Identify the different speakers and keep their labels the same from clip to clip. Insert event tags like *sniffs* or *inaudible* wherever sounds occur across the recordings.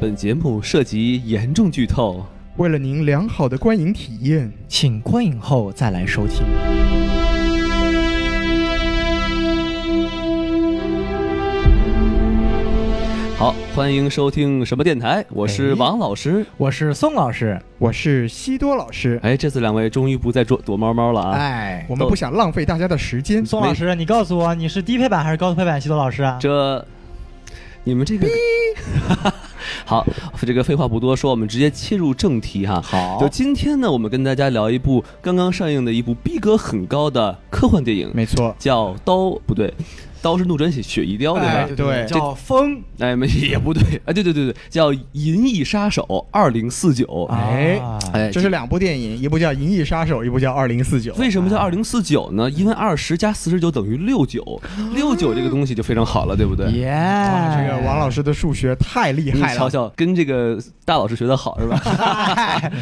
Speaker 1: 本节目涉及严重剧透，
Speaker 2: 为了您良好的观影体验，
Speaker 3: 请观影后再来收听。
Speaker 1: 好，欢迎收听什么电台？我是
Speaker 3: 哎
Speaker 1: 王老师。
Speaker 3: 我是宋老师，
Speaker 2: 我是西多老师。
Speaker 1: 哎，这次两位终于不再躲躲猫猫了啊！
Speaker 3: 哎，
Speaker 2: 我们不想浪费大家的时间，
Speaker 4: 宋老师，你告诉我，你是低配版还是高配版？西多老师啊，
Speaker 1: 这你们这个， *laughs* 好，这个废话不多说，我们直接切入正题哈。
Speaker 3: 好
Speaker 1: 就今天呢，我们跟大家聊一部刚刚上映的一部逼格很高的科幻电影，
Speaker 2: 没错，
Speaker 1: 叫《刀》，不对，《刀》是怒转血血一雕，对吧？
Speaker 2: 哎对
Speaker 3: 叫风，
Speaker 1: 哎，没也不对，啊，对对对对，叫《银翼杀手二零四九》。
Speaker 2: 哎
Speaker 4: 啊
Speaker 1: 哎，
Speaker 2: 这是两部电影，一部叫《银翼杀手》，一部叫《二零四九》。
Speaker 1: 为什么叫二零四九呢？因为二十加四十九等于六九，六九这个东西就非常好了，对不对？
Speaker 3: 耶，
Speaker 2: 哇这个王老师的数学太厉
Speaker 1: 哎你
Speaker 2: 害
Speaker 1: 瞧
Speaker 2: 了，
Speaker 1: 瞧，跟这个大老师学的好是吧？
Speaker 2: *laughs*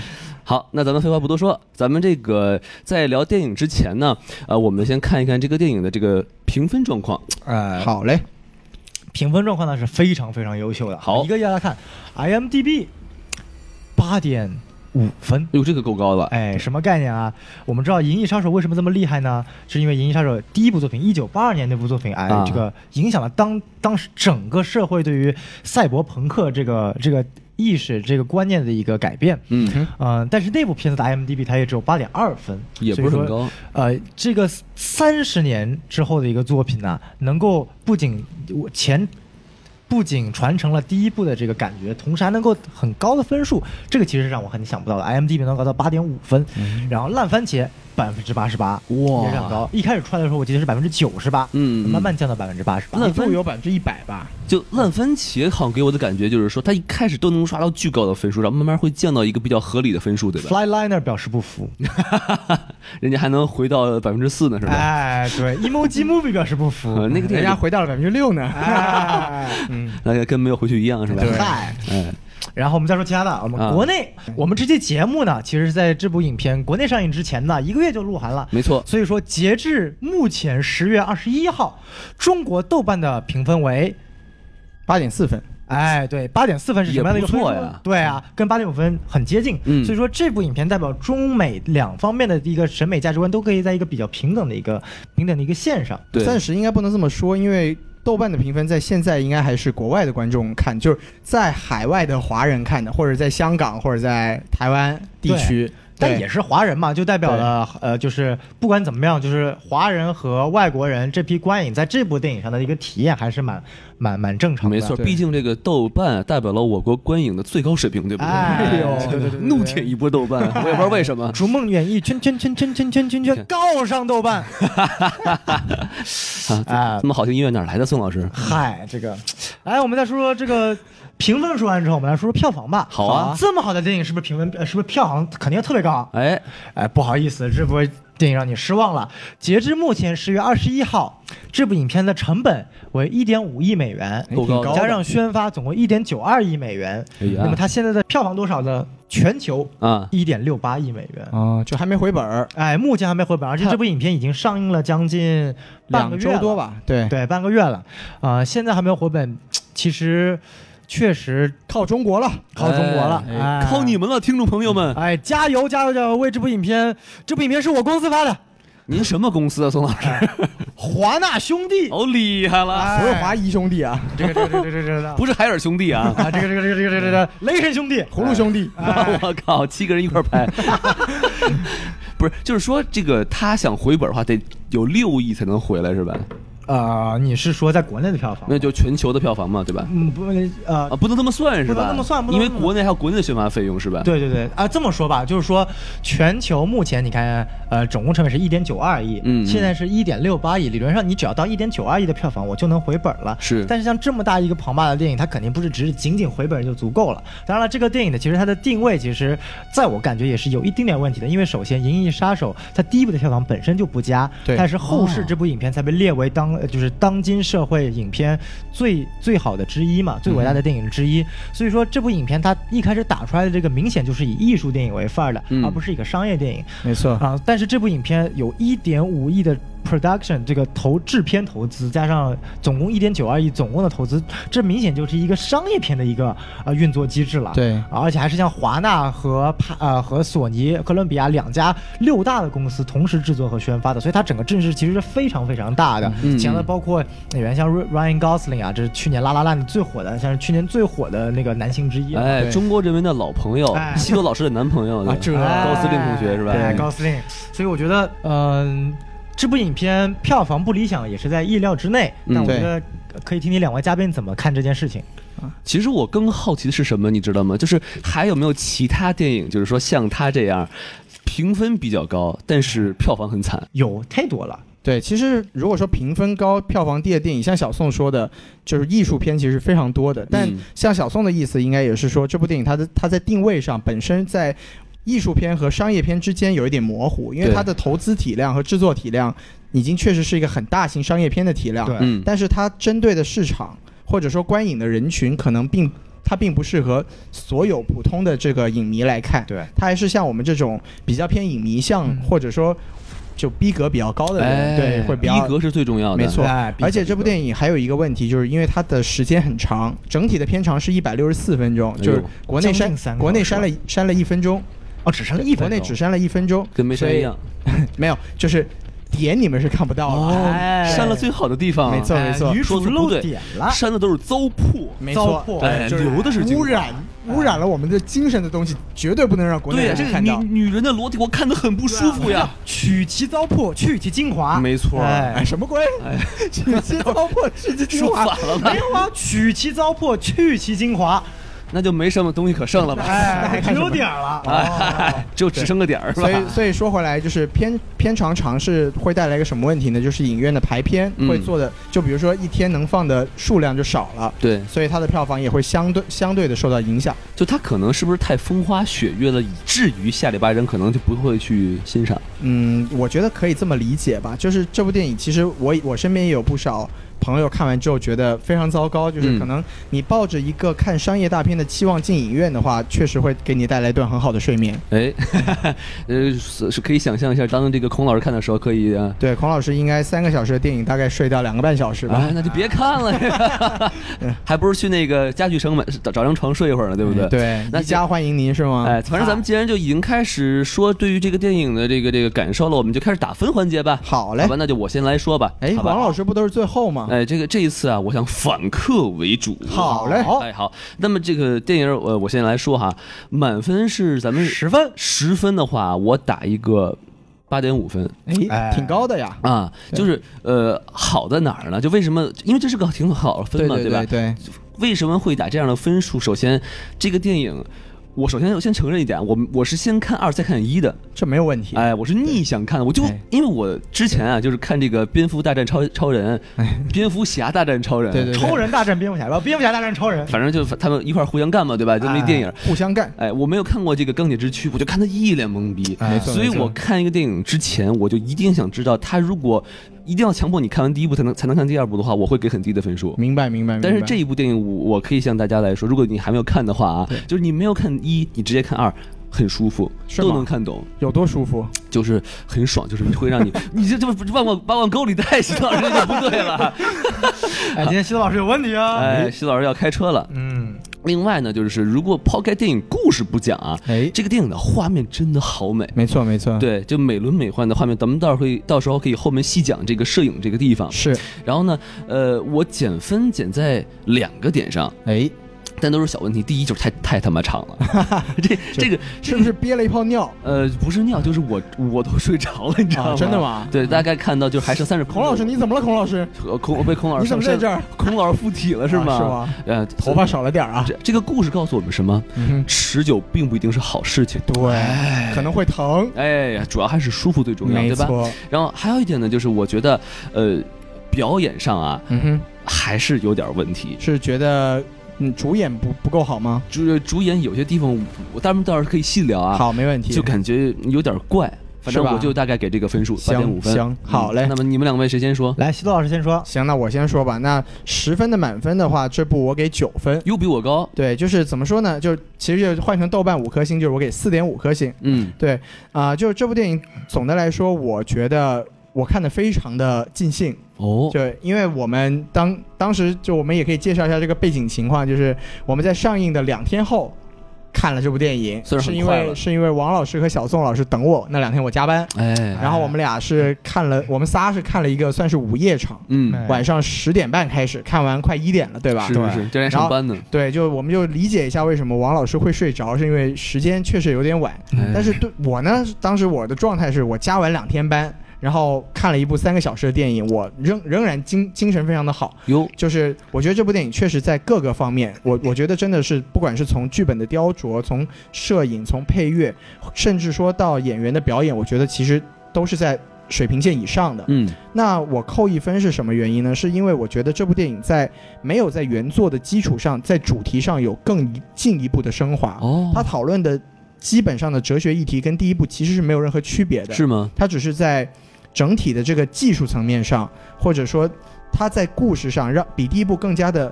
Speaker 1: 好，那咱们废话不多说，咱们这个在聊电影之前呢，呃，我们先看一看这个电影的这个评分状况。
Speaker 3: 呃，
Speaker 2: 好嘞，
Speaker 4: 评分状况呢是非常非常优秀的。
Speaker 1: 好
Speaker 4: 一个一个来看，IMDB 八点五分。
Speaker 1: 哟，这个够高了，
Speaker 4: 哎，什么概念啊？我们知道《银翼杀手》为什么这么厉害呢？是因为《银翼杀手》第一部作品，一九八二年那部作品，哎，
Speaker 1: 啊
Speaker 4: 这个影响了当当时整个社会对于赛博朋克这个这个意识、这个观念的一个改变。
Speaker 1: 嗯，
Speaker 4: 嗯、但是那部片子的 IMDB 它也只有八点二分，
Speaker 1: 也不是
Speaker 4: 所以
Speaker 1: 很
Speaker 4: 说
Speaker 1: 高。
Speaker 4: 呃，这个三十年之后的一个作品呢、能够不仅我前不仅传承了第一部的这个感觉，同时还能够很高的分数，这个其实是让我很想不到的。IMDB 能高到八点五分，然后烂番茄百分之八十八，
Speaker 1: 嗯哇
Speaker 4: 也是很高。一开始出来的时候，我记得是百分之九十八，
Speaker 1: 嗯嗯
Speaker 4: 慢慢降到百分之八十八。
Speaker 1: 烂番
Speaker 2: 有百分之一百吧？
Speaker 1: 就烂番茄，好像给我的感觉就是说，它一开始都能刷到巨高的分数，然后慢慢会降到一个比较合理的分数，对
Speaker 2: *laughs*
Speaker 1: 吧？
Speaker 4: Flyliner 表示不服，
Speaker 1: 人家还能回到百分之四呢，是吧？
Speaker 4: 哎，对，Emoji Movie 表示不
Speaker 1: 呃
Speaker 4: 服，
Speaker 1: *laughs* 那个电影
Speaker 2: 人家回到了百分之六呢。
Speaker 4: 哎，
Speaker 1: 那个跟没有回去一样，是吧？
Speaker 2: 对
Speaker 4: 嗨。
Speaker 1: 哎，
Speaker 4: 然后我们再说其他的，我们
Speaker 1: 啊
Speaker 4: 国内，我们这期节目呢，其实是在这部影片国内上映之前呢，一个月就录完了。
Speaker 1: 没错，
Speaker 4: 所以说，截至目前十月二十一号，中国豆瓣的评分为，
Speaker 2: *laughs* 八点四分，
Speaker 4: 哎，对，八点四分是什么样的一个
Speaker 1: 也不
Speaker 4: 分
Speaker 1: 错
Speaker 4: 数
Speaker 1: 呀
Speaker 4: 呢？对啊，跟八点五分很接近。
Speaker 1: 嗯
Speaker 4: 所以说这部影片代表中美两方面的一个审美价值观都可以在一个比较平等的一个平等的一个线上。
Speaker 1: 对，
Speaker 2: 暂时应该不能这么说，因为豆瓣的评分在现在应该还是国外的观众看，就是在海外的华人看的，或者在香港或者在台湾地区，
Speaker 4: 但也
Speaker 2: 是
Speaker 4: 是华人嘛，就代表了呃，就是不管怎么样，就是华人和外国人这批观影在这部电影上的一个体验还是蛮蛮蛮正常的。
Speaker 1: 没错，
Speaker 2: 对
Speaker 1: 毕竟这个豆瓣代表了我国观影的最高水平，对不对？
Speaker 4: 哎呦
Speaker 2: 对对对对对
Speaker 1: 怒舔一波豆瓣，我也不知道为什
Speaker 4: *laughs*
Speaker 1: 么。
Speaker 4: 逐梦演艺圈圈圈圈圈圈圈圈告上豆瓣，
Speaker 1: 啊，
Speaker 4: 哎
Speaker 1: 这么好听音乐哪儿来的？宋老师，
Speaker 4: 嗨，这个，哎，我们再说说这个评分说完之后，我们来说说票房吧。
Speaker 1: 好啊
Speaker 4: 这么好的电影是不是评分呃是不是票房肯定特别高啊？
Speaker 1: 哎，
Speaker 4: 哎，不好意思，这部电影让你失望了。截至目前十月二十一号，这部影片的成本为一点五亿美元，
Speaker 1: 够高的
Speaker 4: 加上宣发总共一点九二亿美元。
Speaker 1: 哎呀
Speaker 4: 那么它现在的票房多少呢？全球
Speaker 1: 啊，
Speaker 4: 一点六八亿美元。
Speaker 2: 啊、就还没回本儿，
Speaker 4: 哎，目前还没回本，而且这部影片已经上映了将近半个
Speaker 2: 两
Speaker 4: 月
Speaker 2: 周
Speaker 4: 了
Speaker 2: 多吧？对，
Speaker 4: 对，半个月了，啊、现在还没有回本，其实确实
Speaker 2: 靠中国了，
Speaker 4: 靠中国了，
Speaker 1: 哎
Speaker 4: 哎
Speaker 1: 靠你！们了，听众朋友们，
Speaker 4: 哎，加油加油加油！为这部影片，这部影片是我公司发的，
Speaker 1: 您什么公司啊，宋老师？
Speaker 4: 华纳兄弟。
Speaker 1: 哦，厉害
Speaker 4: 哎
Speaker 1: 了，
Speaker 2: 不是华谊兄弟啊，
Speaker 4: 这个这个这个这个这个
Speaker 1: 不是海尔兄弟啊。
Speaker 4: 啊，这个这个这个这个这个这个雷神兄弟，
Speaker 2: 葫芦兄弟。
Speaker 4: 哎
Speaker 1: *laughs* 我靠，七个人一块儿拍，不是，就是说这个他想回本儿的话，得有六亿才能回来是吧？
Speaker 4: 啊、你是说在国内的票房？
Speaker 1: 那就全球的票房嘛，对吧？
Speaker 4: 嗯，不，呃
Speaker 1: 啊，，不能这么算是吧？
Speaker 4: 不能这么算不
Speaker 1: 因
Speaker 4: 能
Speaker 1: 为
Speaker 4: 这么算
Speaker 1: 国内还有国内的宣发费用是吧？，
Speaker 4: 对对对啊，这么说吧，就是说全球目前你看，呃，总共成本是一点九二亿，
Speaker 1: 嗯嗯
Speaker 4: 现在是一点六八亿，理论上你只要到一点九二亿的票房，我就能回本了。
Speaker 1: 是
Speaker 4: 但是像这么大一个庞大的电影，它肯定不是只是仅仅回本就足够了。当然了，这个电影呢，其实它的定位其实在我感觉也是有一丁点问题的，因为首先《银翼杀手》它第一部的票房本身就不佳，
Speaker 2: 对
Speaker 4: 但是后世这部影片才被列为当、呃就是当今社会影片最最好的之一嘛，最伟大的电影之一。所以说这部影片它一开始打出来的这个明显就是以艺术电影为范儿的，
Speaker 1: 嗯
Speaker 4: 而不是一个商业电影
Speaker 2: 没错，
Speaker 4: 啊。但是这部影片有一点五亿的 production 这个投制片投资加上总共一点九二亿总共的投资，这明显就是一个商业片的一个呃运作机制了。
Speaker 2: 对
Speaker 4: 而且还是像华纳和帕呃和索尼、哥伦比亚两家六大的公司同时制作和宣发的，所以它整个阵势其实是非常非常大的。
Speaker 1: 嗯
Speaker 4: 前了包括演员像 Ryan Gosling 啊，这是去年《拉拉烂》最火的，像是去年最火的那个男星之一啊。
Speaker 1: 哎，
Speaker 2: 对
Speaker 1: 中国人民的老朋友，
Speaker 4: 哎
Speaker 1: 西多老师的男朋友，
Speaker 2: 啊
Speaker 1: 对
Speaker 2: 这
Speaker 4: 哎
Speaker 1: 高司令同学是吧？
Speaker 4: 对，
Speaker 1: 嗯
Speaker 4: 高司令。所以我觉得，嗯、这部影片票房不理想也是在意料之内。
Speaker 1: 嗯
Speaker 4: 但我觉得可以听听两位嘉宾怎么看这件事情。
Speaker 1: 其实我更好奇的是什么，你知道吗？就是还有没有其他电影，就是说像他这样，评分比较高，但是票房很惨。
Speaker 4: 有太多了，
Speaker 2: 对，其实如果说评分高、票房低的电影，像小宋说的，就是艺术片其实非常多的。但
Speaker 1: 嗯
Speaker 2: 像小宋的意思，应该也是说，这部电影它的它在定位上本身在艺术片和商业片之间有一点模糊，因为
Speaker 1: 对
Speaker 2: 它的投资体量和制作体量已经确实是一个很大型商业片的体量。
Speaker 4: 对
Speaker 1: 嗯，
Speaker 2: 但是它针对的市场或者说观影的人群，可能并它并不适合所有普通的这个影迷来看。
Speaker 4: 对，
Speaker 2: 它还是像我们这种比较偏影迷向，
Speaker 4: 嗯
Speaker 2: 或者说就逼格比较高的人，
Speaker 1: 哎，
Speaker 2: 对，会比
Speaker 1: 逼
Speaker 2: 较
Speaker 1: 格是最重要的。
Speaker 2: 没错
Speaker 4: 哎
Speaker 2: 而且这部
Speaker 4: 影
Speaker 2: 电影还有一个问题，就是因为它的时间很长，整体的片长是一百六十四分钟，
Speaker 1: 呦
Speaker 2: 就是国内
Speaker 4: 将
Speaker 2: 删
Speaker 4: 近三个
Speaker 2: 国内
Speaker 4: 小
Speaker 2: 删
Speaker 4: 时
Speaker 2: 了删了一分钟，
Speaker 4: 哦，只剩了一分
Speaker 2: 国
Speaker 4: 钟，
Speaker 2: 内只删了一分钟，
Speaker 1: 跟没删一样，
Speaker 2: *laughs* 没有，就是点你们是看不到了，
Speaker 4: 哎
Speaker 1: 删了最好的地方，
Speaker 2: 没错没错
Speaker 4: 哎，女
Speaker 1: 说
Speaker 4: 主
Speaker 1: 得不
Speaker 4: 露
Speaker 1: 对
Speaker 4: 点了，
Speaker 1: 删的都是糟粕，
Speaker 2: 没
Speaker 4: 糟
Speaker 2: 错，
Speaker 4: 粕
Speaker 1: 哎，
Speaker 2: 就是
Speaker 1: 留的是精
Speaker 2: 污
Speaker 1: 华
Speaker 2: 染污染了我们的精神的东西，绝对不能让国内
Speaker 1: 对呀，
Speaker 2: 人
Speaker 1: 这个
Speaker 2: 看
Speaker 1: 女
Speaker 2: 到。
Speaker 1: 女人的裸体我看的很不舒服呀。
Speaker 4: 取其糟粕，去其精华，
Speaker 1: 没错
Speaker 4: 哎
Speaker 2: 哎，， *laughs* 什么鬼？
Speaker 1: *laughs*
Speaker 2: 取其糟粕，去其精
Speaker 1: 说
Speaker 2: 华。
Speaker 1: 反了吧
Speaker 4: 没？有啊，取其糟粕，去其精华，
Speaker 1: *laughs* 那就没什么东西可剩了吧？哎
Speaker 4: 哎，只有点儿了。哦
Speaker 1: 就 *laughs* 只剩个点儿是吧
Speaker 2: 所？以，所以说回来，就是片片长长是会带来一个什么问题呢？就是影院的排片
Speaker 1: 嗯
Speaker 2: 会做的，就比如说一天能放的数量就少了，
Speaker 1: 对，
Speaker 2: 所以它的票房也会相对相对的受到影响。
Speaker 1: 就他可能是不是太风花雪月了，以至于下礼拜人可能就不会去欣赏。
Speaker 2: 嗯，我觉得可以这么理解吧。就是这部电影，其实我我身边也有不少朋友看完之后觉得非常糟糕，就是
Speaker 1: 嗯
Speaker 2: 可能你抱着一个看商业大片的期望进影院的话，确实会给你带来一段很好的睡眠。
Speaker 1: 哎， *laughs* 呃，是是可以想象一下，当这个孔老师看的时候，可以啊，
Speaker 2: 对，孔老师应该三个小时的电影大概睡到两个半小时吧。
Speaker 1: 哎，那就别看了， *laughs* 还不如去那个家具城买找找张床睡一会儿呢，对不对？。
Speaker 2: 哎对
Speaker 1: 那
Speaker 2: 一家欢迎您是吗？
Speaker 1: 哎，反正咱们既然就已经开始说对于这个电影的这个这个感受了，我们就开始打分环节吧。
Speaker 2: 好嘞
Speaker 1: 好吧，那就我先来说吧。
Speaker 2: 哎，
Speaker 1: 好吧
Speaker 2: 王老师不都是最后吗？
Speaker 1: 哎，这个这一次啊，我想反客为主。
Speaker 2: 好嘞
Speaker 1: 哎好，那么这个电影，呃，我先来说哈，满分是咱们
Speaker 4: 十分，
Speaker 1: 十分的话，我打一个八点五分
Speaker 2: 哎，挺高的呀。
Speaker 1: 啊，就是呃，好在哪儿呢？就为什么？因为这是个挺好的分
Speaker 2: 对
Speaker 1: 嘛，
Speaker 2: 对
Speaker 1: 吧
Speaker 2: 对？对，
Speaker 1: 为什么会打这样的分数？首先，这个电影。我首先先承认一点，啊我我是先看二再看一的，
Speaker 2: 这没有问题。
Speaker 1: 哎，我是逆向看的，我就
Speaker 2: 哎
Speaker 1: 因为我之前啊，就是看这个《蝙蝠大战超超
Speaker 2: *laughs*
Speaker 1: 人》《蝙蝠侠大战超人》，
Speaker 2: 哎对对对
Speaker 4: 超人大战蝙蝠侠，不，蝙蝠侠大战
Speaker 1: *laughs*
Speaker 4: 超人，
Speaker 1: 反正就他们一块儿互相干嘛，
Speaker 2: 哎
Speaker 1: 对吧？这么一电影，
Speaker 2: 互相干，
Speaker 1: 哎，我没有看过这个《钢铁之躯》，我就看他一脸懵逼。
Speaker 2: 没错
Speaker 1: 所以
Speaker 2: 哎没错
Speaker 1: 我看一个电影之前，我就一定想知道，他如果一定要强迫你看完第一部才能才能看第二部的话，我会给很低的分数。
Speaker 2: 嗯明白明白。明白
Speaker 1: 但是这一部电影我，我可以向大家来说，如果你还没有看的话啊，就是你没有看一，你直接看二，很舒服，
Speaker 2: 是吗
Speaker 1: 都能看懂，
Speaker 2: 有多舒服？
Speaker 1: 就是很爽，就是会让你， *laughs* 你这这不把我把我往沟里带，徐老师这就不对了。
Speaker 4: 哎，今天西多老师有问题啊。
Speaker 1: 哎，徐老师要开车了。
Speaker 4: 嗯，
Speaker 1: 另外呢，就是如果抛开电影故事不讲啊，
Speaker 2: 哎，
Speaker 1: 这个电影的画面真的好美。
Speaker 2: 没错没错，，
Speaker 1: 对，就美轮美奂的画面，咱们到时候会到时候可以后面细讲这个摄影这个地方。
Speaker 2: 是，
Speaker 1: 然后呢，呃，我减分减在两个点上，
Speaker 2: 哎，
Speaker 1: 但都是小问题。第一就是太太他妈长了，
Speaker 2: *laughs*
Speaker 1: 这这个
Speaker 2: 是不是憋了一
Speaker 1: *laughs*
Speaker 2: 泡尿？
Speaker 1: 呃不是尿，就是我我都睡着了，你知道吗？
Speaker 2: 啊真的吗
Speaker 1: 对，大概看到就还剩三十分钟。
Speaker 2: 孔老师，你怎么了？孔老师
Speaker 1: 呃孔我被孔老师
Speaker 2: 你怎么
Speaker 1: 上身
Speaker 2: 在这儿？
Speaker 1: 孔老师附体 *laughs* 了是吗？
Speaker 2: 啊是吗？
Speaker 1: 呃，
Speaker 2: 头发。少了点儿啊？
Speaker 1: 这这个故事告诉我们什么？
Speaker 2: 嗯哼
Speaker 1: 持久并不一定是好事情。
Speaker 2: 对，可能会疼，
Speaker 1: 哎呀，主要还是舒服最重要，
Speaker 2: 没
Speaker 1: 对吧？
Speaker 2: 错，
Speaker 1: 然后还有一点呢，就是我觉得，呃，表演上啊
Speaker 2: 嗯哼，
Speaker 1: 还是有点问题。
Speaker 2: 是觉得嗯主演不不够好吗？
Speaker 1: 主主演有些地方，我当然到时候可以细聊啊。，
Speaker 2: 好，没问题，
Speaker 1: 就感觉有点怪。反正
Speaker 2: 是吧
Speaker 1: 我就大概给这个分数八
Speaker 2: 行
Speaker 1: 点五分。
Speaker 2: 行好嘞
Speaker 1: 嗯那么你们两位谁先说？
Speaker 4: 来，西多老师先说，
Speaker 2: 行，那我先说吧。那十分的满分的话，这部我给九分。
Speaker 1: 又比我高。
Speaker 2: 对，就是怎么说呢？就是其实就换成豆瓣五颗星，就是我给四点五颗星。
Speaker 1: 嗯
Speaker 2: 对啊、就是这部电影总的来说，我觉得我看的非常的尽兴，
Speaker 1: 哦，
Speaker 2: 就因为我们当当时就我们也可以介绍一下这个背景情况，就是我们在上映的两天后看了这部电影，
Speaker 1: 算是
Speaker 2: 是
Speaker 1: 很
Speaker 2: 因
Speaker 1: 快
Speaker 2: 为
Speaker 1: 了
Speaker 2: 是因为王老师和小宋老师等我那两天我加班，
Speaker 1: 哎，
Speaker 2: 然后我们俩是看了，我们仨是看了一个算是午夜场，
Speaker 1: 嗯，
Speaker 4: 哎
Speaker 2: 晚上十点半开始，看完快一点了，对吧？
Speaker 1: 是是是，这还上班呢，
Speaker 2: 对，就我们就理解一下为什么王老师会睡着，是因为时间确实有点晚。
Speaker 1: 哎
Speaker 2: 但是对我呢，当时我的状态是我加完两天班，然后看了一部三个小时的电影，我仍仍然精精神非常的好。
Speaker 1: 哟，
Speaker 2: 就是我觉得这部电影确实在各个方面，我我觉得真的是不管是从剧本的雕琢，从摄影，从配乐，甚至说到演员的表演，我觉得其实都是在水平线以上的。
Speaker 1: 嗯，
Speaker 2: 那我扣一分是什么原因呢？是因为我觉得这部电影在没有在原作的基础上，在主题上有更一进一步的升华。
Speaker 1: 哦，
Speaker 2: 它讨论的基本上的哲学议题跟第一部其实是没有任何区别的，
Speaker 1: 是吗？
Speaker 2: 它只是在整体的这个技术层面上，或者说它在故事上让比第一部更加的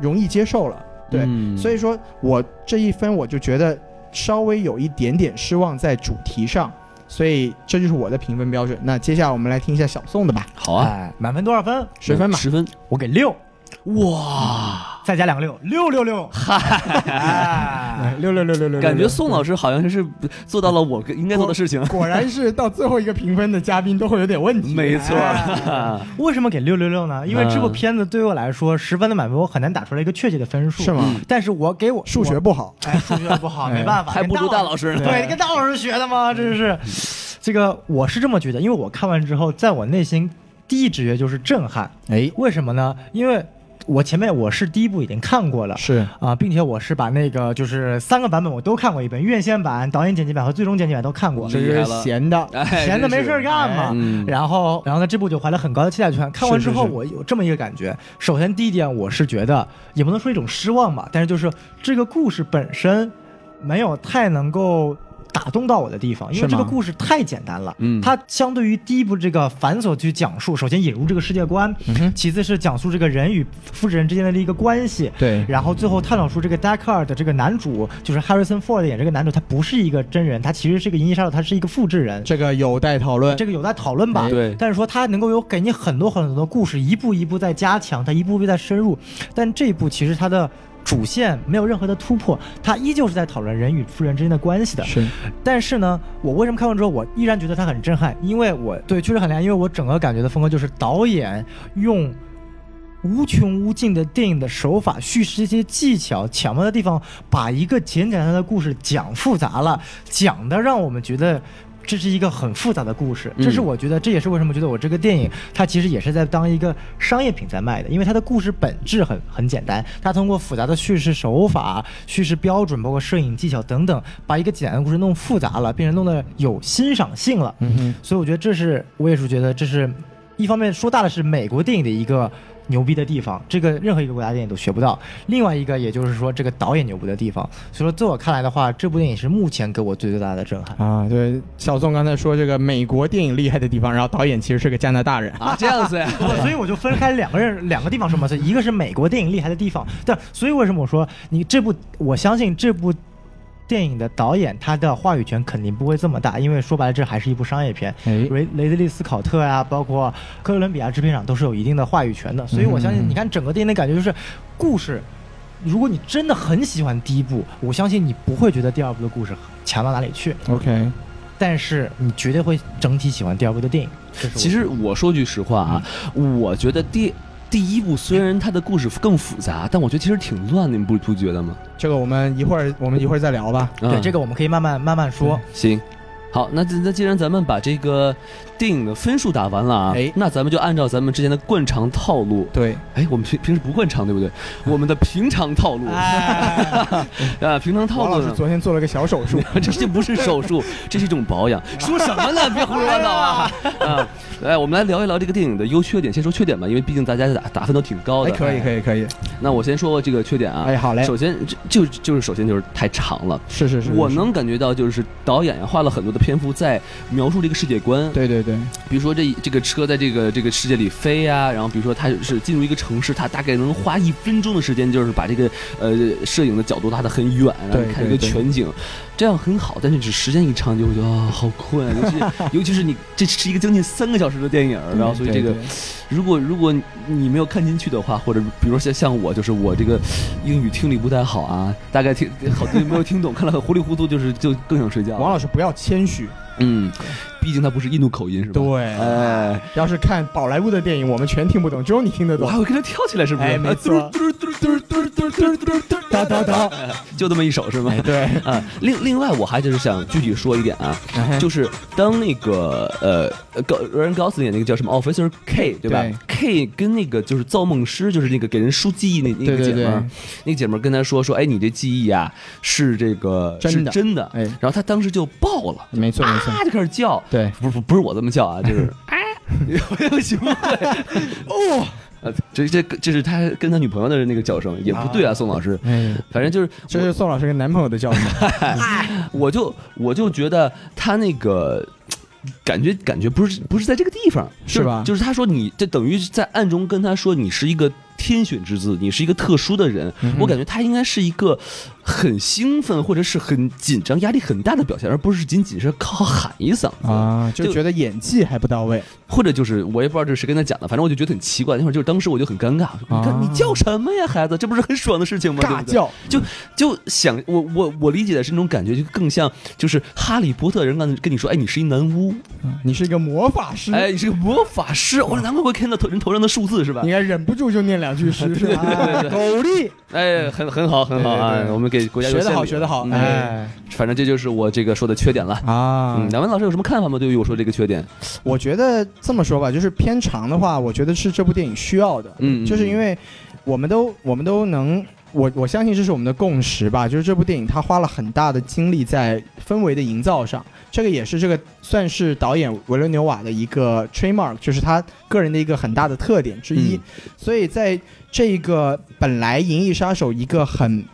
Speaker 2: 容易接受了。对，
Speaker 1: 嗯
Speaker 2: 所以说我这一分我就觉得稍微有一点点失望在主题上。所以这就是我的评分标准。那接下来我们来听一下小宋的吧。
Speaker 1: 好啊，嗯
Speaker 4: 哎，满分多少分？
Speaker 2: 十分吧。
Speaker 1: 十分，
Speaker 4: 我给六，
Speaker 1: 哇，
Speaker 4: 再加两个六，六
Speaker 1: *laughs*
Speaker 4: 六六。哎嗨，
Speaker 2: 六六六六六，
Speaker 1: 嗯感觉宋老师好像是做到了我应该做的事情，
Speaker 2: *laughs* 果然是到最后一个评分的嘉宾都会有点问题。
Speaker 1: 没错，
Speaker 4: 为什么给六六六呢？因为这部
Speaker 1: 嗯
Speaker 4: 片子对我来说，十分的满分，我很难打出来一个确切的分数。
Speaker 2: 是吗？
Speaker 1: 嗯
Speaker 4: 但是我给我
Speaker 2: 数学
Speaker 4: 我
Speaker 2: 不好，
Speaker 4: 哎，数学不好，
Speaker 2: 哎嗯
Speaker 4: 没办法，
Speaker 1: 还不如大老师呢。
Speaker 4: 对，跟大老师学的吗？真是，这个我是这么觉得，因为我看完之后，在我内心第一直觉就是震撼。
Speaker 2: 哎，
Speaker 4: 为什么呢？因为我前面我是第一部已经看过了。
Speaker 2: 是
Speaker 4: 啊，并且我是把那个就是三个版本我都看过一遍，院线版、导演剪辑版和最终剪辑版都看过，
Speaker 2: 这就是闲的，
Speaker 1: 哎，
Speaker 4: 闲着
Speaker 1: 真
Speaker 4: 没
Speaker 1: 是
Speaker 4: 事儿干嘛。
Speaker 1: *laughs* 嗯
Speaker 4: 然后，然后呢，这部就怀了很高的期待去看。看完之后，
Speaker 2: 是是是
Speaker 4: 我有这么一个感觉：首先，第一点，我是觉得也不能说一种失望吧，但是就是这个故事本身没有太能够。打动到我的地方，因为
Speaker 2: 是
Speaker 4: 这
Speaker 2: 吗
Speaker 4: 个故事太简单了。
Speaker 1: 嗯
Speaker 4: 它相对于第一部这个繁琐去讲述，首先引入这个世界观，
Speaker 2: 嗯哼
Speaker 4: 其次是讲述这个人与复制人之间的一个关系，
Speaker 2: 对
Speaker 4: 然后最后探讨出这个 d a k a r 的这个男主，就是 Harrison Ford 演这个男主，他不是一个真人，他其实是一个银翼杀手，他是一个复制人。
Speaker 2: 这个有待讨论。
Speaker 4: 这个有待讨论吧。
Speaker 1: 哎对
Speaker 4: 但是说它能够有给你很多很多的故事，一步一步在加强，它一步一步在深入。但这一步其实它的主线没有任何的突破，它依旧是在讨论人与富人之间的关系的。
Speaker 2: 是
Speaker 4: 但是呢，我为什么看完之后我依然觉得它很震撼？因为我对确实很厉害，因为我整个感觉的风格就是导演用。无穷无尽的电影的手法、叙事一些技巧、巧妙的地方，把一个简简单单的故事讲复杂了，讲的让我们觉得这是一个很复杂的故事。
Speaker 1: 嗯
Speaker 4: 这是我觉得，这也是为什么觉得我这个电影它其实也是在当一个商业品在卖的，因为它的故事本质很很简单，它通过复杂的叙事手法、叙事标准，包括摄影技巧等等，把一个简单的故事弄复杂了，变成弄得有欣赏性了。
Speaker 2: 嗯哼，
Speaker 4: 所以我觉得这是我也是觉得这是一方面说大了是美国电影的一个牛逼的地方，这个任何一个国家电影都学不到。另外一个也就是说这个导演牛逼的地方，所以说在我看来的话，这部电影是目前给我最最大的震撼。
Speaker 2: 啊，对，小宋刚才说这个美国电影厉害的地方，然后导演其实是个加拿大人。
Speaker 1: 啊，这样子呀，
Speaker 4: 我所以我就分开两个人两个地方说嘛，所以一个是美国电影厉害的地方，但所以为什么我说你这部，我相信这部。电影的导演他的话语权肯定不会这么大，因为说白了这还是一部商业片。
Speaker 2: 哎
Speaker 4: 雷雷德利·斯考特呀、包括哥伦比亚制片厂都是有一定的话语权的，所以我
Speaker 1: 嗯
Speaker 4: 相信，你看整个电影的感觉就是，故事，如果你真的很喜欢第一部，我相信你不会觉得第二部的故事强到哪里去，
Speaker 2: ，OK，
Speaker 4: 但是你绝对会整体喜欢第二部的电影。这是我
Speaker 1: *laughs* 其实我说句实话啊，我觉得第第一部虽然它的故事更复杂，但我觉得其实挺乱的，你不不觉得吗？
Speaker 2: 这个我们一会儿我们一会儿再聊吧。
Speaker 4: 对
Speaker 1: 嗯
Speaker 4: 这个我们可以慢慢慢慢说。
Speaker 1: 行。好，那那既然咱们把这个电影的分数打完了啊，
Speaker 2: 哎
Speaker 1: 那咱们就按照咱们之前的惯常套路，
Speaker 2: 对，
Speaker 1: 哎，我们平平时不惯常对
Speaker 2: *laughs*
Speaker 1: 不对？我们的平常套路，
Speaker 4: 哎
Speaker 1: 啊，平常套
Speaker 2: 哎王老
Speaker 1: 路
Speaker 2: 师
Speaker 1: 呢，
Speaker 2: 昨天做了个小手术，
Speaker 1: *laughs* 这这不是手
Speaker 2: *laughs*
Speaker 1: 术，这是一种保养。说什么呢？别胡说八道啊！
Speaker 2: 哎
Speaker 1: 啊，来，我们来聊一聊这个电影的优缺点。先说缺点吧，因为毕竟大家打打分都挺高
Speaker 2: 哎，
Speaker 1: 的。啊
Speaker 2: 可以，可以，可以。
Speaker 1: 那我先说这个缺点啊。
Speaker 2: 哎，好嘞，
Speaker 1: 首先，这就就是首先就是太长了，
Speaker 2: 是是是，
Speaker 1: 我
Speaker 2: 是
Speaker 1: 能感觉到就是导演呀花了很多的篇幅在描述这个世界观。
Speaker 2: 对对对，
Speaker 1: 比如说这这个车在这个这个世界里飞啊，然后比如说它是进入一个城市，它大概能花一分钟的时间，就是把这个呃摄影的角度拉得很远，然后
Speaker 2: 对
Speaker 1: 看一个
Speaker 2: 对对
Speaker 1: 全景，这样很好。但是只时间一长，就会觉得啊、好困啊，尤
Speaker 2: *laughs*
Speaker 1: 其尤其是你这是一个将近三个小时的电影，然后所以这
Speaker 2: 嗯对
Speaker 1: 个
Speaker 2: 对
Speaker 1: 如果如果你没有看进去的话，或者比如说像像我，就是我这个英语听力不太好啊，大概
Speaker 2: *laughs*
Speaker 1: 听好多没有听懂，看了很糊里糊涂，就是就更想睡觉。
Speaker 2: 王老师不要谦虚，
Speaker 1: 嗯，毕竟它不是印度口音是吧？
Speaker 2: 对
Speaker 1: 哎，
Speaker 2: 要是看宝莱坞的电影，我们全听不懂，只有你听得
Speaker 1: 我
Speaker 2: 懂
Speaker 1: 还。会跟着跳起来，是不是？啊
Speaker 2: 哎没错
Speaker 1: 嘟儿嘟儿嘟儿嘟儿嘟儿嘟儿嘟儿嘟儿
Speaker 2: 哒哒哒，
Speaker 1: *laughs* 就这么一首是吗？
Speaker 2: 对，
Speaker 1: 啊，另另外我还就是想具体说一点啊，
Speaker 2: 哎
Speaker 1: 就是当那个呃呃高人高斯演那个叫什么哦 Officer K 对吧
Speaker 2: 对
Speaker 1: k 跟那个就是造梦师，就是那个给人输记忆那那个
Speaker 2: 对对
Speaker 1: 姐们儿
Speaker 2: 对，
Speaker 1: 那个姐们儿跟他说说，哎，你这记忆啊是这个
Speaker 2: 真
Speaker 1: 是
Speaker 2: 的
Speaker 1: 真的，
Speaker 2: 哎
Speaker 1: 然后他当时就爆了。
Speaker 2: 没错没错，
Speaker 1: 啊，就开始叫，
Speaker 2: 对，
Speaker 1: 不是不是我这么叫啊，就是 *laughs* 哎，不行，对哦，呃，这这这是他跟他女朋友的那个叫声，也不对啊，宋老师，
Speaker 2: 哎，
Speaker 1: 反正就是
Speaker 2: 这是宋老师跟男朋友的叫法。
Speaker 1: 我就我就觉得他那个。感觉感觉不是不是在这个地方，就是
Speaker 2: 吧
Speaker 1: 就是他说你这等于在暗中跟他说你是一个天选之子，你是一个特殊的人。
Speaker 2: 嗯哼
Speaker 1: 我感觉他应该是一个很兴奋或者是很紧张、压力很大的表现，而不是仅仅是靠喊一嗓子。
Speaker 2: 啊，
Speaker 1: 嗯
Speaker 2: 就
Speaker 1: 就
Speaker 2: 觉得演技还不到位，
Speaker 1: 或者就是我也不知道这是谁跟他讲的，反正我就觉得很奇怪。那会儿就是当时我就很尴尬，你看你叫什么呀，孩子，这不是很爽的事情吗？对
Speaker 2: 啊尬
Speaker 1: 不对
Speaker 2: 叫，
Speaker 1: 就想我我我理解的是那种感觉，就更像就是哈利波特人刚才跟你说，哎，你是一男巫，
Speaker 2: 你是一个魔法师，
Speaker 1: 哎，你是个魔法师，
Speaker 2: 嗯
Speaker 1: 我说难怪会看到头人头上的数字是吧
Speaker 2: 你？应该忍不住就念两句诗，是吧？啊
Speaker 1: *laughs* 对对对
Speaker 2: 狗力，
Speaker 1: 哎，很很好很好
Speaker 2: 对
Speaker 1: 啊
Speaker 2: 对，对
Speaker 1: 我们给国家
Speaker 2: 学得好，学
Speaker 1: 学
Speaker 2: 得好，
Speaker 1: *laughs* 哎，
Speaker 2: 哎
Speaker 1: 反正这就是我这个说的缺点了。
Speaker 2: 啊
Speaker 1: 嗯，两位老师有什么看法吗？对于我说这个缺点？
Speaker 2: 我觉得这么说吧，就是偏长的话，我觉得是这部电影需要的，
Speaker 1: 嗯嗯
Speaker 2: 就是因为我们都我们都能。我我相信这是我们的共识吧，就是这部电影它花了很大的精力在氛围的营造上，这个也是这个算是导演维伦纽瓦的一个 trademark，就是他个人的一个很大的特点之一。
Speaker 1: 嗯
Speaker 2: 所以在这个本来《银翼杀手》一个很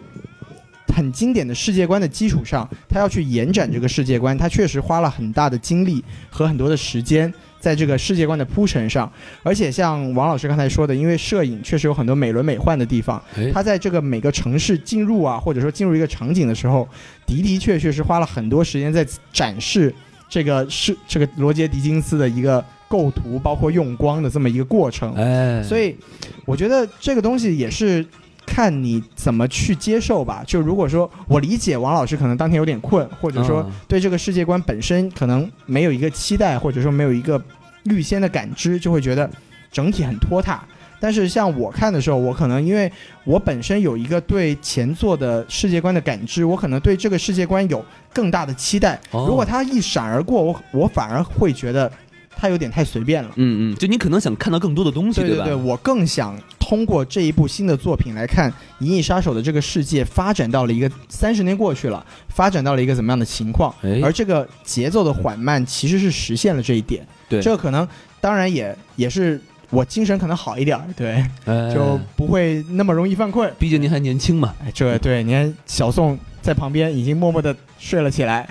Speaker 2: 很经典的世界观的基础上，他要去延展这个世界观，他确实花了很大的精力和很多的时间在这个世界观的铺陈上。而且像王老师刚才说的，因为摄影确实有很多美轮美奂的地方，
Speaker 1: 哎，
Speaker 2: 他在这个每个城市进入啊，或者说进入一个场景的时候，的的确确是花了很多时间在展示这个是这个罗杰·狄金斯的一个构图，包括用光的这么一个过程。
Speaker 1: 哎，
Speaker 2: 所以我觉得这个东西也是看你怎么去接受吧。就如果说我理解王老师可能当天有点困，或者说
Speaker 1: 嗯
Speaker 2: 对这个世界观本身可能没有一个期待，或者说没有一个预先的感知，就会觉得整体很拖沓。但是像我看的时候，我可能因为我本身有一个对前作的世界观的感知，我可能对这个世界观有更大的期待。
Speaker 1: 哦
Speaker 2: 如果它一闪而过，我我反而会觉得它有点太随便了。
Speaker 1: 嗯嗯，就你可能想看到更多的东西，
Speaker 2: 对
Speaker 1: 吧？
Speaker 2: 对，我更想通过这一部新的作品来看《银翼杀手》的这个世界发展到了一个三十年过去了，发展到了一个怎么样的情况？
Speaker 1: 哎
Speaker 2: 而这个节奏的缓慢其实是实现了这一点。
Speaker 1: 对
Speaker 2: 这个可能当然也也是我精神可能好一点儿，对，
Speaker 1: 哎
Speaker 2: 就不会那么容易犯困。
Speaker 1: 毕竟您还年轻嘛。
Speaker 2: 哎，这对，你看小宋在旁边已经默默的睡了起来。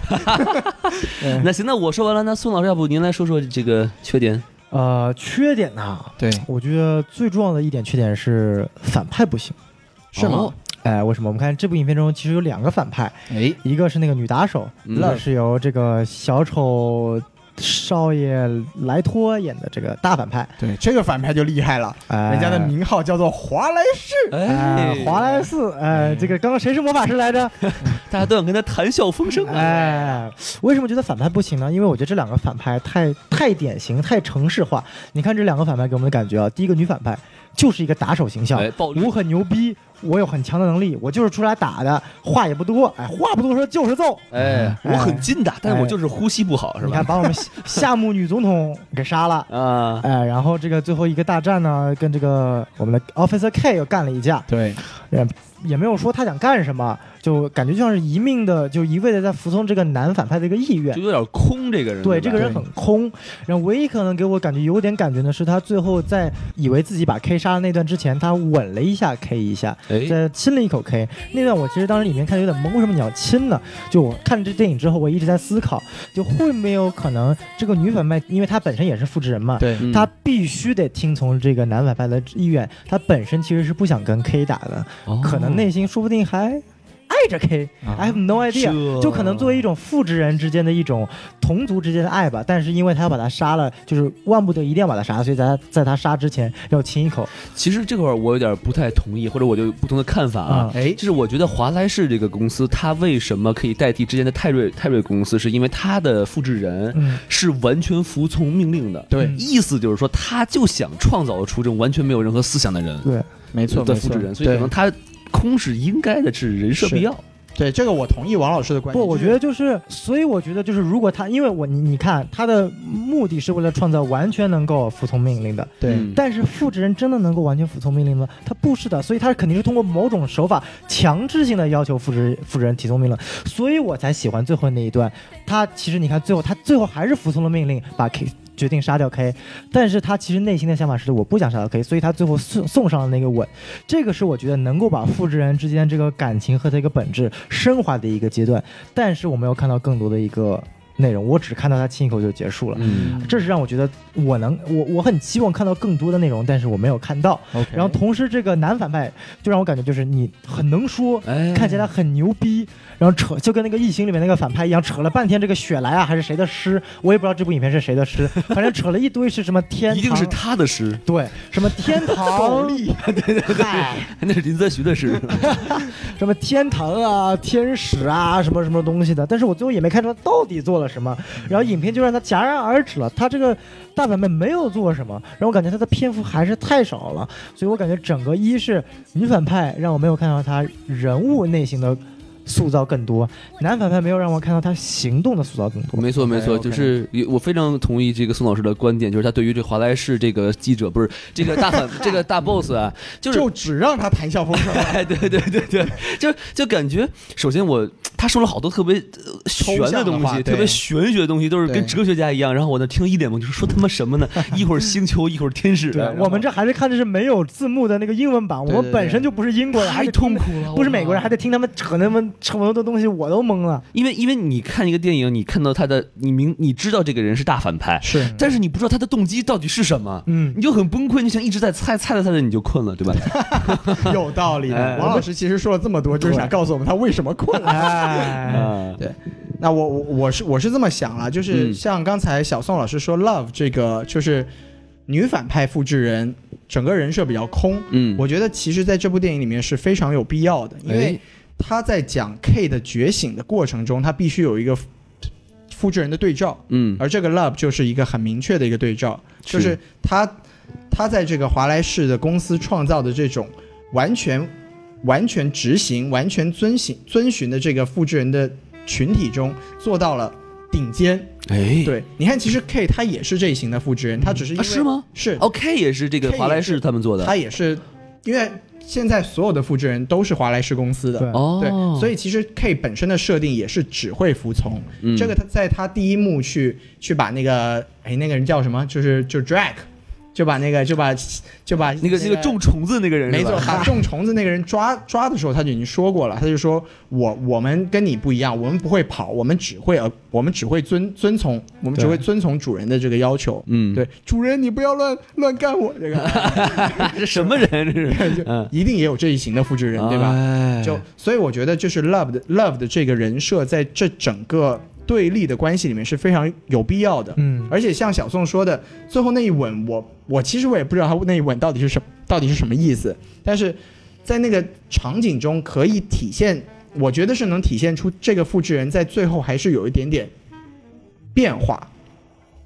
Speaker 2: 嗯
Speaker 1: 那行，那我说完了，那宋老师，要不您来说说这个缺点？
Speaker 4: 呃，缺点呐、
Speaker 2: 对，
Speaker 4: 我觉得最重要的一点缺点是反派不行。
Speaker 2: 是吗
Speaker 1: 哦？？
Speaker 4: 哎，为什么？我们看这部影片中其实有两个反派，
Speaker 2: 哎，
Speaker 4: 一个是那个女打手，
Speaker 1: 嗯
Speaker 4: 一个是由这个小丑少爷莱托演的这个大反派，
Speaker 2: 对，这个反派就厉害了，
Speaker 4: 哎、
Speaker 2: 人家的名号叫做华莱士。
Speaker 4: 哎
Speaker 1: 哎，，
Speaker 4: 华莱士，哎，这个刚刚谁是魔法师来着？
Speaker 1: 大家都想跟他谈笑风生啊。
Speaker 4: 哎，为什么觉得反派不行呢？因为我觉得这两个反派太太典型、太城市化。你看这两个反派给我们的感觉啊，第一个女反派就是一个打手形象，
Speaker 1: 哎，暴力
Speaker 4: 我很牛逼，我有很强的能力，我就是出来打的，话也不多，哎，话不多说就是揍。
Speaker 1: 哎，我很近的，但是我
Speaker 4: 哎
Speaker 1: 就是呼吸不好，是
Speaker 4: 你看，
Speaker 1: 吧？
Speaker 4: 把我们夏夏目女总统给杀了。
Speaker 1: 啊，
Speaker 4: *laughs* 哎，然后这个最后一个大战呢，跟这个我们的 Officer K 又干了一架，
Speaker 2: 对，
Speaker 4: 也没有说他想干什么，就感觉就像是一命的，就一味的在服从这个男反派的一个意愿
Speaker 1: 就。有点空这个人。
Speaker 4: 对，
Speaker 1: 吧
Speaker 4: 这个人很空。然后唯一可能给我感觉有点感觉的是，他最后在以为自己把 K 杀的那段之前，他吻了一下 K 一下，
Speaker 1: 哎，
Speaker 4: 再亲了一口 K。那段我其实当时里面看有点懵，为什么你要亲呢？就我看这电影之后，我一直在思考，就会没有可能这个女反派，因为她本身也是复制人嘛，
Speaker 3: 对
Speaker 1: 嗯
Speaker 4: 她必须得听从这个男反派的意愿，她本身其实是不想跟 K 打的，
Speaker 1: 哦
Speaker 4: 可能内心说不定还爱着 K。I
Speaker 2: 啊哎
Speaker 4: have no idea，
Speaker 1: 这
Speaker 4: 啊就可能作为一种复制人之间的一种同族之间的爱吧，但是因为他要把他杀了，就是万不得已一定要把他杀，所以在他在他杀之前要亲一口
Speaker 1: 其实这块儿我有点不太同意，或者我就有不同的看法啊。
Speaker 4: 啊、
Speaker 2: 哎，
Speaker 1: 就是我觉得华莱士这个公司，它为什么可以代替之前的泰瑞泰瑞公司，是因为它的复制人
Speaker 4: 嗯，
Speaker 1: 是完全服从命令的。
Speaker 2: 对，
Speaker 1: 意思就是说，他就想创造出这种完全没有任何思想的人，
Speaker 4: 对，
Speaker 2: 没错，
Speaker 1: 的
Speaker 2: 没
Speaker 1: 复
Speaker 2: 错
Speaker 1: 制人，所以可能
Speaker 2: 对
Speaker 1: 他空是应该的，是人设必要。
Speaker 2: 对这个我同意王老师的观点。
Speaker 4: 不，我
Speaker 2: 就是
Speaker 4: 觉得就是，所以我觉得就是，如果他，因为我你你看他的目的是为了创造完全能够服从命令的，
Speaker 2: 对，
Speaker 1: 嗯
Speaker 4: 但是复制人真的能够完全服从命令吗？他不是的，所以他肯定是通过某种手法强制性的要求复制复制人提从命令，所以我才喜欢最后那一段。他其实你看最后，他最后还是服从了命令，把 K 决定杀掉 K，但是他其实内心的想法是我不想杀掉 K，所以他最后送送上了那个吻。这个是我觉得能够把复制人之间这个感情和这个本质升华的一个阶段，但是我没有看到更多的一个内容，我只看到他亲一口就结束了。
Speaker 1: 嗯，
Speaker 4: 这是让我觉得我能我我很期望看到更多的内容，但是我没有看到。
Speaker 2: OK
Speaker 4: 然后同时这个男反派就让我感觉就是你很能说，
Speaker 1: 哎，
Speaker 4: 看起来很牛逼，然后扯就跟那个异形里面那个反派一样，扯了半天这个雪莱啊还是谁的诗，我也不知道这部影片是谁
Speaker 1: *laughs*
Speaker 4: 的诗，反正扯了一堆是什么天堂，
Speaker 1: 一定是他的诗， *laughs*
Speaker 4: 对什么天堂， *laughs* 嗨
Speaker 1: 那是林则徐的诗。
Speaker 4: 什么天堂啊、天使啊，什么什么东西的，但是我最后也没看出来到底做了什么。然后影片就让它戛然而止了，它这个大反派没有做什么，让我感觉它的篇幅还是太少了。所以我感觉整个一是女反派让我没有看到她人物内心的塑造更多，男反派没有让我看到他行动的塑造更
Speaker 1: *laughs*
Speaker 4: 多。
Speaker 1: 没错，没错，
Speaker 2: OK，OK
Speaker 1: 就是我非常同意这个宋老师的观点，就是他对于这华莱士这个记者不是这个 *laughs* 大反这个大 boss 啊，就是
Speaker 2: 就只让他谈笑风生了。
Speaker 1: 哎，对对对对，就就感觉，首先我他说了好多特别呃玄
Speaker 2: 抽象
Speaker 1: 的
Speaker 2: 的
Speaker 1: 东
Speaker 2: 话
Speaker 1: 西，
Speaker 2: 对
Speaker 1: 特别玄学的东西，都是跟
Speaker 2: 对
Speaker 1: 哲学家一样。然后我那听一脸懵，就是说他妈什么
Speaker 2: *laughs*
Speaker 1: 呢？一会儿星球，一会儿天使，
Speaker 4: 对我们这还是看的是没有字幕的那个英文版，
Speaker 2: 对对
Speaker 4: 我们本身就不是英国人，还
Speaker 1: 太
Speaker 4: 得
Speaker 1: 痛
Speaker 4: 听
Speaker 1: 苦了，
Speaker 4: 不是
Speaker 1: 我
Speaker 4: 美国人，还得听他们扯那么扯那么多东西，我都懵了。
Speaker 1: 因为因为你看一个电影，你看到他的，你明你知道这个人是大反派，
Speaker 2: 是
Speaker 1: 但是你不知道他的动机到底是什么。
Speaker 4: 嗯，
Speaker 1: 你就很崩溃，你想一直在猜，猜着猜着你就困了，对吧？
Speaker 2: *laughs* 有道理
Speaker 1: 哎
Speaker 2: 的。王老师其实说了这么多，就是想告诉我们他为什么困了。
Speaker 4: 哎，
Speaker 1: 啊，
Speaker 2: *laughs* 那我我我是我是这么想啊，就
Speaker 1: 嗯
Speaker 2: 是像刚才小宋老师说，Love 这个就是女反派复制人，整个人设比较空。
Speaker 1: 嗯，
Speaker 2: 我觉得其实在这部电影里面是非常有必要的，因为他在讲 K 的觉醒的过程中，他必须有一个复复制人的对照，
Speaker 1: 嗯，
Speaker 2: 而这个 Love 就是一个很明确的一个对照，就是是他他在这个华莱士的公司创造的这种完全完全执行、完全遵行遵循的这个复制人的群体中做到了顶尖。
Speaker 1: 哎，
Speaker 2: 对，你看，其实 K 他也是这一型的复制人，他只是因
Speaker 1: 啊
Speaker 2: 为、
Speaker 1: 是？吗？
Speaker 2: 是，
Speaker 1: 哦，K 也是这个
Speaker 2: K
Speaker 1: 华莱
Speaker 2: 也
Speaker 1: 士
Speaker 2: 是
Speaker 1: 他们做的，
Speaker 2: 他也是，因为现在所有的复制人都是华莱士公司的。
Speaker 4: 对
Speaker 1: 哦，
Speaker 2: 对，所以其实 K 本身的设定也是只会服从，
Speaker 1: 嗯
Speaker 2: 这个他在他第一幕去去把那个哎那个人叫什么，就是就 drag，就把那个就把就把
Speaker 1: 那个那个种虫子那个人
Speaker 2: 没
Speaker 1: 是吧
Speaker 2: 错，
Speaker 1: *laughs*
Speaker 2: 把种虫子那个人抓抓的时候，他就已经说过了，他就说我我们跟你不一样，我们不会跑，我们只会呃我们只会遵遵从，我们只会遵从主人的这个要求。
Speaker 1: 嗯，
Speaker 2: 对，主人你不要乱乱干我
Speaker 1: *laughs*
Speaker 2: 这个，
Speaker 1: 这什
Speaker 4: *laughs*
Speaker 1: 么人这是？
Speaker 2: 就
Speaker 1: 嗯，
Speaker 2: 一定也有这一型的复制人，对吧？
Speaker 1: 哎
Speaker 2: 就所以我觉得就是 love 的 love 的这个人设在这整个对立的关系里面是非常有必要的。
Speaker 4: 嗯，
Speaker 2: 而且像小宋说的，最后那一吻，我我其实我也不知道他那一吻到底是什么，到底是什么意思。但是在那个场景中可以体现，我觉得是能体现出这个复制人在最后还是有一点点变化。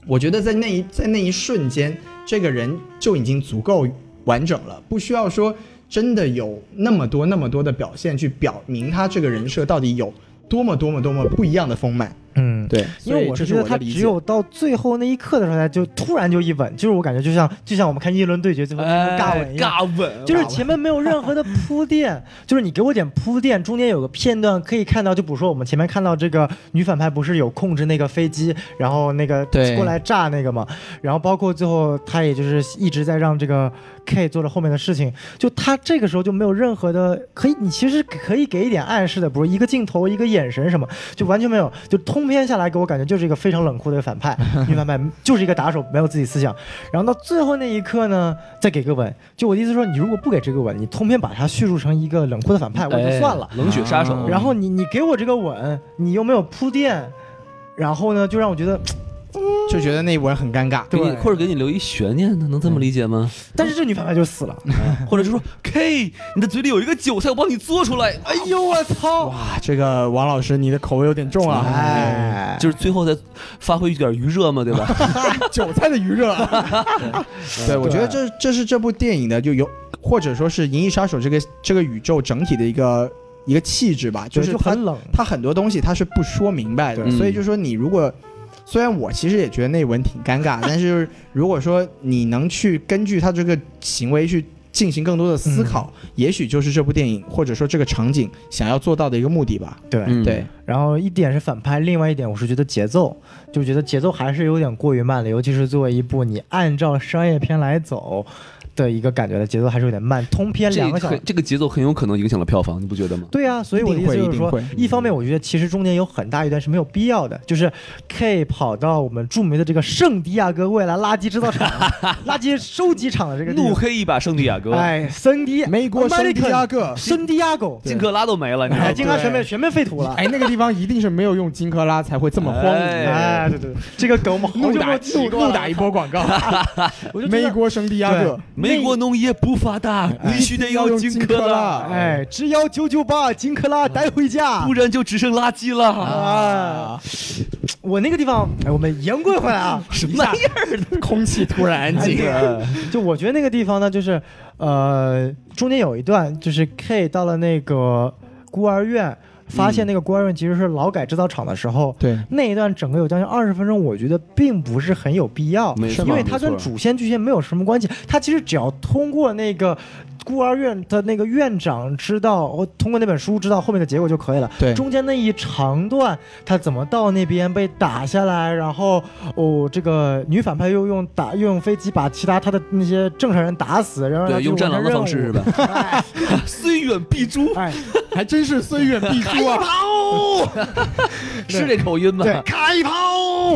Speaker 2: 我觉得在那一在那一瞬间，这个人就已经足够完整了，不需要说真的有那么多那么多的表现去表明他这个人设到底有多么多么多么不一样的丰满。
Speaker 4: 嗯，
Speaker 2: 对，
Speaker 4: 因为
Speaker 2: 所以
Speaker 4: 我
Speaker 2: 这
Speaker 4: 觉
Speaker 2: 是
Speaker 4: 得
Speaker 2: 我的
Speaker 4: 他
Speaker 2: 理
Speaker 4: 只
Speaker 2: 解。
Speaker 4: 有到最后那一刻的时候，他就突然就一吻，就是我感觉就像就像我们看一轮对决最后尬吻一样。
Speaker 1: 哎尬吻，
Speaker 4: 就是前面没有任何的铺垫， *laughs* 就是你给我点铺垫，中间有个片段可以看到，就比如说我们前面看到这个女反派不是有控制那个飞机，然后那个
Speaker 2: 对
Speaker 4: 过来炸那个嘛，然后包括最后她也就是一直在让这个 K 做着后面的事情，就她这个时候就没有任何的可以，你其实可以给一点暗示的，比如一个镜头、一个眼神什么，就完全没有，就通篇下来给我感觉就是一个非常冷酷的反派，女反派就是一个打手，没有自己思想，然后到最后那一刻呢，再给个吻。就我的意思是说，你如果不给这个吻，你通篇把它叙述成一个冷酷的反派，我就算了。
Speaker 1: 哎冷血杀手，
Speaker 4: 然后你你给我这个吻，你又没有铺垫，然后呢，就让我觉得，
Speaker 2: 就觉得那一吻很尴尬。
Speaker 1: 给你
Speaker 4: 对嗯
Speaker 1: 或者给你留一悬念呢，能这么理解
Speaker 4: *laughs*
Speaker 1: 吗？
Speaker 4: 但是这女反派就死了。
Speaker 1: 或者就说 K，你的嘴里有一个韭菜，我帮你做出来。
Speaker 4: 哎呦我操！
Speaker 2: 哇，这个王老师你的口味有点重啊！
Speaker 4: 哎，
Speaker 1: 就是最后再发挥一点余热嘛，对吧？
Speaker 2: 哎韭菜的余热。啊
Speaker 4: *laughs*
Speaker 2: 对，我觉得这这是这部电影的就有，或者说是《银翼杀手》这个这个宇宙整体的一个一个气质吧，
Speaker 4: 就是就
Speaker 2: 它
Speaker 4: 很冷。
Speaker 2: 它很多东西它是不说明白的，
Speaker 1: 对
Speaker 2: 所以就说你如果。虽然我其实也觉得那文挺尴尬，但是就是如果说你能去根据他这个行为去进行更多的思考，
Speaker 4: 嗯
Speaker 2: 也许就是这部电影或者说这个场景想要做到的一个目的吧。
Speaker 4: *laughs* 对，
Speaker 1: 嗯
Speaker 2: 对，
Speaker 4: 然后一点是反派，另外一点我是觉得节奏，就觉得节奏还是有点过于慢了，尤其是作为一部你按照商业片来走的一个感觉的节奏还是有点慢，通篇
Speaker 1: 这
Speaker 4: 两个小时
Speaker 1: 很。这个节奏很有可能影响了票房，你不觉得吗？
Speaker 4: 对啊，所以我的
Speaker 2: 一
Speaker 4: 意
Speaker 2: 定
Speaker 4: 思
Speaker 2: 会，一
Speaker 4: 就是
Speaker 2: 定
Speaker 4: 说，
Speaker 2: 会。
Speaker 4: 一嗯方面，我觉得其实中间有很大一段是没有必要的，就是 K 跑到我们著名的这个圣地亚哥未来垃圾制造 *laughs* 厂、垃圾收集厂的这个地
Speaker 1: 怒
Speaker 4: 方，
Speaker 1: 黑一把啊圣地亚哥，
Speaker 4: 哎，圣地
Speaker 2: 美国圣地亚哥
Speaker 4: American，圣地亚哥，
Speaker 1: 金克拉都没了，你知道
Speaker 4: 哎，
Speaker 1: 吗？
Speaker 4: 金刚
Speaker 2: 对
Speaker 4: 全面全面废土了。
Speaker 2: 哎，那个地方一定是没有用金克拉才会这么荒
Speaker 1: 哎
Speaker 2: 芜，
Speaker 4: 哎，对对，对这个梗 *laughs* 我们好
Speaker 2: 怒
Speaker 4: 久没
Speaker 2: 打
Speaker 4: 有提
Speaker 2: 怒
Speaker 4: 过
Speaker 2: 怒
Speaker 4: 了。
Speaker 2: 打一波广告，
Speaker 4: *laughs* 我就觉
Speaker 2: 美
Speaker 4: 得，
Speaker 2: 国圣地亚哥
Speaker 1: 美国农业不发达，必须得
Speaker 2: 要
Speaker 1: 要
Speaker 2: 用
Speaker 1: 金
Speaker 2: 金
Speaker 1: 克
Speaker 2: 克
Speaker 1: 拉，
Speaker 2: 拉
Speaker 4: 哎，嗯只要九九八金克拉带回家
Speaker 1: 不。然就只剩垃圾了。
Speaker 4: 啊，我那个地方，哎，我们言归回来啊，
Speaker 1: 什么玩意儿？
Speaker 2: 空气突然
Speaker 4: 哎
Speaker 2: 安
Speaker 1: *laughs*
Speaker 2: 静。
Speaker 4: *laughs* 就我觉得那个地方呢，就是呃，中间有一段就是 K 到了那个孤儿院，发现那个孤儿院其实是劳改制造厂的时候，
Speaker 2: 对，
Speaker 4: *laughs* 那一段整个有将近二十分钟，我觉得并不是很有必要，
Speaker 1: 没错
Speaker 4: 因为它跟
Speaker 1: 没错
Speaker 4: 主线剧情没有什么关系，它其实只要通过那个。孤儿院的那个院长知道，我通过那本书知道后面的结果就可以了。
Speaker 2: 对
Speaker 4: 中间那一长段，他怎么到那边被打下来，然后哦，这个女反派又用打又用飞机把其他他的那些正常人打死，然后
Speaker 1: 对，
Speaker 4: 让他
Speaker 1: 用
Speaker 4: 去
Speaker 1: 战
Speaker 4: 完
Speaker 1: 狼
Speaker 4: 成
Speaker 1: 的方式
Speaker 4: 任
Speaker 1: 是
Speaker 4: 务？
Speaker 1: 吧？虽啊远必诛，
Speaker 4: *laughs* 哎，
Speaker 2: 还真是虽远必诛啊！
Speaker 1: 是这口音吗？ *laughs*
Speaker 4: 对，开一炮，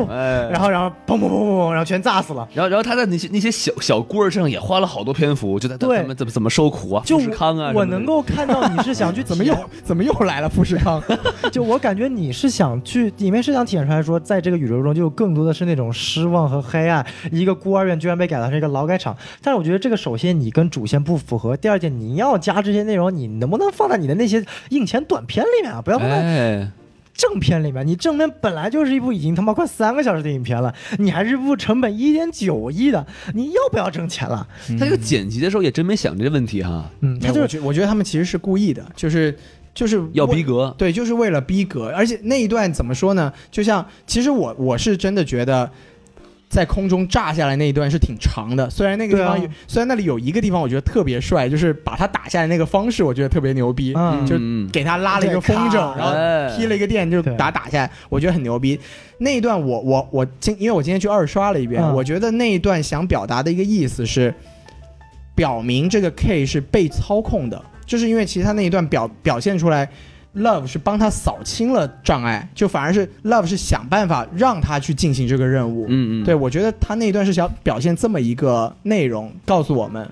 Speaker 1: 哎，
Speaker 4: 然后然后砰砰砰砰砰，然后全炸死了。
Speaker 1: *laughs* 然后，然后他在那些那些小小孤儿身上也花了好多篇幅，就在他
Speaker 4: 对
Speaker 1: 他们怎么怎么受苦啊，
Speaker 4: 就
Speaker 1: 富士康啊，
Speaker 4: 我能，够看到你
Speaker 1: *laughs*
Speaker 4: 是想去
Speaker 2: 怎么
Speaker 4: 体验
Speaker 2: 又怎么又来了富士康？
Speaker 4: 就我感觉你是想去，里面是想体现出来说，在这个宇宙中，就有更多的是那种失望和黑暗。一个孤儿院居然被改造成一个劳改场，但是我觉得这个首先你跟主线不符合，第二点你要加这些内容，你能不能放在你的那些硬钱短片里面啊？不要放在
Speaker 1: 哎，
Speaker 4: 正片里面，你正片本来就是一部已经他妈快三个小时的影片了，你还是部成本一点九亿的，你要不要挣钱了？
Speaker 1: 他这个剪辑的时候也真没想这问题哈，
Speaker 4: 嗯，他
Speaker 2: 没有
Speaker 4: 就
Speaker 2: 我
Speaker 4: 是
Speaker 2: 觉我觉得他们其实是故意的，就是就是
Speaker 1: 要
Speaker 2: 为
Speaker 1: 逼格，
Speaker 2: 对，就是为了逼格。而且那一段怎么说呢？就像其实我我是真的觉得。在空中炸下来那一段是挺长的，虽然那个地
Speaker 4: 对啊
Speaker 2: 方有，虽然那里有一个地方我觉得特别帅，就是把他打下来那个方式，我觉得特别牛逼，
Speaker 4: 嗯
Speaker 2: 就
Speaker 1: 嗯
Speaker 2: 给他拉了一个风筝，
Speaker 4: 对
Speaker 2: 然后
Speaker 1: 哎
Speaker 2: 劈了一个电就
Speaker 4: 对
Speaker 2: 打打下来，我觉得很牛逼。那一段我我我今因为我今天去二刷了一遍，
Speaker 4: 嗯
Speaker 2: 我觉得那一段想表达的一个意思是，表明这个 K 是被操控的，就是因为其实他那一段表表现出来。Love 是帮他扫清了障碍，就反而是 Love 是想办法让他去进行这个任务。
Speaker 1: 嗯嗯，
Speaker 2: 对，，我觉得他那一段是想表现这么一个内容，告诉我们，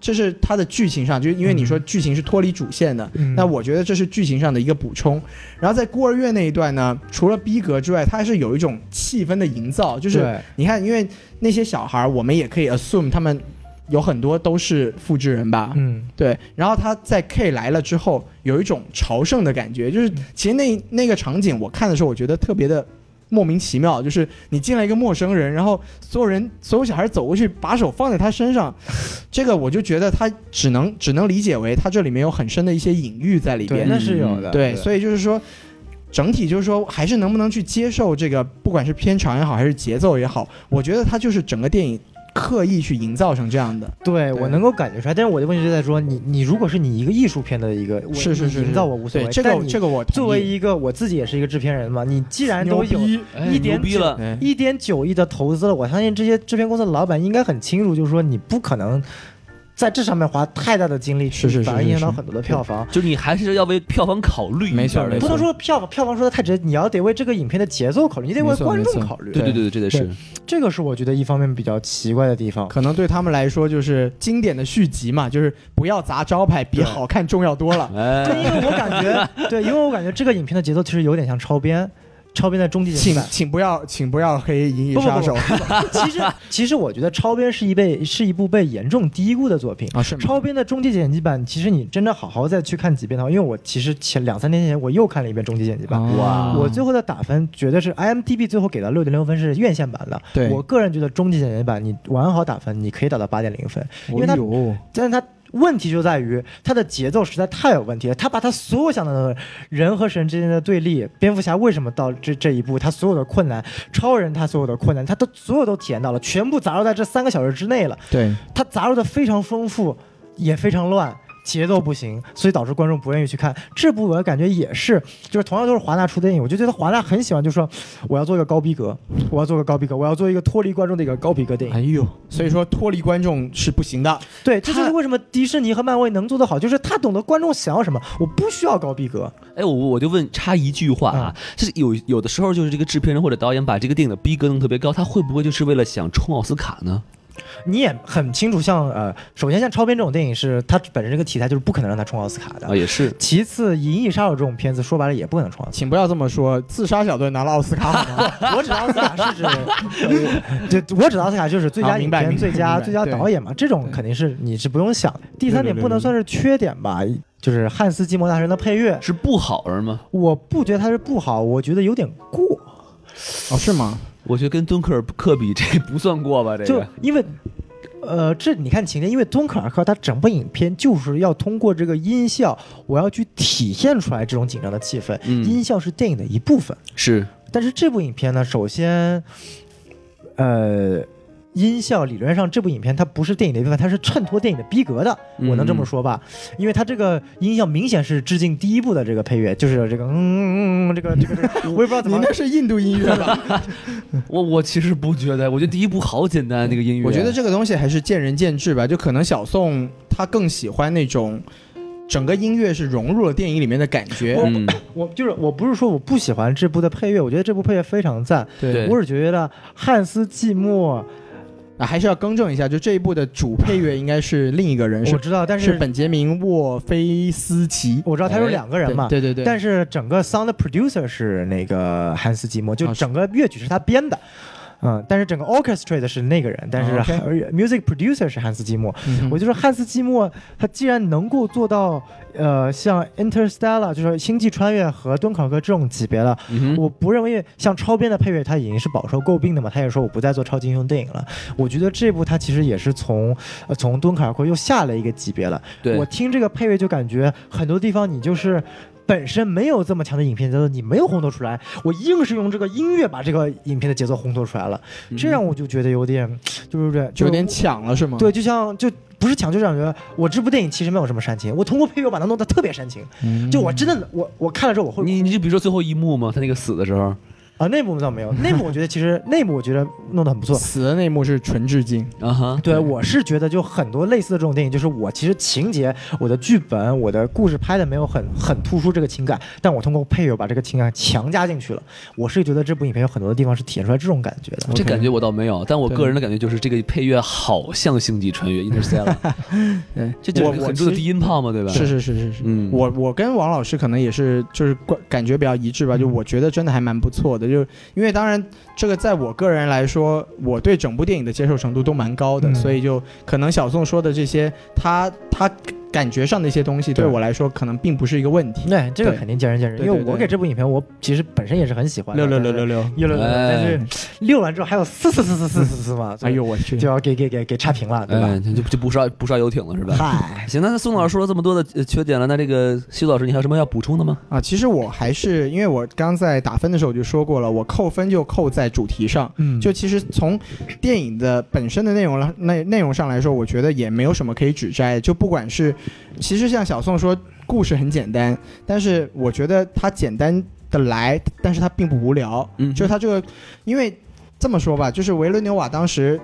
Speaker 2: 这是他的剧情上，就是因为你说剧情是脱离主线的，
Speaker 4: 嗯
Speaker 2: 那我觉得这是剧情上的一个补充。然后在孤儿院那一段呢，除了逼格之外，它还是有一种气氛的营造，就是
Speaker 4: 对
Speaker 2: 你看，因为那些小孩儿，我们也可以 assume 他们有很多都是复制人吧，
Speaker 4: 嗯，
Speaker 2: 对，然后他在 K 来了之后，有一种朝圣的感觉，就是其实那那个场景我看的时候，我觉得特别的莫名其妙，就是你进来一个陌生人，然后所有人所有小孩走过去，把手放在他身上，这个我就觉得他只能只能理解为他这里面有很深的一些隐喻在里
Speaker 4: 嗯对，
Speaker 2: 边，
Speaker 4: 那是有的，
Speaker 2: 对，所以就是说。整体就是说还是能不能去接受这个，不管是片长也好，还是节奏也好，我觉得它就是整个电影刻意去营造成这样的。
Speaker 4: 对
Speaker 2: 对
Speaker 4: 我能够感觉出来，但是我的问题就在说，你你如果是你一个艺术片的一个，我
Speaker 2: 是是是
Speaker 4: 你
Speaker 2: 是
Speaker 4: 营造我无所
Speaker 2: 对
Speaker 4: 谓，
Speaker 2: 这
Speaker 4: 但
Speaker 2: 个
Speaker 4: 你
Speaker 2: 这个我同
Speaker 4: 作为
Speaker 2: 意
Speaker 4: 一个我自己也是一个制片人嘛，你既然都有
Speaker 2: 牛逼
Speaker 1: 哎
Speaker 4: 一点
Speaker 1: 牛逼了，
Speaker 2: 对
Speaker 4: 一点九亿的投资了，我相信这些制片公司的老板应该很清楚，就是说你不可能在这上面花太大的精力去，
Speaker 2: 是是是
Speaker 4: 反而影响
Speaker 2: 是
Speaker 4: 到
Speaker 2: 是
Speaker 4: 很多的票房。
Speaker 1: 就是你还是要为票房考虑一
Speaker 2: 没错
Speaker 1: 下的
Speaker 2: 没
Speaker 4: 不
Speaker 2: 错
Speaker 4: 能说票房票房说的太直接，你要得为这个影片的节奏考虑，你得为
Speaker 2: 没错
Speaker 4: 观
Speaker 2: 没
Speaker 4: 众
Speaker 2: 错
Speaker 4: 考虑。
Speaker 1: 对对对对，这得是
Speaker 4: 对这个是我觉得一方面比较奇怪的地方。
Speaker 2: 可能对他们来说就是经典的续集嘛，就是不要砸招牌，比
Speaker 4: 对
Speaker 2: 好看重要多了。
Speaker 1: 哎
Speaker 4: 对，因为我感觉，对，因为我感觉这个影片的节奏其实有点像超编，超编的终极
Speaker 2: 请
Speaker 4: 形态。
Speaker 2: 请不要，请不要黑《银翼
Speaker 4: 不不
Speaker 2: 杀
Speaker 4: 不
Speaker 2: 手》 *laughs*
Speaker 4: 其实，其实我觉得超编是一被是一部被严重低估的作品。
Speaker 2: 啊，是
Speaker 4: 超编的终极剪辑版，其实你真的好好再去看几遍的话，因为我其实前两三年前我又看了一遍终极剪辑版，
Speaker 1: 哇
Speaker 2: 啊
Speaker 4: 我最后的打分绝对是 IMDB 最后给到六点六分是院线版的，
Speaker 2: 对
Speaker 4: 我个人觉得终极剪辑版你完好打分，你可以打到八点零分，因为它
Speaker 2: 有
Speaker 4: 但是它问题就在于它的节奏实在太有问题了。他把他所有想到的人和神之间的对立，蝙蝠侠为什么到这这一步，他所有的困难，超人他所有的困难，他都所有都体验到了，全部杂糅在这三个小时之内了。
Speaker 2: 对
Speaker 4: 他杂糅的非常丰富，也非常乱。节奏不行，所以导致观众不愿意去看这部。我感觉也是，就是同样都是华纳出的电影，我就觉得华纳很喜欢，就说我要做一个高逼格，我要做个高逼格，我要做一个脱离观众的一个高逼格电影。
Speaker 2: 哎呦，所以说脱离观众是不行的。
Speaker 4: 对，这就
Speaker 2: 他
Speaker 4: 是为什么迪士尼和漫威能做得好，就是他懂得观众想要什么，我不需要高逼格。
Speaker 1: 哎，我我就问插一句话啊，
Speaker 2: 嗯
Speaker 1: 就是有有的时候就是这个制片人或者导演把这个电影的逼格弄特别高，他会不会就是为了想冲奥斯卡呢？
Speaker 4: 你也很清楚像，呃，首先像超编这种电影是它本身这个题材就是不可能让它冲奥斯卡的。
Speaker 1: 啊，也是，
Speaker 4: 其次，《银翼杀手》这种片子说白了也不可能冲奥斯
Speaker 2: 请不要这么说，自杀小队拿了奥斯卡好吗？
Speaker 4: 卡。我指的奥斯卡是指，呃对，我指的奥斯卡就是最
Speaker 2: 啊
Speaker 4: 佳
Speaker 2: 明
Speaker 4: 影
Speaker 2: 白
Speaker 4: 片、
Speaker 2: 明白
Speaker 4: 最佳
Speaker 2: 明白
Speaker 4: 最佳导演嘛，这种
Speaker 2: 对
Speaker 4: 肯定是你是不用想的。第三点
Speaker 2: 对对对
Speaker 4: 不能算是缺点吧，就是汉斯季默大神的配乐，
Speaker 1: 是不好儿吗？
Speaker 4: 我不觉得它是不好，我觉得有点过。
Speaker 2: *laughs* 哦，是吗？
Speaker 1: 我觉得跟敦刻尔克比，这不算过吧？这
Speaker 4: 就
Speaker 2: *laughs*
Speaker 1: 个
Speaker 4: 因为。呃，这你看情节，因为敦刻尔克它整部影片就是要通过这个音效，我要去体现出来这种紧张的气氛。
Speaker 1: 嗯
Speaker 4: 音效是电影的一部分，
Speaker 1: 是
Speaker 4: 但是这部影片呢，首先，呃，音效理论上这部影片它不是电影的一部分，它是衬托电影的逼格的，
Speaker 1: 嗯
Speaker 4: 我能这么说吧？因为它这个音效明显是致敬第一部的这个配乐，就是这个嗯嗯嗯这个这个，这个我也不知道怎
Speaker 2: 你
Speaker 4: 么
Speaker 2: 那是印度音乐吧？
Speaker 1: 我我其实不觉得，我觉得第一部好简单，那个音乐，
Speaker 2: 我觉得这个东西还是见仁见智吧。就可能小宋他更喜欢那种整个音乐是融入了电影里面的感觉。
Speaker 1: 嗯，
Speaker 4: 我就是我不是说我不喜欢这部的配乐，我觉得这部配乐非常赞。
Speaker 1: 对
Speaker 4: 我是觉得汉斯季默，
Speaker 2: 啊，还是要更正一下，就这一部的主配乐应该是另一个人，
Speaker 4: 我
Speaker 2: 是
Speaker 4: 知道，但
Speaker 2: 是
Speaker 4: 是
Speaker 2: 本杰明沃菲斯奇。
Speaker 4: 我知道他有两个人嘛。
Speaker 2: 对对对，
Speaker 4: 但
Speaker 2: 是
Speaker 4: 是整个 sound producer 是那个汉斯季默，就
Speaker 2: 啊是
Speaker 4: 整个乐曲是他编的，嗯，但是整个 orchestrate 是那个人，但是
Speaker 2: 啊，OK 嗯
Speaker 4: 还 music producer 是汉斯季默。我
Speaker 2: 我
Speaker 4: 就说汉斯季默，他既然能够做到，呃，像 Interstellar 就是《星际穿越》和《敦刻尔克》这种级别了，
Speaker 1: 嗯哼
Speaker 4: 我不认为像超编的配乐，它已经是饱受诟病的嘛。他也说我不再做超级英雄电影了。我觉得这部它其实也是从呃从敦刻尔克又下了一个级别了。
Speaker 1: 对
Speaker 4: 我听这个配乐就感觉很多地方你就是。本身没有这么强的影片节奏，你没有烘托出来，我硬是用这个音乐把这个影片的节奏烘托出来了，这样我就觉得有点， *sniffs* 就是有点，就
Speaker 2: 有点抢了是吗？
Speaker 4: 对，就像就不是强，就感觉我这部电影其实没有什么煽情，我通过配乐把它弄得特别煽情，
Speaker 2: 嗯，
Speaker 4: 就我真的我我看了之后我会
Speaker 1: 你你就比如说最后一幕嘛，他那个死的时候
Speaker 4: 啊，内幕倒没有，内幕我觉得其实内幕我觉得弄得很不错。
Speaker 2: 死的那一幕是纯致敬。
Speaker 1: 啊哈，
Speaker 4: 对，我是觉得就很多类似的这种电影，就是我其实情节、我的剧本、我的故事拍的没有很很突出这个情感，但我通过配乐把这个情感强加进去了。我是觉得这部影片有很多的地方是体现出来这种感觉的。
Speaker 1: 这
Speaker 2: OK
Speaker 1: 感觉我倒没有，但我
Speaker 2: 对
Speaker 1: 个人的感觉就是这个配乐好像《星际穿越》Interstellar，
Speaker 2: *laughs* 对，
Speaker 1: 这就
Speaker 2: 我
Speaker 1: 是
Speaker 2: 我
Speaker 1: 很重的
Speaker 2: 其实
Speaker 1: 低音炮嘛，对吧？
Speaker 2: 是，是是是是。
Speaker 1: 嗯，
Speaker 2: 我我跟王老师可能也是，就是观感觉比较一致吧，就我觉得真的还蛮不错的，就因为当然这个在我个人来说，我对整部电影的接受程度都蛮高的，
Speaker 4: 嗯
Speaker 2: 所以就可能小宋说的这些，他他感觉上的一些东西，对
Speaker 4: 对
Speaker 2: 我来说可能并不是一个问题。
Speaker 4: 对，这个
Speaker 2: 对
Speaker 4: 肯定见仁见智，
Speaker 2: 对
Speaker 4: 因为
Speaker 2: 对
Speaker 4: 我
Speaker 2: 对
Speaker 4: 给这部影片，我其实本身也是很喜欢的。
Speaker 2: 六六
Speaker 4: 但
Speaker 2: 六
Speaker 4: 是
Speaker 2: 六六，
Speaker 4: 六六六，
Speaker 1: 哎
Speaker 4: 但是六完之后还有四四四四四四四嘛，
Speaker 2: 哎呦我去
Speaker 4: 就，就要给给给给差评了，对吧？
Speaker 1: 哎，就就不刷不刷游艇了是吧？
Speaker 4: 嗨，
Speaker 1: 行，那那宋老师说了这么多的呃缺点了，那这个西子老师，你还有什么要补充的吗？
Speaker 2: 啊，其实我还是因为我刚在打分的时候我就说过了，我扣分就扣在主题上。
Speaker 4: 嗯
Speaker 2: 就其实从电影的本身的内容了内内容上来说，我觉得也没有什么可以指摘。就不管是，其实像小宋说，故事很简单，但是我觉得它简单的来，但是它并不无聊。
Speaker 1: 嗯
Speaker 2: 就是它这个，因为这么说吧，就是维伦纽瓦当时。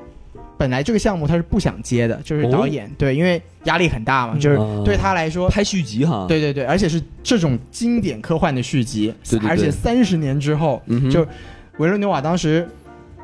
Speaker 2: 本来这个项目他是不想接的，就是导
Speaker 1: 哦
Speaker 2: 演、对，因为压力很大嘛，就是
Speaker 1: 嗯
Speaker 2: 对他来说，
Speaker 1: 拍续集哈，，
Speaker 2: 对对对，而且是这种经典科幻的续集，
Speaker 1: 对对对
Speaker 2: 而且三十年之后，
Speaker 1: 嗯哼
Speaker 2: 就维伦纽瓦当时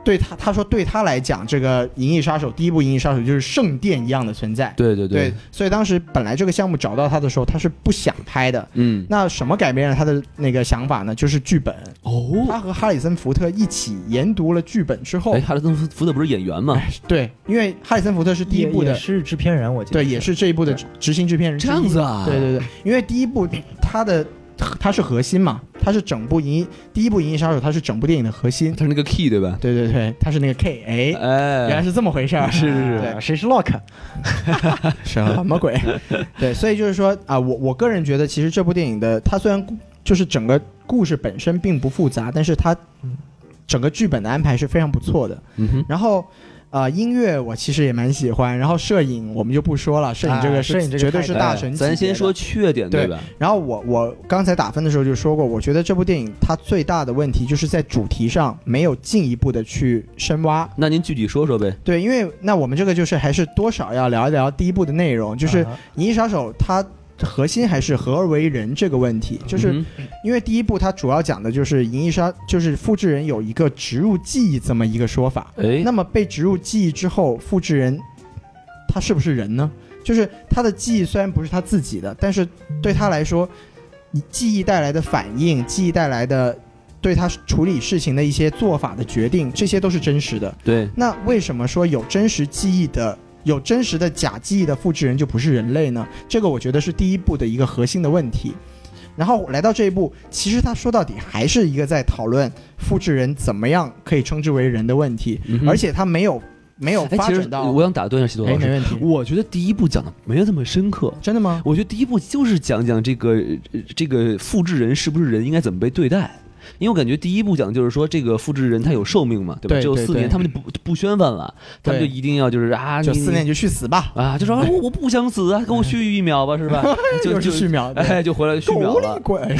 Speaker 2: 对他他说对他来讲，这个《银翼杀手》第一部《银翼杀手》就是圣殿一样的存在。
Speaker 1: 对对对，
Speaker 2: 所以当时本来这个项目找到他的时候，他是不想拍的。
Speaker 1: 嗯，
Speaker 2: 那什么改变了他的那个想法呢？就是剧本。
Speaker 1: 哦，
Speaker 2: 他和哈里森·福特一起研读了剧本之后，
Speaker 1: 哎，哈里森福福特不是演员吗？
Speaker 2: 哎对，因为哈里森·福特是第一
Speaker 4: 也
Speaker 2: 部
Speaker 4: 也
Speaker 2: 的，
Speaker 4: 是制片人，我记得
Speaker 2: 对，也是这一部的执行制片人之
Speaker 1: 这
Speaker 2: 一。
Speaker 1: 样子啊，
Speaker 2: 对对对，因为第一部它的它是核心嘛，它是整部《银翼》第一部《银翼杀手》，它是整部电影的核心。
Speaker 1: 他是那个 key 对吧？
Speaker 2: 对对对，它是那个 K，哎，
Speaker 1: 哎，
Speaker 2: 原来是这么回事儿，
Speaker 4: 呃 *laughs* 是啊是
Speaker 2: 对
Speaker 4: 是，谁是 *laughs* Lock？
Speaker 2: *laughs* 什么
Speaker 4: *laughs*
Speaker 2: 鬼？对，所以就是说啊、我我个人觉得，其实这部电影的它虽然故就是整个故事本身并不复杂，但是它
Speaker 4: 嗯
Speaker 2: 整个剧本的安排是非常不错的。
Speaker 1: 嗯哼，
Speaker 2: 然后。呃，音乐我其实也蛮喜欢，然后摄影我们就不说了，摄影这个
Speaker 4: 啊
Speaker 2: 是、
Speaker 4: 摄影这个
Speaker 2: 绝对
Speaker 4: 太
Speaker 2: 是
Speaker 1: 哎
Speaker 2: 大神级别的、
Speaker 1: 咱先说缺点
Speaker 2: 对
Speaker 1: 吧？
Speaker 2: 然后我我刚才打分的时候就说过，我觉得这部电影它最大的问题就是在主题上没有进一步的去深挖。
Speaker 1: 那您具体说说呗。
Speaker 2: 对，因为那我们这个就是还是多少要聊一聊第一部的内容，就是《
Speaker 4: 啊
Speaker 2: 银翼杀手》它核心还是合二为人这个问题，就是
Speaker 1: 嗯
Speaker 2: 因为第一部它主要讲的就是银翼杀，就是复制人有一个植入记忆这么一个说法。
Speaker 1: 哼哎，
Speaker 2: 那么被植入记忆之后，复制人他是不是人呢？就是他的记忆虽然不是他自己的，但是对他来说，你记忆带来的反应，记忆带来的对他处理事情的一些做法的决定，这些都是真实的。
Speaker 1: 对，
Speaker 2: 那为什么说有真实记忆的、有真实的假记忆的复制人就不是人类呢？这个我觉得是第一步的一个核心的问题。然后来到这一步，其实他说到底还是一个在讨论复制人怎么样可以称之为人的问题，
Speaker 1: 嗯哼
Speaker 2: 而且他没有没有
Speaker 1: 哎，
Speaker 2: 发
Speaker 1: 其实
Speaker 2: 展到。
Speaker 1: 我想打断一下西多
Speaker 2: 哎，
Speaker 1: 老
Speaker 2: 没
Speaker 1: 师，
Speaker 2: 问题，
Speaker 1: 我觉得第一部讲的没有那么深刻。
Speaker 2: 真的吗？
Speaker 1: 我觉得第一部就是讲讲这个呃这个复制人是不是人应该怎么被对待，因为我感觉第一部讲就是说这个复制人他有寿命嘛，对吧？
Speaker 2: 对
Speaker 1: 只有
Speaker 2: 对
Speaker 1: 四年，
Speaker 2: 对
Speaker 1: 他们就不不宣愤了，他们就
Speaker 2: 对
Speaker 1: 一定要就是啊，
Speaker 2: 就
Speaker 1: 你
Speaker 2: 四
Speaker 1: 你
Speaker 2: 年就去死吧，
Speaker 1: 啊，就说啊我我不想死啊，给我续一秒吧，
Speaker 2: *laughs*
Speaker 1: 是吧？ *laughs* 就
Speaker 2: 又是
Speaker 1: 就
Speaker 2: 续秒，对
Speaker 1: 哎，就回来续秒
Speaker 2: 狗
Speaker 1: 了
Speaker 2: 里。滚！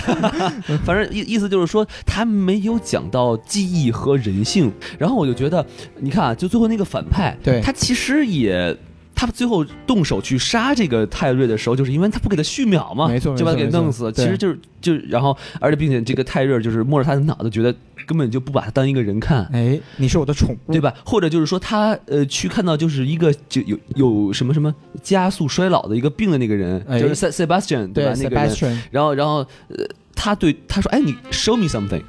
Speaker 1: 反正意意思就是说，他没有讲到记忆和人性。然后我就觉得，你看啊，就最后那个反派，
Speaker 2: 对
Speaker 1: 他其实也。他最后动手去杀这个泰瑞的时候，就是因为他不给他续秒嘛，
Speaker 2: 没错
Speaker 1: 就把他
Speaker 2: 没
Speaker 1: 给
Speaker 2: 错
Speaker 1: 弄
Speaker 2: 没
Speaker 1: 死。
Speaker 2: 错
Speaker 1: 其
Speaker 2: 对
Speaker 1: 实就是就然后，而且并且这个泰瑞就是摸着他的脑袋，觉得根本就不把他当一个人看，
Speaker 2: 哎，你是我的宠物，
Speaker 1: 对吧？或者就是说他呃去看到就是一个就有有什么什么加速衰老的一个病的那个人，
Speaker 2: 哎
Speaker 1: 就是 Se- Sebastian
Speaker 2: 对
Speaker 1: 吧？那个人，
Speaker 2: ，Sebastian，
Speaker 1: 然后然后呃他对他说，哎，你 show me something。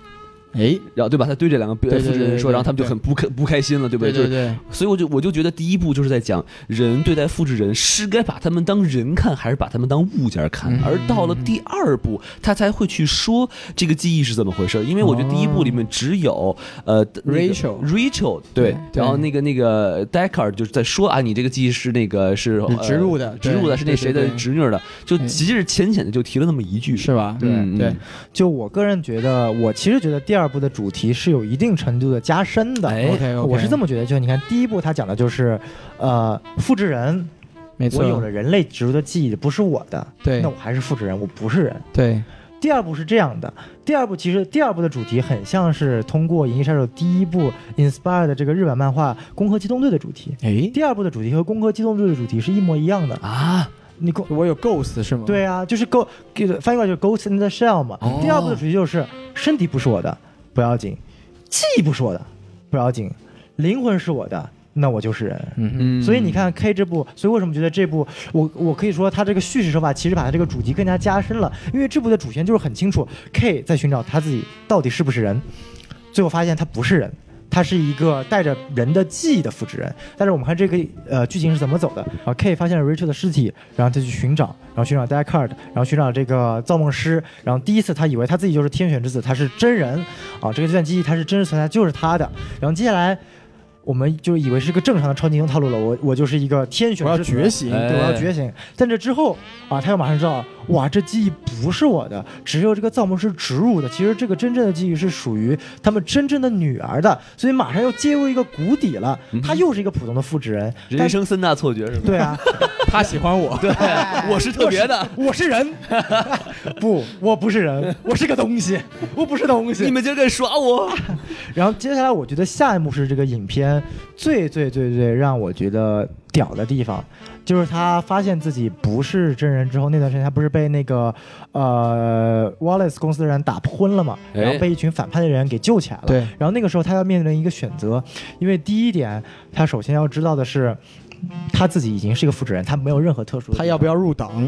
Speaker 2: 哎，
Speaker 1: 然后对吧？他对这两个被
Speaker 2: 对对
Speaker 1: 复制
Speaker 2: 对
Speaker 1: 人
Speaker 2: 对
Speaker 1: 说，
Speaker 2: 对
Speaker 1: 然后他们就
Speaker 2: 对
Speaker 1: 很不开不开心了，对不
Speaker 2: 对
Speaker 1: 就
Speaker 2: 对
Speaker 1: 是，
Speaker 2: 对，
Speaker 1: 所以我就我就觉得第一步就是在讲人对待复制人是该把他们当人看，还是把他们当物件看。
Speaker 2: 嗯
Speaker 1: 而到了第二步，他才会去说这个记忆是怎么回事。因为我觉得第一步里面只有呃那个
Speaker 2: 哦 Rachel
Speaker 1: Rachel 对，
Speaker 2: 对
Speaker 1: 然后那个那个 Decker 就是在说啊，你这个记忆是那个是
Speaker 2: 你
Speaker 1: 呃
Speaker 2: 植入的，
Speaker 1: 植入的，是那谁的
Speaker 2: 植，
Speaker 1: 侄女的，就
Speaker 2: 嗯
Speaker 1: 其实浅浅的就提了那么一句，
Speaker 2: 是吧？
Speaker 4: 对
Speaker 1: 嗯
Speaker 2: 对，
Speaker 4: 就我个人觉得，我其实觉得第二部的主题是有一定程度的加深的。
Speaker 1: 哎
Speaker 2: OK，OK
Speaker 4: 我是这么觉得，就你看第一部他讲的就是，呃，复制人，
Speaker 2: 没错，
Speaker 4: 我有了人类植入的记忆，不是我的，
Speaker 2: 对
Speaker 4: 那我还是复制人，我不是人。
Speaker 2: 对，
Speaker 4: 第二部是这样的，第二部其实第二部的主题很像是通过《银翼杀手》第一部 inspire 的这个日本漫画《攻壳机动队》的主题。
Speaker 2: 哎，
Speaker 4: 第二部的主题和《攻壳机动队》的主题是一模一样的。
Speaker 1: 啊，
Speaker 4: 你攻
Speaker 2: 我有 Ghost 是吗？
Speaker 4: 对啊，就是 Go 给翻译过来就是 Ghost in the Shell 嘛。
Speaker 1: 哦
Speaker 4: 第二部的主题就是身体不是我的，不要紧；记忆不是我的，不要紧；灵魂是我的，那我就是人。
Speaker 2: 嗯哼，
Speaker 1: 嗯
Speaker 4: 所以你看 K 这部，所以为什么觉得这部我我可以说他这个叙事手法其实把他这个主题更加加深了，因为这部的主线就是很清楚，K 在寻找他自己到底是不是人，最后发现他不是人，它是一个带着人的记忆的复制人。但是我们看这个呃剧情是怎么走的啊？K 发现了 Rachel 的尸体，然后他去寻找，然后寻找 Deckard，然后寻找这个造梦师，然后第一次他以为他自己就是天选之子，他是真人啊，这个这段记忆他是真实存在，就是他的。然后接下来。我们就以为是个正常的超级英雄套路了，我我就是一个天选
Speaker 2: 我要
Speaker 4: 之子
Speaker 2: 觉醒，
Speaker 1: 哎
Speaker 4: 对，我要觉醒。但这之后啊，他又马上知道，哇，这记忆不是我的，只有这个造梦师植入的。其实这个真正的记忆是属于他们真正的女儿的，所以马上又进入一个谷底了
Speaker 1: 嗯。
Speaker 4: 他又是一个普通的复制人，
Speaker 1: 人
Speaker 4: 但是
Speaker 1: 生三大错觉是吧？
Speaker 4: 对啊，
Speaker 2: 他喜欢 *laughs* 我，
Speaker 1: 对， *laughs* 我是特别的，
Speaker 4: 我是人， *laughs* 不，我不是人，我是个东西，我不是东西
Speaker 1: 你。们今儿敢耍我？
Speaker 4: 然后接下来，我觉得下一幕是这个影片最最最最让我觉得屌的地方，就是他发现自己不是真人之后，那段时间他不是被那个呃 Wallace 公司的人打昏了嘛，
Speaker 1: 哎
Speaker 4: 然后被一群反派的人给救起来了。
Speaker 2: 对，
Speaker 4: 然后那个时候他要面临一个选择，因为第一点，他首先要知道的是。他自己已经是一个复制人，他没有任何特殊的地方。
Speaker 2: 他要不要入党？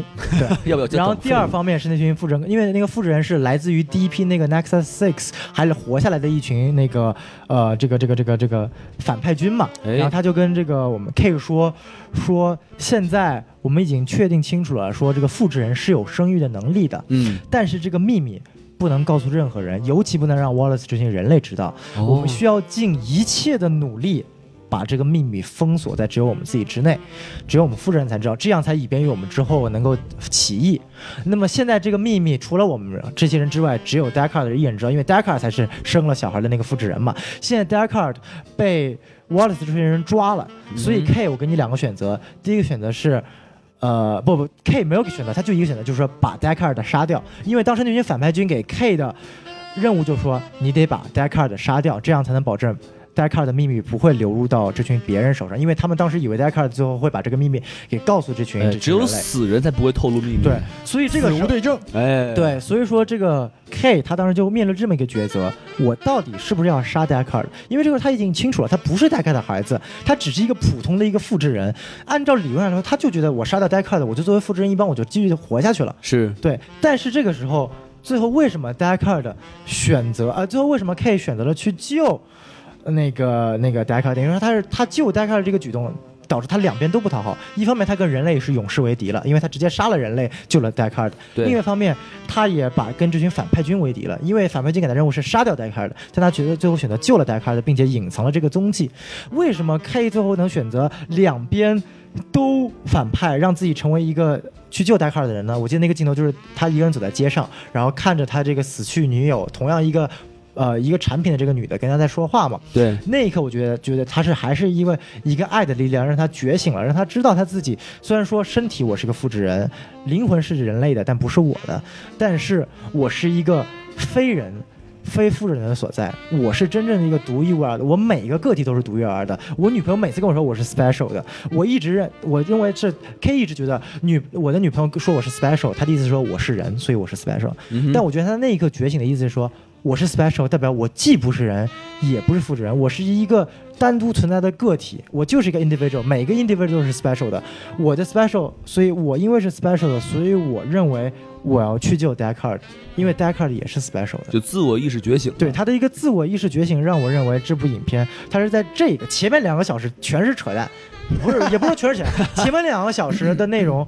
Speaker 1: 要不要？
Speaker 4: 然后第二，方面是那群复制人，因为那个复制人是来自于第一批那个 Nexus Six 还是活下来的一群那个呃这个这个这个这个反派军嘛。
Speaker 1: 哎
Speaker 4: 然后他就跟这个我们 K 说说，现在我们已经确定清楚了，说这个复制人是有生育的能力的，
Speaker 1: 嗯，
Speaker 4: 但是这个秘密。不能告诉任何人，尤其不能让 Wallace 这群人类知道。
Speaker 1: 哦
Speaker 4: 我们需要尽一切的努力，把这个秘密封锁在只有我们自己之内，只有我们复制人才知道，这样才以便于我们之后能够起义。那么现在这个秘密除了我们这些人之外，只有 Deckard 一人知道，因为 Deckard 才是生了小孩的那个复制人嘛。现在 Deckard 被 Wallace 这群人抓了，所以
Speaker 1: 嗯
Speaker 4: K，我给你两个选择，第一个选择是。呃，不不，K 没有选择，他就一个选择，就是说把 Deckard 杀掉，因为当时那群反派军给 K 的任务就说你得把 Deckard 杀掉，这样才能保证 Deckard 的秘密不会流入到这群别人手上，因为他们当时以为 Deckard 最后会把这个秘密给告诉这群、
Speaker 1: 哎
Speaker 4: 这群
Speaker 1: 只有
Speaker 4: 人类
Speaker 1: 死人才不会透露秘密。
Speaker 4: 对，所以这个
Speaker 2: 死
Speaker 4: 时
Speaker 2: 无
Speaker 4: 候
Speaker 2: 对证，
Speaker 1: 哎，，
Speaker 4: 对，所以说这个 K 他当时就面临这么一个抉择：我到底是不是要杀 Deckard？因为这个他已经清楚了，他不是 Deckard 的孩子，他只是一个普通的一个复制人。按照理论来说，他就觉得我杀掉 Deckard，我就作为复制人一般，我就继续活下去了。
Speaker 1: 是
Speaker 4: 对，但是这个时候，最后为什么 Deckard 选择啊、呃最后为什么 K 选择了去救那个那个 Deckard？等于说他是他救 Deckard 这个举动。导致他两边都不讨好，一方面他跟人类是永世为敌了，因为他直接杀了人类救了 Deckard；
Speaker 1: 对
Speaker 4: 另一方面，他也把跟这群反派军为敌了，因为反派军给他任务是杀掉 Deckard，但他觉得最后选择救了 Deckard，并且隐藏了这个踪迹。为什么 K 最后能选择两边都反派，让自己成为一个去救戴卡尔的人呢？我记得那个镜头就是他一个人走在街上，然后看着他这个死去女友，同样一个。呃，一个产品的这个女的跟他在说话嘛，
Speaker 1: 对，
Speaker 4: 那一刻我觉得觉得他是还是因为一个爱的力量让他觉醒了，让他知道他自己虽然说身体我是个复制人，灵魂是人类的，但不是我的，但是我是一个非人。非复制人的所在，我是真正的一个独一无二的，我每一个个体都是独一无二的。我女朋友每次跟我说我是 special 的，我一直认，我认为是 K 一直觉得女我的女朋友说我是 special，她的意思是说我是人，所以我是 special。但
Speaker 1: 我
Speaker 4: 我觉得他那一刻觉醒的意思是说，我是 special，代表我既不是人，也不是复制人，我是一个单独存在的个体，我就是一个 individual，每个 individual 都是 special 的，我的 special，所以我因为是 special 的，所以我认为我要去救 Deckard，因为 Deckard 也是 special 的。
Speaker 1: 就自我意识觉醒。
Speaker 4: 对他的一个自我意识觉醒，让我认为这部影片它是在这个前面两个小时全是 *laughs* 扯淡，不是也不是全是扯 *laughs* 淡，前面两个小时的内容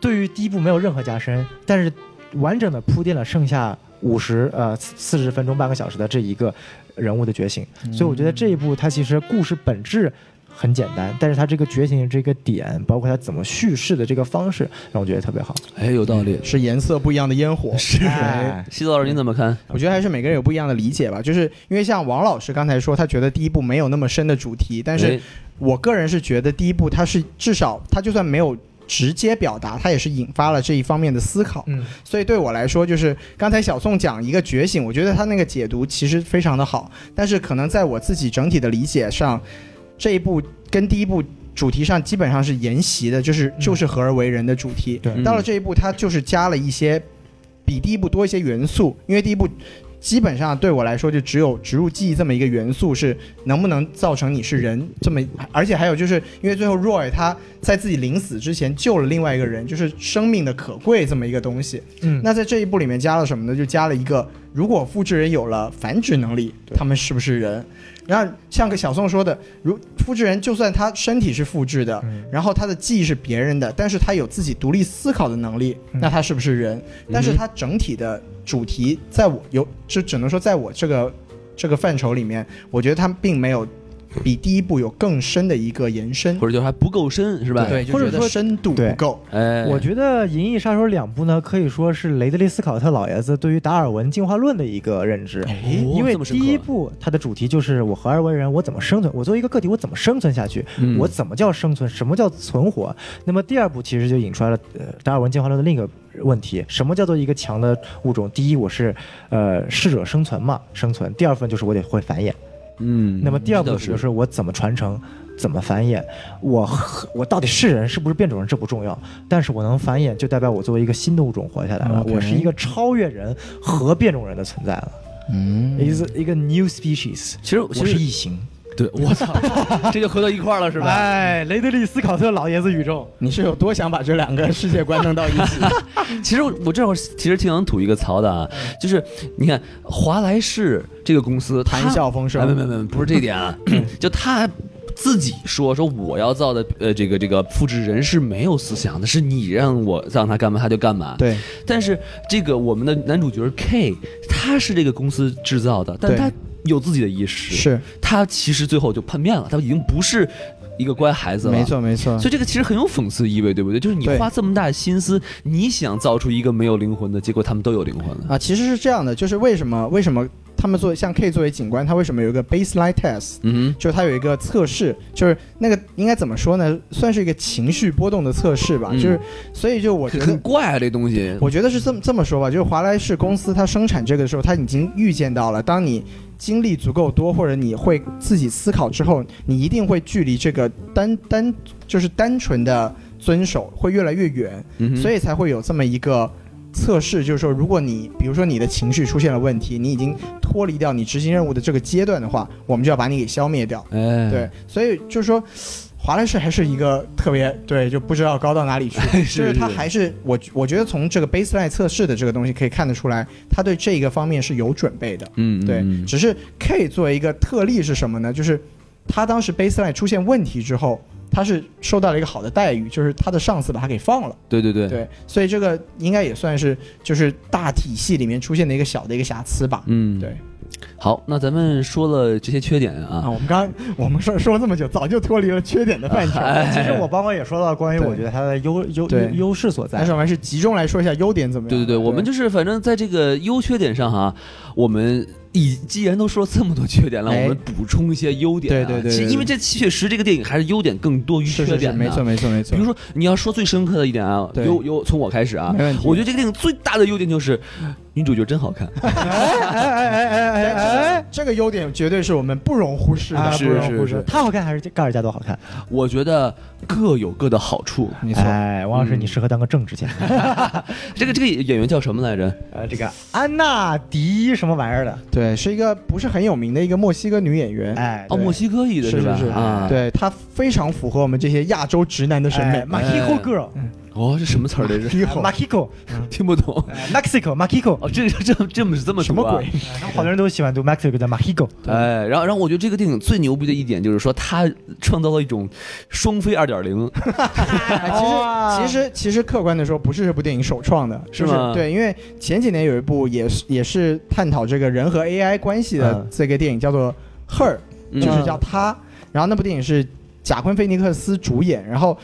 Speaker 4: 对于第一部没有任何加深，但是完整的铺垫了剩下五十呃四十分钟半个小时的这一个人物的觉醒，所以我觉得这一部它其实故事本质。很简单，但是它这个觉醒的这个点，包括它怎么叙事的这个方式，让我觉得特别好。
Speaker 1: 哎，有道
Speaker 4: 嗯
Speaker 1: 理。
Speaker 2: 是颜色不一样的烟火， *laughs* 是
Speaker 4: 哎
Speaker 1: 西子老师您怎么看？
Speaker 2: 我觉得还是每个人有不一样的理解吧，就是因为像王老师刚才说，他觉得第一部没有那么深的主题，但是
Speaker 1: 哎
Speaker 2: 我个人是觉得第一部它是至少它就算没有直接表达，它也是引发了这一方面的思考。
Speaker 4: 嗯，
Speaker 2: 所以对我来说，就是刚才小宋讲一个觉醒，我觉得他那个解读其实非常的好，但是可能在我自己整体的理解上，这一部跟第一部。主题上基本上是沿袭的，就是就是合而为人的主题。
Speaker 1: 嗯
Speaker 4: 对
Speaker 2: 到了这一步，它就是加了一些比第一部多一些元素，因为第一部基本上对我来说就只有植入记忆这么一个元素是能不能造成你是人这么，而且还有就是因为最后 Roy 他在自己临死之前救了另外一个人，就是生命的可贵这么一个东西。
Speaker 4: 嗯
Speaker 2: 那在这一部里面加了什么呢？就加了一个如果复制人有了繁殖能力，他们是不是人？然后像个小宋说的，如复制人就算他身体是复制的，
Speaker 4: 嗯
Speaker 2: 然后他的记忆是别人的，但是他有自己独立思考的能力，
Speaker 4: 嗯
Speaker 2: 那他是不是人？但是他整体的主题，在我有就只能说在我这个这个范畴里面，我觉得他并没有比第一部有更深的一个延伸，
Speaker 1: 或者就还不够深，是吧？
Speaker 3: 对
Speaker 2: 或者
Speaker 3: 就觉
Speaker 2: 说
Speaker 3: 得
Speaker 2: 深度
Speaker 4: 对
Speaker 2: 不够。
Speaker 1: 哎，
Speaker 4: 我觉得《银翼杀手》两部呢，可以说是雷德利·斯考特老爷子对于达尔文进化论的一个认知。
Speaker 1: 哎
Speaker 4: 因为
Speaker 1: 这么深
Speaker 4: 第
Speaker 1: 刻
Speaker 4: 一部它的主题就是我合二为人，我怎么生存？我作为一个个体，我怎么生存下去？
Speaker 1: 嗯
Speaker 4: 我怎么叫生存？什么叫存活？那么第二部其实就引出来了呃达尔文进化论的另一个问题：什么叫做一个强的物种？第一，我是呃适者生存嘛，生存；第二部分就是我得会繁衍。
Speaker 1: 嗯，
Speaker 4: 那么第二
Speaker 1: 这
Speaker 4: 步
Speaker 1: 倒
Speaker 4: 就是我怎么传承，怎么繁衍，我和我到底是人是不是变种人这不重要，但是我能繁衍就代表我作为一个新的物种活下来了，
Speaker 2: OK
Speaker 4: 我是一个超越人和变种人的存在了，
Speaker 2: 嗯
Speaker 4: 一个一个 new species，
Speaker 1: 其实
Speaker 4: 我
Speaker 1: 其
Speaker 4: 是
Speaker 1: 实
Speaker 4: 异形，
Speaker 1: 对，我
Speaker 4: *laughs*
Speaker 1: 操，这就合到一块儿了，是
Speaker 4: 是
Speaker 1: 吧？
Speaker 4: 哎，雷德利·斯考特老爷子宇宙，
Speaker 2: 你是有多想把这两个世界观弄到一起？
Speaker 1: 其实我我这会儿其实挺想吐一个槽的啊，就是你看华莱士这个公司，它
Speaker 2: 谈笑风生嗯
Speaker 1: 哎没没没，不是这一点啊， *clears throat* 就他自己说说我要造的呃这个这个复制人是没有思想的，是你让我让他干嘛他就干嘛。
Speaker 2: *laughs* 对，
Speaker 1: 但是这个我们的男主角 K，他是这个公司制造的，但
Speaker 2: 对
Speaker 1: 他有自己的意识，
Speaker 2: 是
Speaker 1: 他其实最后就叛变了，他已经不是一个乖孩子了。
Speaker 2: 没。错没错
Speaker 1: 所以这个其实很有讽刺意味，对不对？就是你
Speaker 2: 啊对
Speaker 1: 花这么大的心思，你想造出一个没有灵魂的，结果他们都有灵魂了。
Speaker 2: 啊，其实是这样的，就是为什么为什么他们作为像 K 作为警官，他为什么有一个 baseline test？
Speaker 1: 嗯
Speaker 2: 就是他有一个测试，就是那个应该怎么说呢？算是一个情绪波动的测试吧。
Speaker 1: 嗯
Speaker 2: 就是，所以就我觉
Speaker 1: 哼，
Speaker 2: 得 *laughs*
Speaker 1: 很，怪啊，这东西。
Speaker 2: 我觉得是这么这么说吧，就是华莱士公司它生产这个的时候，它已经预见到了，当你经历足够多，或者你会自己思考之后，你一定会距离这个单单就是单纯的遵守会越来越远。
Speaker 1: 嗯哼
Speaker 2: 所以才会有这么一个测试，就是说，如果你比如说你的情绪出现了问题，你已经脱离掉你执行任务的这个阶段的话，我们就要把你给消灭掉。
Speaker 1: 哎，
Speaker 2: 对，所以就是说，华莱士还是一个特别对，就不知道高到哪里去，
Speaker 1: *laughs* 是
Speaker 2: 就是他
Speaker 1: 是
Speaker 2: 还是我我觉得从这个 baseline 测试的这个东西可以看得出来，他对这一个方面是有准备的。
Speaker 1: 嗯，嗯，
Speaker 2: 对
Speaker 1: 嗯，
Speaker 2: 只是 K 作为一个特例是什么呢？就是他当时 baseline 出现问题之后，他是受到了一个好的待遇，就是他的上司把他给放了。
Speaker 1: 对对对，
Speaker 2: 对，所以这个应该也算是就是大体系里面出现的一个小的一个瑕疵吧。
Speaker 1: 嗯，
Speaker 2: 对。
Speaker 1: 好，那咱们说了这些缺点
Speaker 2: 啊，
Speaker 1: 啊，
Speaker 2: 我们刚我们说说了这么久，早就脱离了缺点的范畴，
Speaker 4: 其实我刚刚也说到关于
Speaker 2: 对
Speaker 4: 我觉得它的优优优
Speaker 2: 对
Speaker 4: 优势所
Speaker 2: 但
Speaker 4: 在
Speaker 2: 是。我们还是集中来说一下优点怎么样。
Speaker 1: 对对对，我们就是反正在这个优缺点上哈，我们已既然都说了这么多缺点了，
Speaker 2: 哎
Speaker 1: 我们补充一些优点啊。
Speaker 2: 对对对
Speaker 1: 其实
Speaker 2: 对
Speaker 1: 因为这确实这个电影还是优点更多于缺
Speaker 2: 是
Speaker 1: 点
Speaker 2: 是
Speaker 1: 的。
Speaker 2: 是，没错没错没错。
Speaker 1: 比如说你要说最深刻的一点啊，
Speaker 2: 对
Speaker 1: 优优从我开始啊
Speaker 2: 没问题，
Speaker 1: 我觉得这个电影最大的优点就是女主角真好看，
Speaker 2: 哎哎哎，这个优点绝对是我们不容忽视
Speaker 4: 啊，
Speaker 2: 的，
Speaker 1: 是
Speaker 4: 不容忽
Speaker 1: 是
Speaker 4: 视，它好看还是盖尔加朵好看？
Speaker 1: 我觉得各有各的好处。
Speaker 2: 没错。
Speaker 4: 哎，王老师，
Speaker 1: 嗯
Speaker 4: 你适合当个政治家。
Speaker 1: 这个这个演员叫什么来着？
Speaker 4: *laughs* 呃，这个安娜迪什么玩意儿的？
Speaker 2: 对，是一个不是很有名的一个墨西哥女演员，
Speaker 4: 哎，
Speaker 1: 哦，
Speaker 2: 对
Speaker 1: 墨西哥裔的
Speaker 2: 是
Speaker 1: 吧？
Speaker 2: 是是
Speaker 1: 啊，，
Speaker 2: 对她非常符合我们这些亚洲直男的审
Speaker 1: 哎
Speaker 2: 美。
Speaker 4: m a c i c o 哎 girl，
Speaker 2: 嗯
Speaker 4: 哎
Speaker 1: 哦，这什么词儿来着？
Speaker 2: 以
Speaker 4: m a c i c o
Speaker 1: 听不懂。
Speaker 4: m e x i c o m a c i c o
Speaker 1: 哦，这这这这么是这么
Speaker 2: 什
Speaker 1: 读
Speaker 2: 么
Speaker 1: 啊
Speaker 2: 鬼？
Speaker 4: 哎好多人都喜欢读 Mexico 的 m a c i c o
Speaker 1: 哎，然后然后我觉得这个电影最牛逼的一点就是说，它创造了一种双飞二点零，
Speaker 2: *laughs* 哎，其实其实其实客观的说，不是这部电影首创的，
Speaker 1: 哦是
Speaker 2: 就是
Speaker 1: 吗
Speaker 2: 对，因为前几年有一部也是也是探讨这个人和 AI 关系的
Speaker 4: 嗯
Speaker 2: 这个电影，叫做《Her》，
Speaker 1: 嗯
Speaker 2: 就是叫她。然后那部电影是贾昆·菲尼克斯主演，然后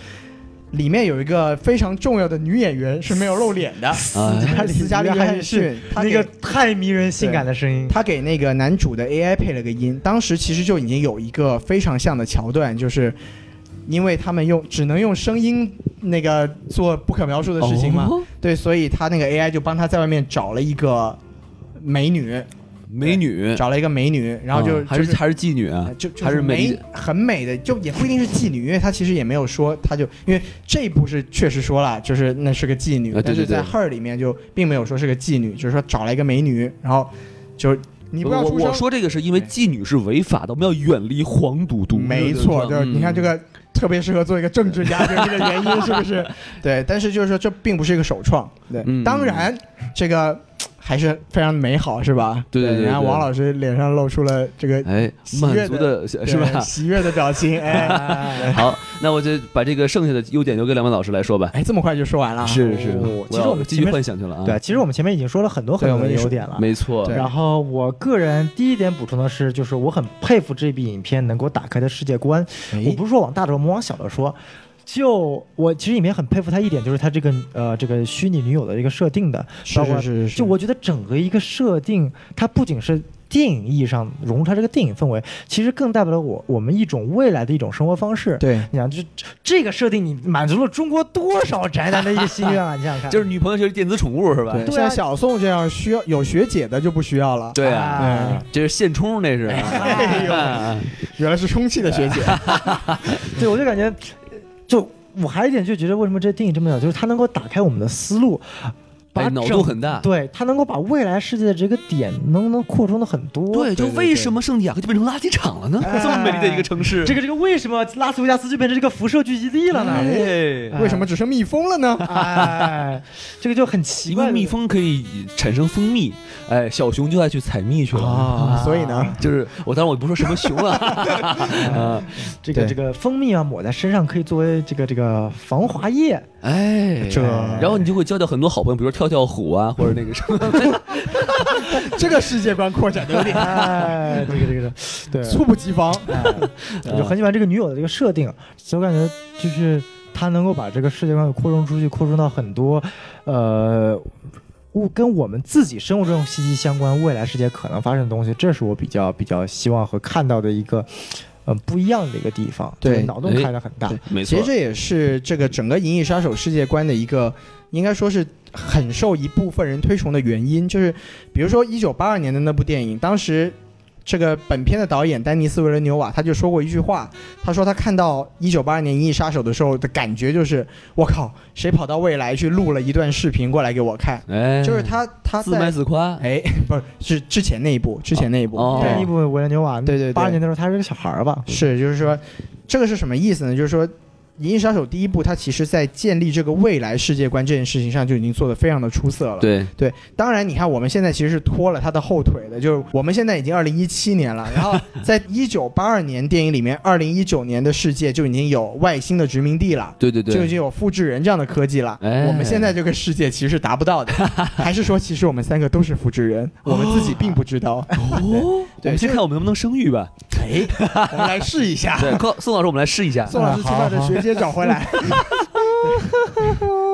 Speaker 2: 里面有一个非常重要的女演员是没有露脸的，
Speaker 4: *laughs*
Speaker 1: 哎
Speaker 2: *laughs* 她是斯嘉丽·约翰逊，她
Speaker 4: 那
Speaker 2: 给
Speaker 4: 个太迷人、性感的声音。
Speaker 2: 他给那个男主的 AI 配了个音，当时其实就已经有一个非常像的桥段，就是因为他们用只能用声音那个做不可描述的事情嘛，
Speaker 1: 哦
Speaker 2: 对，所以他那个 AI 就帮他在外面找了一个美女，
Speaker 1: 美女，
Speaker 2: 找了一个美女，然后就、
Speaker 1: 呃啊还
Speaker 2: 就是哎呃
Speaker 1: 还是妓女啊，
Speaker 2: 就就
Speaker 1: 还是美
Speaker 2: 美很美的，就也不一定是妓女，因为她其实也没有说，她就因为这一部是确实说了，就是那是个妓女，
Speaker 1: 啊对
Speaker 2: 但是
Speaker 1: 对对
Speaker 2: 在 Her 里面就并没有说是个妓女，就是说找了一个美女，然后就你不要
Speaker 1: 我
Speaker 2: 出声
Speaker 1: 我说这个是因为妓女是违法的，我们要远离黄赌毒。
Speaker 2: 没错，就是
Speaker 1: 嗯
Speaker 2: 你看这个特别适合做一个政治家，就是这个原 *laughs* 因是不是？对，但是就是说这并不是一个首创，对，
Speaker 1: 嗯
Speaker 2: 当然这个。还是非常美好，是吧？
Speaker 1: 对对对对
Speaker 2: 然后王老师脸上露出了这 *laughs* 个
Speaker 1: 哎，
Speaker 2: 喜悦
Speaker 1: 满
Speaker 2: 的
Speaker 1: 足的是
Speaker 2: 对
Speaker 1: 吧？
Speaker 2: 喜悦的表情，
Speaker 1: *laughs*
Speaker 2: 哎 *laughs*
Speaker 1: 好，那我就把这个剩下的优点留给两位老师来说吧。
Speaker 2: 哎，这么快就说完了啊？
Speaker 1: 是是
Speaker 4: 哦，
Speaker 1: 我
Speaker 4: 其实我
Speaker 1: 要
Speaker 4: 们
Speaker 1: 继
Speaker 4: 前
Speaker 1: 续
Speaker 4: 面
Speaker 1: 幻想去了啊。
Speaker 4: 对，，其实我们前面已经说了很多
Speaker 2: 对
Speaker 4: 很多
Speaker 2: 我
Speaker 4: 的
Speaker 2: 们也
Speaker 4: 优
Speaker 2: 说
Speaker 4: 点了。
Speaker 1: 没错，
Speaker 2: 对
Speaker 4: 然后我个人第一点补充的是，就是我很佩服这部影片能够打开的世界观。
Speaker 2: 哎
Speaker 4: 我不是说往大的说，我们往小的说。就我其实影片很佩服他一点，就是他这个呃这个虚拟女友的一个设定的，
Speaker 2: 是
Speaker 4: 包括
Speaker 2: 是是是，
Speaker 4: 就我觉得整个一个设定，它不仅是电影意义上融入它这个电影氛围，其实更代表了我我们一种未来的一种生活方式。
Speaker 2: 对
Speaker 4: 你想，这这这个设定，你满足了中国多少宅男的一个心愿啊！你想想
Speaker 1: *laughs*
Speaker 4: 看，
Speaker 1: 就是女朋友就是电子宠物是吧？
Speaker 2: 对，
Speaker 4: 对啊
Speaker 2: 像小宋这样需要有学姐的就不需要了。
Speaker 1: 对啊，
Speaker 4: 啊
Speaker 1: 这是现充，那是。
Speaker 2: 哎呦
Speaker 1: 啊
Speaker 2: 原来是充气的学姐，
Speaker 4: 对，我就感觉，就我还有一点就觉得，为什么这电影这么屌，就是它能够打开我们的思路，把
Speaker 1: 哎，
Speaker 4: 整、
Speaker 1: 脑洞很大。
Speaker 4: 对，它能够把未来世界的这个点能能扩充的很多。
Speaker 1: 对，就
Speaker 2: 对对
Speaker 1: 为什么圣地亚哥就变成垃圾场了呢？这么美丽的一个城市，
Speaker 4: 这个这个为什么拉斯维加斯就变成这个辐射聚集地了呢？
Speaker 1: 哎，
Speaker 2: 为什么只剩蜜蜂了呢？
Speaker 4: 哎，这个就很奇
Speaker 1: 因
Speaker 4: 怪
Speaker 1: 为
Speaker 4: 的。
Speaker 1: 蜜蜂可以产生蜂蜜，哎，小熊就爱去采蜜去了。
Speaker 2: *laughs* 啊，所以呢，
Speaker 1: *laughs* 就是我，当然我不说什么熊啊， *laughs* 啊，
Speaker 4: 这个
Speaker 2: 对
Speaker 4: 这个蜂蜜啊，抹在身上可以作为这个这个防滑液。
Speaker 1: 哎，
Speaker 2: 这
Speaker 1: 然后你就会交到很多好朋友，比如说跳跳虎啊，或者那个什么，
Speaker 2: 这个世界观扩展的有点
Speaker 4: 哎，这个这个对，
Speaker 2: 猝不及防。
Speaker 4: *laughs* 我就很喜欢这个女友的这个设定，所以我感觉就是她能够把这个世界观给扩充出去，扩充到很多，呃，我跟我们自己生活中息息相关，未来世界可能发生的东西，这是我比较比较希望和看到的一个，呃，不一样的一个地方，
Speaker 2: 对
Speaker 4: 就是脑洞开的很大
Speaker 2: 对，
Speaker 1: *laughs* 没
Speaker 2: 其实这也是这个整个《银翼杀手》世界观的一个，应该说是很受一部分人推崇的原因，就是比如说一九八二年的那部电影，当时。这个本片的导演丹尼斯·维伦纽瓦他就说过一句话，他说他看到一九八二年《银翼杀手》的时候的感觉就是，我靠，谁跑到未来去录了一段视频过来给我看？
Speaker 1: 哎，
Speaker 2: 就是他他
Speaker 1: 自卖
Speaker 2: 在
Speaker 1: 自夸，
Speaker 2: 哎，不是是之前那一部，之前那一部，
Speaker 1: 哦
Speaker 2: 对
Speaker 4: 这一部维伦纽瓦，
Speaker 2: 对对对
Speaker 4: 八二年的时候他是个小孩儿吧？
Speaker 2: 是，就是说，这个是什么意思呢？就是说，《银翼杀手》第一部，它其实在建立这个未来世界观这件事情上就已经做得非常的出色了。，
Speaker 1: 对，
Speaker 2: 当然你看我们现在其实是拖了它的后腿的，就是我们现在已经二零一七年了，然
Speaker 1: *laughs*
Speaker 2: 后在一九八二年电影里面，二零一九年的世界就已经有外星的殖民地了。
Speaker 1: 对对
Speaker 2: 就已
Speaker 1: 对，
Speaker 2: 经有复制人这样的科技了，
Speaker 1: 哎
Speaker 2: 我们现在这个世界其实是达不
Speaker 1: *laughs*
Speaker 2: 到的，还是说其实我们三个都是复制人，我们自己并不知
Speaker 1: *laughs*
Speaker 2: 道。
Speaker 1: 哦，我
Speaker 2: 对
Speaker 1: 们先看我们能不能生育吧。
Speaker 2: 哎，我们来试一下。
Speaker 1: 对，靠，宋老师，我们来试一
Speaker 4: *laughs*
Speaker 1: 下。
Speaker 2: 宋老师去把的学姐找回来。 *laughs*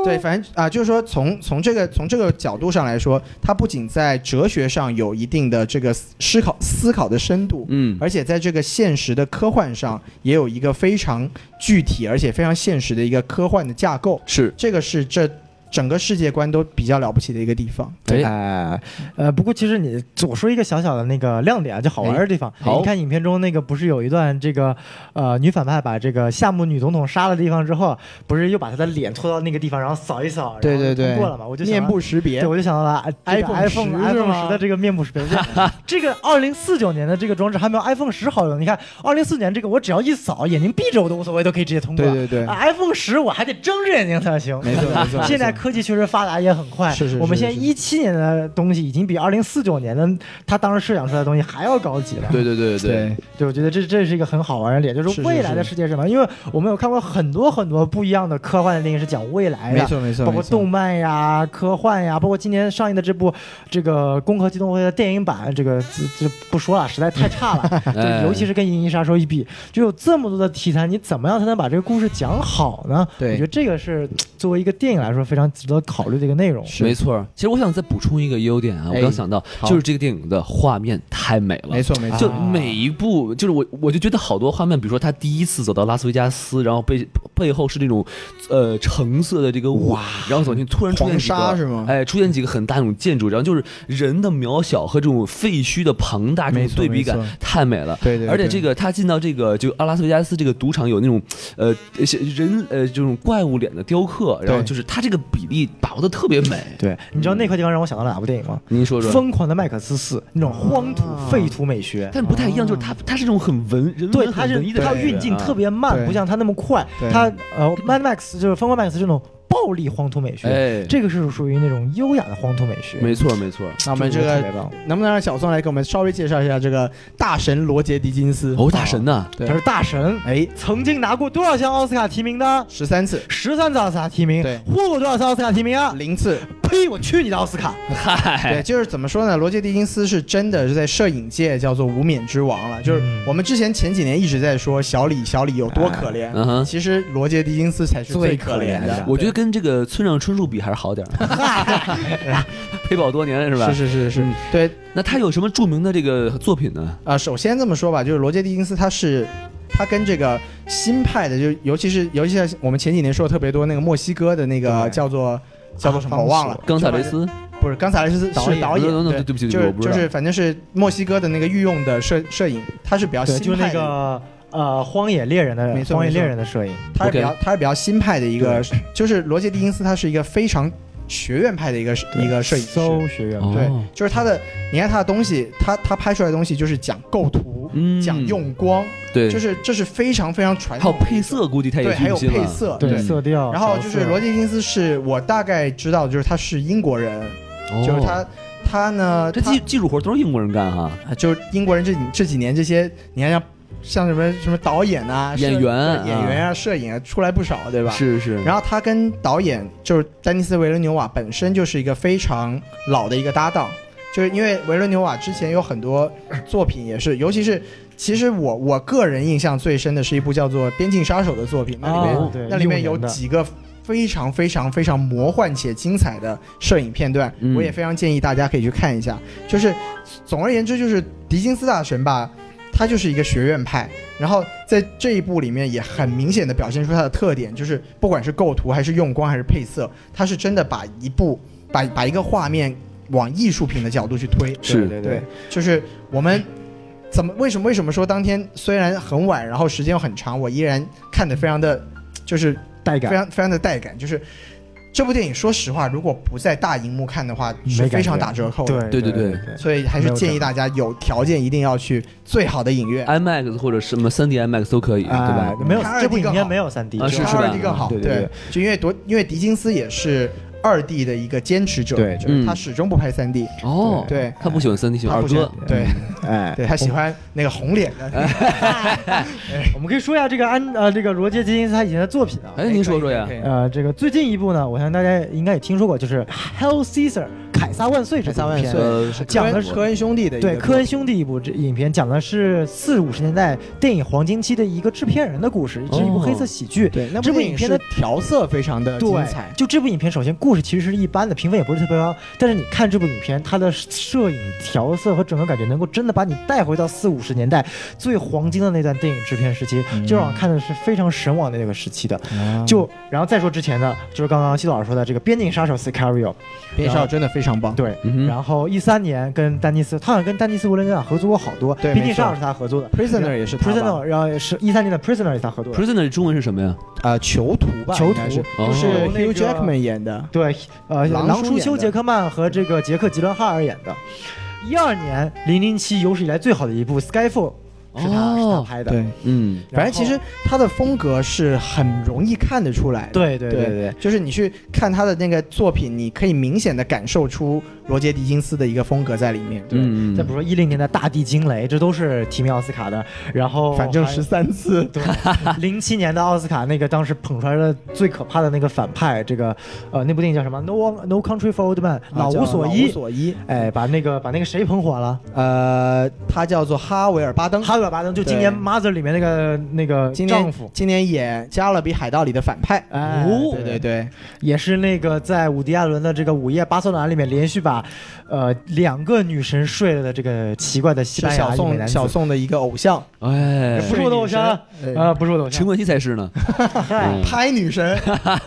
Speaker 2: 对，反正啊、就是说从从这个从这个角度上来说，它不仅在哲学上有一定的这个思思考思考的深度，
Speaker 1: 嗯，
Speaker 2: 而且在这个现实的科幻上也有一个非常具体而且非常现实的一个科幻的架构，
Speaker 1: 是，
Speaker 2: 这个是这整个世界观都比较了不起的一个地方。
Speaker 1: 哎，
Speaker 4: 哎，呃，不过其实你我说一个小小的那个亮点啊，就好玩的地方。
Speaker 1: 哎好
Speaker 4: 你看影片中那个不是有一段这个呃女反派把这个夏目女总统杀了地方之后，不是又把她的脸拖到那个地方，然后扫一扫，
Speaker 2: 对对对
Speaker 4: 然后通过了嘛？我就想
Speaker 2: 面。部识别
Speaker 4: 对，，我就想到了啊这个
Speaker 2: iPhone 10
Speaker 4: iPhone
Speaker 2: 是吗
Speaker 4: iPhone 十的这个面
Speaker 2: *laughs*
Speaker 4: 部识别，就这个二零四九年的这个装置还没有 iPhone 十好用。你看，二零四年这个我只要一扫，眼睛闭着我都无所谓，都可以直接通过。
Speaker 2: 对对对
Speaker 4: 啊，iPhone 十我还得睁着眼睛才行。
Speaker 2: 没错没错。
Speaker 4: *laughs* 现在
Speaker 2: 没错
Speaker 4: 科技确实发达也很快，
Speaker 2: 是是是
Speaker 4: 我们现在
Speaker 2: 是
Speaker 4: 一七年的东西已经比二零四九年的他当时设想出来的东西还要高级了。
Speaker 1: 对对对对
Speaker 2: 对，
Speaker 4: 对，我觉得这这是一个很好玩的点，就是
Speaker 2: 是
Speaker 4: 说未来的世界是什么？因为我们有看过很多很多不一样的科幻的电影是讲未来
Speaker 2: 没
Speaker 4: 的。
Speaker 2: 错没错，
Speaker 4: 哎包括
Speaker 2: 没错
Speaker 4: 动漫呀、科幻呀，包括今年上映的这部这个《攻壳机动队》的电影版，这个这这不说了，实在太差了。 *laughs*
Speaker 1: 哎
Speaker 4: 就尤其是跟《银翼杀手》一比，就有这么多的题材，你怎么样才能把这个故事讲好呢？
Speaker 2: 对
Speaker 4: 我觉得这个是呃作为一个电影来说非常值得考虑的一个内容。
Speaker 2: 是
Speaker 1: 没错儿。其实我想再补充一个优点啊，我
Speaker 2: 哎
Speaker 1: 刚想到，
Speaker 2: 好
Speaker 1: 就是这个电影的画面太美了
Speaker 2: 没。错没错，
Speaker 1: 就每一部，就是我，我就觉得好多画面，比如说他第一次走到拉斯维加斯，然后背背后是那种，呃，橙色的这个雾，然后走进去，突然出现
Speaker 2: 黄
Speaker 1: 几个
Speaker 2: 沙是吗？
Speaker 1: 哎，出现几个很大那种建筑，然后就是人的渺小和这种废墟的庞大这
Speaker 2: 没
Speaker 1: 种
Speaker 2: 错
Speaker 1: 对比
Speaker 2: 没
Speaker 1: 感
Speaker 2: 错
Speaker 1: 太美了。
Speaker 2: 对对，
Speaker 1: 而且
Speaker 2: 对
Speaker 1: 这个他进到这个就阿拉斯维加斯这个赌场有那种呃人呃这种怪物脸的雕刻，然后
Speaker 2: 对
Speaker 1: 就是他这个比例把握的特别美。
Speaker 4: 对，你知道那块地方让我想到了哪部电影吗？
Speaker 2: 嗯
Speaker 1: 您说说，
Speaker 4: 疯狂的麦克斯四》那种荒土
Speaker 2: 啊
Speaker 4: 废土美学。
Speaker 1: 但不太一样，就是他他是这种很文人
Speaker 4: 对，
Speaker 1: 文
Speaker 4: 它
Speaker 1: 很
Speaker 4: 是
Speaker 1: 文艺的
Speaker 4: 它
Speaker 1: 感觉
Speaker 4: 运镜
Speaker 1: 啊
Speaker 4: 特别慢，
Speaker 2: 对
Speaker 4: 不像它那么快
Speaker 2: 对。
Speaker 4: 它呃，Mad Max 就是《疯狂麦克斯》这种爆暴力黄土美学，
Speaker 1: 哎，
Speaker 4: 这个是属于那种优雅的黄土美学。
Speaker 1: 没错没错。
Speaker 2: 那我们这
Speaker 4: 特
Speaker 2: 个
Speaker 4: 别棒
Speaker 2: 能不能让小宋来给我们稍微介绍一下这个大神罗杰·狄金斯？
Speaker 1: 哦，大神呐、
Speaker 2: 对
Speaker 4: 他是大神，
Speaker 2: 哎，
Speaker 4: 曾经拿过多少项奥斯卡提名呢？
Speaker 2: 十三次，
Speaker 4: 十三次奥斯卡提名，
Speaker 2: 对
Speaker 4: 获过多少次奥斯卡提名啊？
Speaker 2: 零次，
Speaker 4: 呸！我去你的奥斯卡！
Speaker 2: 对，
Speaker 1: 嗨，
Speaker 2: 就是怎么说呢？罗杰·狄金斯是真的是在摄影界叫做无冕之王了。就是
Speaker 4: 嗯
Speaker 2: 我们之前前几年一直在说小李，小李有多可怜，
Speaker 1: 嗯
Speaker 2: *laughs*
Speaker 1: 哼。
Speaker 2: 其实罗杰·狄金斯才是最可怜
Speaker 4: 最可怜
Speaker 2: 的
Speaker 4: 的。
Speaker 1: 我觉得跟这个村上春树比还是好点儿，
Speaker 2: *laughs*
Speaker 1: 陪跑多年是吧？
Speaker 2: 是是是是，对啊、
Speaker 1: 那他有什么著名的这个作品呢？
Speaker 2: 首先这么说吧，就是罗杰·狄金斯他是。他跟这个新派的，就尤其是尤其是我们前几年说的特别多那个墨西哥的那个
Speaker 4: 对
Speaker 2: 叫做叫做什么
Speaker 4: 啊
Speaker 2: 我忘了，
Speaker 1: 冈萨雷斯
Speaker 2: 不是冈萨雷斯是
Speaker 4: 导演
Speaker 2: 导演，
Speaker 1: no, no, no,
Speaker 2: 对
Speaker 1: 对不起，
Speaker 2: 就
Speaker 1: 对不起，我不
Speaker 2: 是
Speaker 1: 知
Speaker 2: 就
Speaker 1: 道。
Speaker 2: 是反正是墨西哥的那个御用的摄摄影，他是比较
Speaker 4: 对，
Speaker 2: 新
Speaker 4: 就
Speaker 2: 派
Speaker 4: 那
Speaker 2: 的
Speaker 4: 个呃，《荒野猎人》的
Speaker 2: 啊没
Speaker 4: 《
Speaker 2: 错
Speaker 4: 荒野
Speaker 2: 没错
Speaker 4: 猎人》的摄影，
Speaker 2: 他是比较
Speaker 1: OK
Speaker 2: 他是比较新派的一个，就是罗杰·狄金斯，他是一个非常学院派的一个一个摄影师。
Speaker 4: 搜学院
Speaker 1: 哦
Speaker 2: 对，就是他的，你看他的东西，他他拍出来的东西就是讲构图，
Speaker 1: 嗯
Speaker 2: 讲用光，
Speaker 1: 对，
Speaker 2: 就是这是非常非常传
Speaker 1: 还有
Speaker 2: 统的一种。
Speaker 1: 配色，估计他也
Speaker 2: 对，还有
Speaker 1: 用心
Speaker 2: 配
Speaker 1: 了。
Speaker 2: 色，
Speaker 4: 对
Speaker 2: 对。
Speaker 4: 色调。
Speaker 2: 然后就是
Speaker 4: 角色
Speaker 2: 罗杰·狄金斯是我大概知道，就是他是英国人，
Speaker 1: 哦
Speaker 2: 就是他他呢，
Speaker 1: 这
Speaker 2: 他
Speaker 1: 技技术活都是英国人干哈，
Speaker 2: 啊，就是英国人这几这几年这些，你看像像什么什么导演啊、摄
Speaker 1: 演员啊
Speaker 2: 演员啊、摄影啊出来不少，对吧？
Speaker 1: 是是。
Speaker 2: 然后他跟导演就是丹尼斯·维伦纽瓦本身就是一个非常老的一个搭档，就是因为维伦纽瓦之前有很多作品也是，尤其是其实我我个人印象最深的是一部叫做《边境杀手》的作品，那里面、
Speaker 4: 哦对
Speaker 2: 那里面
Speaker 4: 15
Speaker 2: 有
Speaker 4: 年的
Speaker 2: 几个。非常非常非常魔幻且精彩的摄影片段，
Speaker 1: 嗯
Speaker 2: 我也非常建议大家可以去看一下。就是总而言之，就是狄金斯大神吧，他就是一个学院派，然后在这一部里面也很明显的表现出它的特点，就是不管是构图还是用光还是配色，它是真的把一部把把一个画面往艺术品的角度去推。
Speaker 1: 是
Speaker 2: 对就是我们怎么为什么为什么说当天虽然很晚，然后时间又很长，我依然看得非常的就是
Speaker 4: 带
Speaker 2: 非
Speaker 4: 感，
Speaker 2: 常非常的带感，就是。这部电影，说实话，如果不在大荧幕看的话，
Speaker 4: 没
Speaker 2: 是
Speaker 4: 感觉
Speaker 2: 非常打折扣的。
Speaker 1: 对对
Speaker 4: 对
Speaker 1: 对
Speaker 4: 对，
Speaker 2: 所以还是建议大家有条件一定要去最好的影院。
Speaker 4: 啊
Speaker 1: IMAX 或者什么 3D IMAX 都可以，对吧
Speaker 4: 哎，？没有
Speaker 2: 看二
Speaker 4: 这部
Speaker 2: D
Speaker 4: 影
Speaker 2: 更
Speaker 4: 片
Speaker 2: 好
Speaker 4: 没有三 D，
Speaker 1: 啊是是吧
Speaker 2: 二 D 更好，
Speaker 4: 对对对，
Speaker 2: 就因为多，因为狄金斯也是二 D 的一个坚持者，
Speaker 4: 对
Speaker 2: 就是他
Speaker 1: 嗯
Speaker 2: 始终不拍三 D，
Speaker 1: 哦，
Speaker 2: 对
Speaker 1: 他不喜欢 3D，喜欢
Speaker 2: 他
Speaker 1: 二
Speaker 2: 不喜
Speaker 1: 哥。
Speaker 2: 欢，对
Speaker 4: 哎
Speaker 2: 对，他喜欢那个红脸的，
Speaker 1: 哎
Speaker 4: 我们可以说一下这个安呃这个罗杰·基金斯他以前的作品啊。
Speaker 1: 哎，您说说呀
Speaker 2: 可以，可以
Speaker 4: 呃，这个最近一部呢，我相信大家应该也听说过，就是《Hell Caesar》凯撒万岁这
Speaker 2: 凯
Speaker 4: 部
Speaker 2: 撒万
Speaker 4: 片
Speaker 2: 岁
Speaker 1: 呃，
Speaker 4: 讲的是
Speaker 2: 科恩兄弟的一个
Speaker 4: 对
Speaker 2: 作
Speaker 4: 科恩兄弟一部这影片，讲的是四五十年代电影黄金期的一个制片人的故事，是一部
Speaker 1: 哦
Speaker 4: 黑色喜剧。
Speaker 2: 对，那
Speaker 4: 这部
Speaker 2: 电
Speaker 4: 影
Speaker 2: 影
Speaker 4: 片
Speaker 2: 是
Speaker 4: 的
Speaker 2: 调色非常的精
Speaker 4: 对
Speaker 2: 彩，，
Speaker 4: 就这部影片，首先故事其实是一般的，评分也不是特别高，但是你看这部影片，它的摄影调色和整个感觉，能够真的把你带回到四五十年代最黄金的那段电影制片时期，
Speaker 2: 嗯
Speaker 4: 就让我看的是非常神往的那个时期的。就然后再说之前的，就是刚刚西老师说的这个《边境杀手 Sicario》，
Speaker 2: 编少真的非常棒，
Speaker 4: 对。
Speaker 1: 嗯哼
Speaker 4: 然后一三年跟丹尼斯，他好像跟丹尼斯·维伦纽瓦合作过好多，
Speaker 2: 对
Speaker 4: 《边境
Speaker 2: 没错
Speaker 4: 杀手》是他合作的，
Speaker 2: ，Prisoner 也是他吧
Speaker 4: Prisoner，然后也是一三年的 Prisoner 也是他合作的。
Speaker 1: Prisoner 中文是什么呀？
Speaker 2: 呃囚徒吧，
Speaker 4: 囚
Speaker 2: 应该
Speaker 4: 徒
Speaker 2: 是
Speaker 1: 哦
Speaker 2: 就是
Speaker 4: 那个
Speaker 2: Hugh Jackman 演的，
Speaker 4: 对，呃，
Speaker 2: 嗯狼
Speaker 4: 狼
Speaker 2: 叔
Speaker 4: 叔
Speaker 2: 演
Speaker 4: 休·
Speaker 2: 的
Speaker 4: 杰克曼和这个杰克·吉伦哈尔演的。一二年，《零零七》有史以来最好的一部《Skyfall》是他、是他
Speaker 1: 哦，
Speaker 4: 拍的。
Speaker 2: 对，
Speaker 1: 嗯，
Speaker 4: 然
Speaker 2: 反
Speaker 4: 后
Speaker 2: 正其实他的风格是很容易看得出来的，
Speaker 4: 对对对对对
Speaker 2: 就是你去看他的那个作品，你可以明显的感受出罗杰·狄金斯的一个风格在里面。
Speaker 1: 嗯，嗯
Speaker 4: 再比如说一零年的《大地惊雷》，这都是提名奥斯卡的。然后
Speaker 2: 反正十
Speaker 4: 是
Speaker 2: 三次，
Speaker 4: 对，零七年的奥斯卡那个当时捧出来的最可怕的那个反派，这个呃那部电影叫什么？No One- No Country for Old Men，、老
Speaker 2: 啊
Speaker 4: 啊
Speaker 2: 叫
Speaker 4: 无所
Speaker 2: 老无
Speaker 4: 依。
Speaker 2: 所依。
Speaker 4: 哎，把那个把那个谁捧火了？
Speaker 2: 呃，他叫做哈维尔·巴登，
Speaker 4: 哈维尔·巴登，就今年《
Speaker 2: 对
Speaker 4: Mother》里面那个那个
Speaker 2: 今
Speaker 4: 呃丈
Speaker 2: 年
Speaker 4: 夫。
Speaker 2: 今年演《加勒比海盗》里的反派。
Speaker 4: 哎，
Speaker 1: 哦
Speaker 2: 对对对，
Speaker 4: 也是那个在伍迪·艾伦的这个《午夜巴塞罗那》里面连续把，呃，两个女神睡了的这个奇怪的西
Speaker 2: 是
Speaker 4: 班牙
Speaker 2: 小
Speaker 4: 裔美男
Speaker 2: 宋小
Speaker 4: 子。
Speaker 2: 宋的一个偶像，
Speaker 1: 哎，
Speaker 4: 不是我的偶像啊，
Speaker 2: 呃，
Speaker 4: 呃，不是我的偶
Speaker 1: 陈
Speaker 4: 像。
Speaker 1: 冠希才是呢。
Speaker 4: 嗨
Speaker 1: 嗯
Speaker 2: 拍女神， *laughs*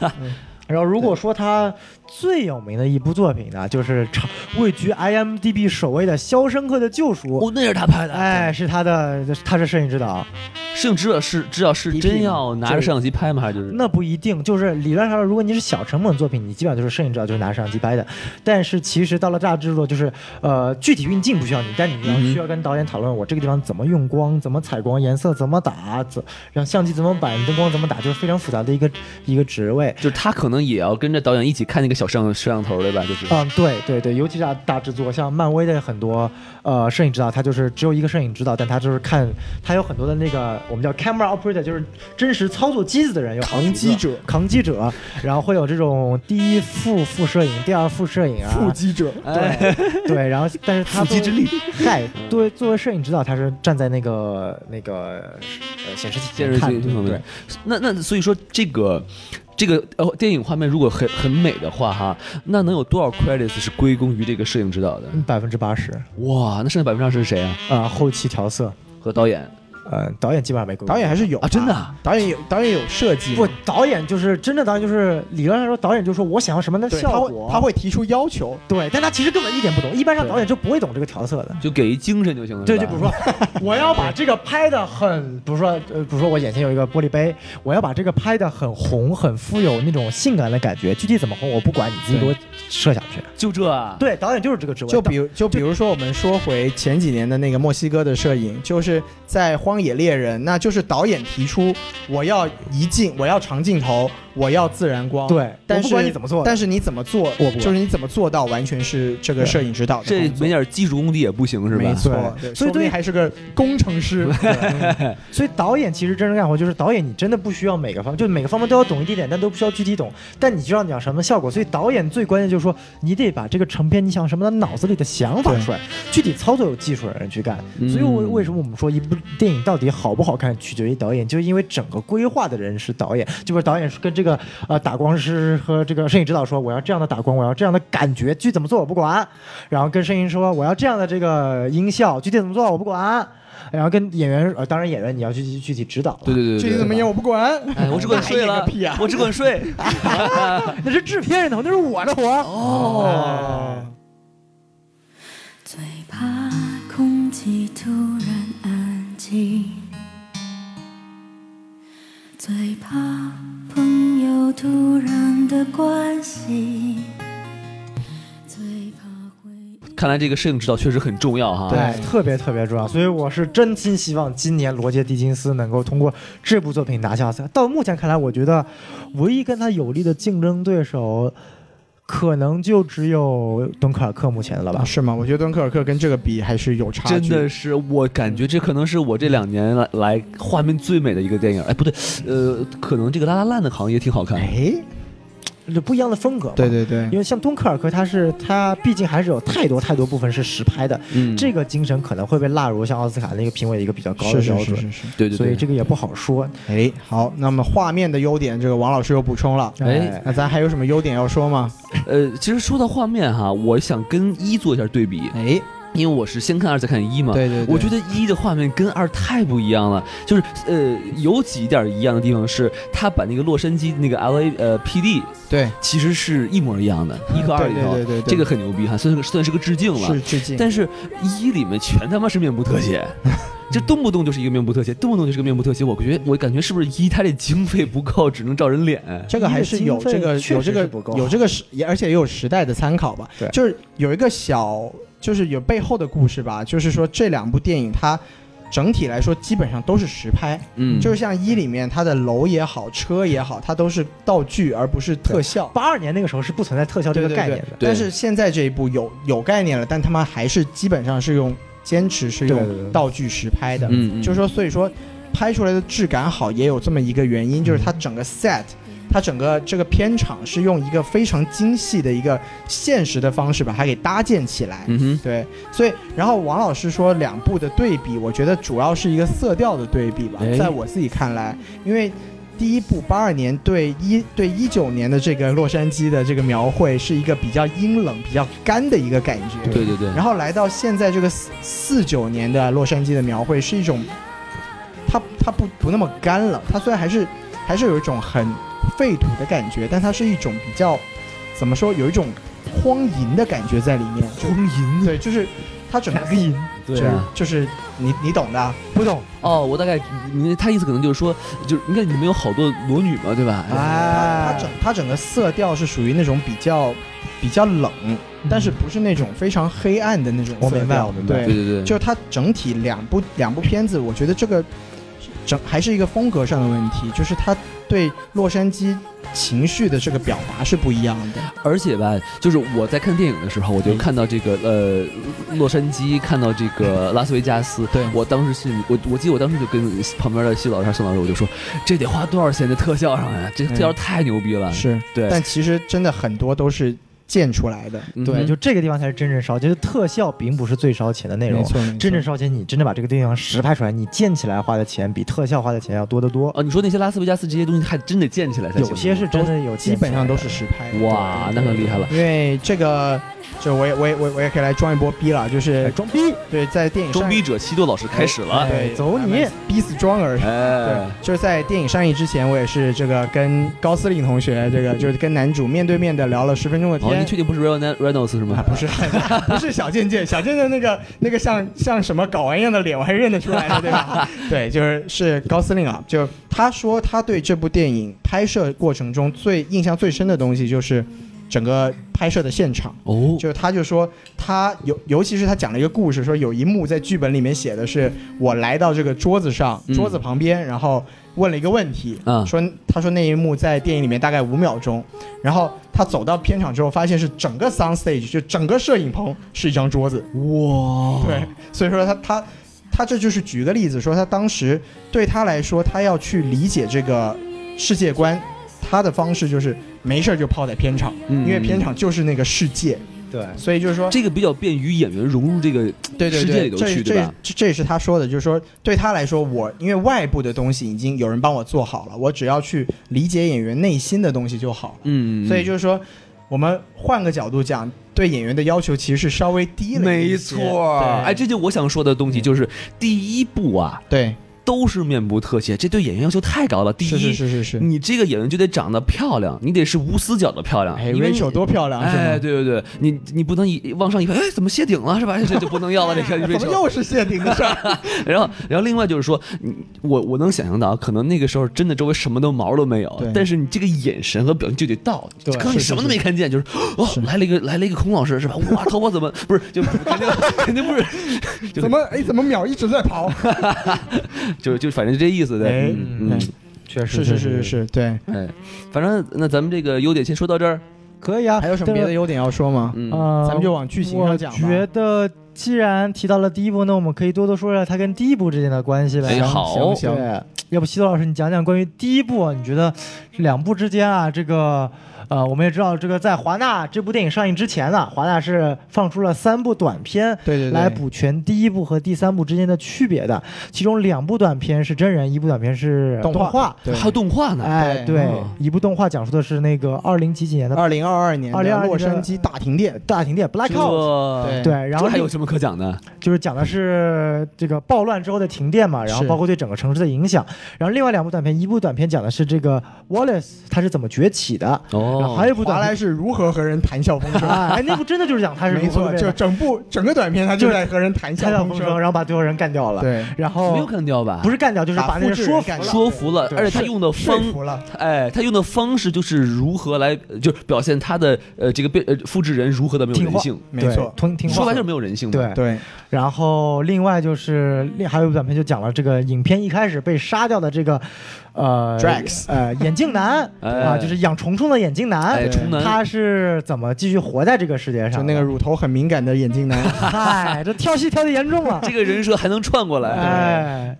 Speaker 4: 然后如果说他最有名的一部作品呢，就是长位居 IMDB 首位的《肖申克的救赎》。哎
Speaker 1: 哦，那是他拍的。
Speaker 4: 哎，是他的，他是摄影指导，
Speaker 1: 摄影指导是指导是
Speaker 2: DP
Speaker 1: 真
Speaker 2: 吗
Speaker 1: 要拿着摄像机拍吗？还是就是
Speaker 4: 那不一定，就是理论上说，如果你是小成本的作品，你基本上就是摄影指导就是拿摄像机拍的。但是其实到了大制作，就是呃具体运镜不需要你，但你
Speaker 1: 嗯
Speaker 4: 要
Speaker 1: 哼
Speaker 4: 需要跟导演讨论，我这个地方怎么用光，怎么采光，颜色怎么打，怎让相机怎么摆，灯光怎么打，就是非常复杂的一个一个职位。
Speaker 1: 就是他可能也要跟着导演一起看那个小摄像摄像头，对吧？就是
Speaker 4: 嗯，对对对，尤其是大大制作，像漫威的很多呃摄影指导，他就是只有一个摄影指导，但他就是看他有很多的那个我们叫 camera operator，就是真实操作机子的人，有好几
Speaker 2: 扛机
Speaker 4: 个
Speaker 2: 者、
Speaker 4: 扛机者，然后会有这种第一副副摄影、第二副摄影啊，
Speaker 2: 腹肌者，
Speaker 1: 哎
Speaker 4: 对对，然后但是他
Speaker 1: 腹肌之力，
Speaker 4: 嗨，作为作为摄影指导，他是站在那个那个呃显示器
Speaker 1: 电
Speaker 4: 前
Speaker 1: 视
Speaker 4: 看
Speaker 1: 剧
Speaker 4: 的
Speaker 1: 这方面
Speaker 4: 对，
Speaker 1: 那那所以说这个这个呃电影画面如果很很美的话哈，那能有多少 credits 是归功于这个摄影指导的？
Speaker 4: 嗯百分之八十
Speaker 1: 哇，那剩下百分之二十是谁啊？
Speaker 4: 啊，后期调色，
Speaker 1: 和导演
Speaker 4: 呃，导演基本上没工作
Speaker 2: 导演还是有
Speaker 1: 啊？真的
Speaker 2: 吧，
Speaker 1: 啊？
Speaker 2: 导演有导演有设计
Speaker 4: 不
Speaker 2: 嘛，，
Speaker 4: 导演就是真正导演，就是理论上说，导演就说我想要什么样的
Speaker 2: 对，他
Speaker 4: 效
Speaker 2: 会
Speaker 4: 果，
Speaker 2: 他会提出要求，
Speaker 4: 对，但他其实根本一点不懂。一般上
Speaker 2: 对
Speaker 4: 导演就不会懂这个调色的。
Speaker 1: 就给一精神就行了。
Speaker 4: 对，
Speaker 1: 是
Speaker 4: 就
Speaker 1: 吧
Speaker 4: 比如说， *laughs* 我要把这个拍的很，比如说，呃，比如说我眼前有一个玻璃杯，我要把这个拍的很红，很富有那种性感的感觉。具体怎么红我不管，你自己给我设想去。
Speaker 1: 就这啊？
Speaker 4: 对，导演就是这个职位。
Speaker 2: 就比如就比如说，我们说回前几年的那个墨西哥的摄影，就是在《荒野猎人》，那就是导演提出我要一镜，我要长镜头，我要自然光。，
Speaker 4: 对，
Speaker 2: 但
Speaker 4: 我
Speaker 2: 是
Speaker 4: 不管你怎么做的，
Speaker 2: 但是你怎么做，
Speaker 4: 我不管
Speaker 2: 就是你怎么做到，完全是这个摄影指导的
Speaker 1: 这
Speaker 2: 工作
Speaker 1: 没点基础功底也不行是吧
Speaker 2: 没？错，
Speaker 4: 对
Speaker 2: 所
Speaker 4: 所以
Speaker 2: 以
Speaker 4: 对于
Speaker 2: 对还是个工程师。
Speaker 4: 所以导演其实真正干活就是导演，你真的不需要每个方，就每个方面都要懂一点点，但都不需要具体懂。但你知道你要什么效果，所以导演最关键就是说，你得把这个成片你想什么的脑子里的想法出来，具体操作有技术的人去干。
Speaker 1: 嗯
Speaker 4: 所以我为什么我们说一部电影到底好不好看，取决于导演，就是因为整个规划的人是导演，就是导演是跟这个呃打光师和这个摄影指导说，我要这样的打光，我要这样的感觉，具体怎么做我不管。然后跟声音说我要这样的这个音效，具体怎么做我不管。然后跟演员，呃，当然演员你要去具体指导，
Speaker 1: 对对对
Speaker 2: 具
Speaker 1: 对
Speaker 2: 体
Speaker 1: 对。
Speaker 2: 怎么演我不管，
Speaker 1: 哎，我只管睡
Speaker 2: 那还演
Speaker 1: 了
Speaker 2: 个屁啊，
Speaker 1: 我只管睡。
Speaker 4: 那是制片人的活，那是我的活。
Speaker 1: 哦，
Speaker 5: 最怕空气突然安静，最怕朋友突然的关心，最怕回忆。
Speaker 1: 看来这个摄影指导确实很重要哈。
Speaker 4: 对，特别特别重要，所以我是真心希望今年罗杰·狄金斯能够通过这部作品拿下奥斯卡。到目前看来，我觉得唯一跟他有力的竞争对手，可能就只有敦刻尔克目前的了吧
Speaker 2: 啊？。是吗？我觉得敦刻尔克跟这个比还是有差距。
Speaker 1: 真的是，我感觉这可能是我这两年来来画面最美的一个电影。哎，不对，呃，可能这个《拉拉烂》的好像也挺好看。
Speaker 4: 哎，就不一样的风格。
Speaker 2: 对。对对
Speaker 4: 因，为像敦刻尔克，它是它毕竟还是有太多太多部分是实拍的，
Speaker 1: 嗯，
Speaker 4: 这个精神可能会被纳入像奥斯卡那个评委的一个比较高的
Speaker 2: 是
Speaker 4: 标
Speaker 2: 是
Speaker 4: 准，
Speaker 2: 是是是。
Speaker 1: 对对对，
Speaker 4: 所以这个也不好说。
Speaker 2: 哎，好，那么画面的优点，这个王老师有补充了。
Speaker 1: 哎
Speaker 2: 那咱还有什么优点要说吗？
Speaker 1: 呃，其实说到画面哈，我想跟一做一下对比，
Speaker 2: 哎，
Speaker 1: 因为我是先看二再看一嘛。
Speaker 2: 对对对
Speaker 1: 我觉得一的画面跟二太不一样了，就是呃，有几点一样的地方是，他把那个洛杉矶那个 L A 呃 P D
Speaker 2: 对，
Speaker 1: 其实是一模一样的，一和二里
Speaker 2: 对
Speaker 1: 头
Speaker 2: 对对，对对，
Speaker 1: 这个很牛逼哈，算是算是个致敬了。
Speaker 2: 是致敬。
Speaker 1: 但是一里面全他妈是面部特 *laughs* 写，就动不动就是一个面部特写，动不动就是个面部特写。我觉得我感觉是不是一他这经费不够，只能照人脸？
Speaker 2: 这个还是有
Speaker 4: 经
Speaker 2: 这
Speaker 4: 费
Speaker 2: 个
Speaker 4: 确
Speaker 2: 有
Speaker 4: 实
Speaker 2: 这
Speaker 4: 是
Speaker 2: 个
Speaker 4: 不够
Speaker 2: 有这个时，也而且也有时代的参考吧。
Speaker 4: 对
Speaker 2: 就是有一个小，就是有背后的故事吧。就是说这两部电影它整体来说基本上都是实拍，
Speaker 1: 嗯，
Speaker 2: 就是像一里面它的楼也好，车也好，它都是道具而不是特效。
Speaker 4: 八二年那个时候是不存在特效这
Speaker 2: 对
Speaker 4: 个
Speaker 2: 对
Speaker 4: 概念
Speaker 2: 对
Speaker 4: 的。，
Speaker 1: 对
Speaker 2: 但是现在这一部有有概念了，但他们还是基本上是用坚持是
Speaker 4: 对对对
Speaker 2: 用道具实拍的，
Speaker 1: 嗯嗯
Speaker 2: 就是说，所以说拍出来的质感好，也有这么一个原因，就是它整
Speaker 4: 嗯
Speaker 2: 个 set，它整个这个片场是用一个非常精细的一个现实的方式把它给搭建起来。
Speaker 1: 嗯哼，
Speaker 2: 对，所以然后王老师说两部的对比，我觉得主要是一个色调的对比吧
Speaker 1: 哎，
Speaker 2: 在我自己看来，因为第一部八二年对一对一九年的这个洛杉矶的这个描绘是一个比较阴冷、比较干的一个感觉，
Speaker 1: 对对对，
Speaker 2: 然后来到现在这个四四九年的洛杉矶的描绘是一种，它它不不那么干了，它虽然还是还是有一种很废土的感觉，但它是一种比较怎么说，有一种荒淫的感觉在里面，就
Speaker 1: 荒淫
Speaker 2: 对，就是它整个
Speaker 4: *laughs* 哪个音？
Speaker 3: 对
Speaker 2: 就是
Speaker 1: 啊
Speaker 2: 就是你你懂的，啊
Speaker 4: 不懂，
Speaker 1: 哦，我大概你他意思可能就是说，就是应该你们有好多裸女嘛，对
Speaker 2: 啊
Speaker 1: 吧？
Speaker 2: 它
Speaker 4: 哎
Speaker 2: 它整它整个色调是属于那种比较比较冷，但是不是那种非常黑暗的那种色调。
Speaker 4: 嗯我明白我明白
Speaker 1: 对
Speaker 2: 对，
Speaker 1: 对对，
Speaker 2: 就它整体两部两部片子，我觉得这个整还是一个风格上的问题，就是它对洛杉矶情绪的这个表达是不一样的。
Speaker 1: 而且吧，就是我在看电影的时候，我
Speaker 2: 嗯
Speaker 1: 就看到这个呃，洛杉矶，看到这个
Speaker 2: *laughs*
Speaker 1: 拉斯维加斯。
Speaker 2: 对
Speaker 1: 我当时心里，我我记得我当时就跟旁边的西老师、宋老师，我就说，这得花多少钱在特效上呀？这特效太牛逼了。
Speaker 2: 嗯是，
Speaker 1: 啊对，
Speaker 2: 但其实真的很多都是建出来的。
Speaker 1: 嗯
Speaker 4: 对，
Speaker 1: 哼
Speaker 4: 就这个地方才是真正烧钱，就是特效并不是最烧钱的内容
Speaker 2: 没。错，没错
Speaker 4: 真正烧钱，你真的把这个地方实拍出来，你建起来花的钱比特效花的钱要多得多。
Speaker 1: 啊，你说那些拉斯维加斯这些东西，还真得建起来才行。
Speaker 4: 有些是真的有建起
Speaker 2: 基
Speaker 4: 来的，
Speaker 2: 本上都是实拍的。
Speaker 1: 哇，那很厉害了。
Speaker 2: 因为这个，就我也我也我也我也可以来装一波逼了，就是
Speaker 4: 装逼，
Speaker 2: 对，在电影
Speaker 1: 哎
Speaker 2: 上
Speaker 1: 装逼者西多老师开始了，
Speaker 4: 哎
Speaker 2: 对，
Speaker 4: 走你
Speaker 2: 逼死庄儿。对
Speaker 1: 哎，，
Speaker 2: 就是在电影上映之前，我也是这个跟高司令同学，这个就是跟男主面对面的聊了十分钟的
Speaker 1: 哦，
Speaker 2: 天
Speaker 1: 你。确定不是 Ryan Reynolds 是吗
Speaker 2: 啊，？不是， *laughs* 不是小贱贱，小贱贱那个那个像像什么睾丸一样的脸，我还认得出来的，
Speaker 1: *laughs*
Speaker 2: 对吧？对，就是是高司令啊，就他说他对这部电影拍摄过程中最印象最深的东西就是整个拍摄的现场。
Speaker 1: 哦，
Speaker 2: 就是他就说他尤尤其是他讲了一个故事，说有一幕在剧本里面写的是我来到这个桌子上，
Speaker 1: 嗯
Speaker 2: 桌子旁边，然后问了一个问题，
Speaker 1: 啊
Speaker 2: 说他说那一幕在电影里面大概五秒钟，然后他走到片场之后，发现是整个 sound stage 就整个摄影棚是一张桌子，
Speaker 1: 哇，
Speaker 2: 对，所以说他他他这就是举个例子，说他当时对他来说，他要去理解这个世界观，他的方式就是没事儿就泡在片场，
Speaker 1: 嗯
Speaker 2: 因为片场就是那个世界，
Speaker 4: 对，
Speaker 2: 所以就是说
Speaker 1: 这个比较便于演员融入这个嗯
Speaker 2: 对对
Speaker 1: 世界里
Speaker 2: 对，
Speaker 1: 头
Speaker 2: 这
Speaker 1: 去对
Speaker 2: 这
Speaker 1: 吧
Speaker 2: 这这也是他说的，就是说对他来说，我因为外部的东西已经有人帮我做好了，我只要去理解演员内心的东西就好了。
Speaker 1: 嗯，
Speaker 2: 所以就是说，我们换个角度讲，对演员的要求其实是稍微低了一
Speaker 1: 没
Speaker 2: 些。
Speaker 1: 错儿，
Speaker 2: 对嗯
Speaker 1: 哎，这就我想说的东西，就是第一步啊，
Speaker 2: 对，
Speaker 1: 都是面部特写，这对演员要求太高了。第一，
Speaker 2: 是是是是是。
Speaker 1: 你这个演员就得长得漂亮，你得是无死角的漂亮，
Speaker 2: 哎
Speaker 1: 因为你
Speaker 2: ，Rachel 多漂亮是吗？
Speaker 1: 哎，对对对，你你不能一往上一看，哎，怎么谢顶了是吧？ *laughs* 这就不能要了，这个
Speaker 2: 哎怎么
Speaker 1: Rachel。
Speaker 2: 又是谢顶的
Speaker 1: *laughs*
Speaker 2: 事儿？
Speaker 1: 然后，然后另外就是说，你我我能想象到，可能那个时候真的周围什么都毛都没有
Speaker 2: 对，
Speaker 1: 但是你这个眼神和表情就得到，
Speaker 2: 对
Speaker 1: 可能你
Speaker 2: 是是
Speaker 1: 什么都没看见，就是哦，来了一个来了一个孔老师是吧？哇，头发怎么不是就肯定 *laughs* 肯定不是，就
Speaker 2: 怎么哎？怎么秒一直在跑？
Speaker 1: 就就反正就这意思的，
Speaker 2: 哎
Speaker 1: 嗯嗯，
Speaker 4: 确
Speaker 2: *laughs* 是
Speaker 4: 实
Speaker 2: 是是是，是，对。
Speaker 1: 哎，反正那咱们这个优点先说到这儿，
Speaker 4: 可以啊。
Speaker 2: 还有什么别的优点要说吗？
Speaker 1: 嗯，
Speaker 4: 呃，
Speaker 2: 咱们就往剧情上讲吧。
Speaker 4: 我觉得既然提到了第一部，那我们可以多多说说它跟第一部之间的关系
Speaker 1: 哎
Speaker 4: 呗。
Speaker 1: 好
Speaker 2: 行行行，
Speaker 4: 对，要不西多老师，你讲讲关于第一部啊，你觉得这两部之间啊，这个呃，我们也知道，这个在华纳这部电影上映之前呢、华纳是放出了三部短片。
Speaker 2: 对对对，
Speaker 4: 来补全第一部和第三部之间的区别的，其中两部短片是真人，一部短片是
Speaker 2: 动
Speaker 4: 画。
Speaker 2: 画，对
Speaker 1: 还有动画呢，
Speaker 4: 哎，
Speaker 2: 对
Speaker 4: 对
Speaker 1: 嗯，
Speaker 4: 一部动画讲述的是那个二零几几年的
Speaker 2: 二零二二年的
Speaker 4: 2022
Speaker 2: 洛杉矶大停电。
Speaker 4: 大停电
Speaker 1: 这
Speaker 4: blackout，
Speaker 2: 对
Speaker 4: 对，然
Speaker 1: 这
Speaker 4: 后
Speaker 1: 还
Speaker 4: 另
Speaker 1: 有什么可讲的？
Speaker 4: 就是讲的是这个暴乱之后的停电嘛，然后
Speaker 2: 是
Speaker 4: 包括对整个城市的影响。然后另外两部短片，一部短片讲的是这个 Wallace 他是怎么崛起的，然后
Speaker 1: 哦
Speaker 4: 还，有一部
Speaker 2: 华
Speaker 4: 短
Speaker 2: 莱
Speaker 4: 片，
Speaker 2: 士如何和人谈笑风 *laughs* 生？
Speaker 4: 哎，那部真的就是讲他是
Speaker 2: *laughs* 没
Speaker 4: 如何
Speaker 2: 错，
Speaker 4: 被
Speaker 2: 就整部整个短片，他就
Speaker 4: 就是
Speaker 2: 在和人谈
Speaker 4: 拆
Speaker 2: 笑
Speaker 4: 掉
Speaker 2: 风
Speaker 4: 风
Speaker 2: 生
Speaker 4: 声，。然后把最后人干掉了。
Speaker 2: 对，
Speaker 4: 然
Speaker 1: 没有
Speaker 4: 后
Speaker 1: 看掉吧？
Speaker 4: 不是干掉，就是
Speaker 2: 把
Speaker 4: 把那
Speaker 2: 复
Speaker 4: 人
Speaker 2: 制
Speaker 4: 说
Speaker 2: 人
Speaker 4: 服
Speaker 2: 干
Speaker 4: 了
Speaker 2: 掉。
Speaker 1: 说服了，
Speaker 4: 对
Speaker 1: 而且他用的
Speaker 2: 说
Speaker 1: 方
Speaker 2: 服了。
Speaker 1: 哎，他用的方式就是如何来，呃就是表现他的呃这个被呃复制人如何的没有
Speaker 4: 听
Speaker 1: 人
Speaker 4: 话
Speaker 1: 性，
Speaker 2: 没错
Speaker 4: 对，听听话
Speaker 1: 说白就是没有人性嘛。
Speaker 4: 对，
Speaker 2: 对，
Speaker 4: 然后另外就是另还有一部短片就讲了这个影片一开始被杀掉的这个，呃
Speaker 2: Drax
Speaker 4: 呃眼镜男
Speaker 1: 哎
Speaker 4: 啊，就是养虫虫的眼镜
Speaker 1: 哎，
Speaker 4: 男，
Speaker 1: 重男，。
Speaker 4: 他是怎么继续活在这个世界
Speaker 2: 哎就
Speaker 4: 上的？
Speaker 2: 那个乳头很敏感的眼镜 *laughs* 男。
Speaker 4: 嗨， *laughs* 这跳戏跳的严重了
Speaker 1: 这个人设还能串过来。
Speaker 4: 哎，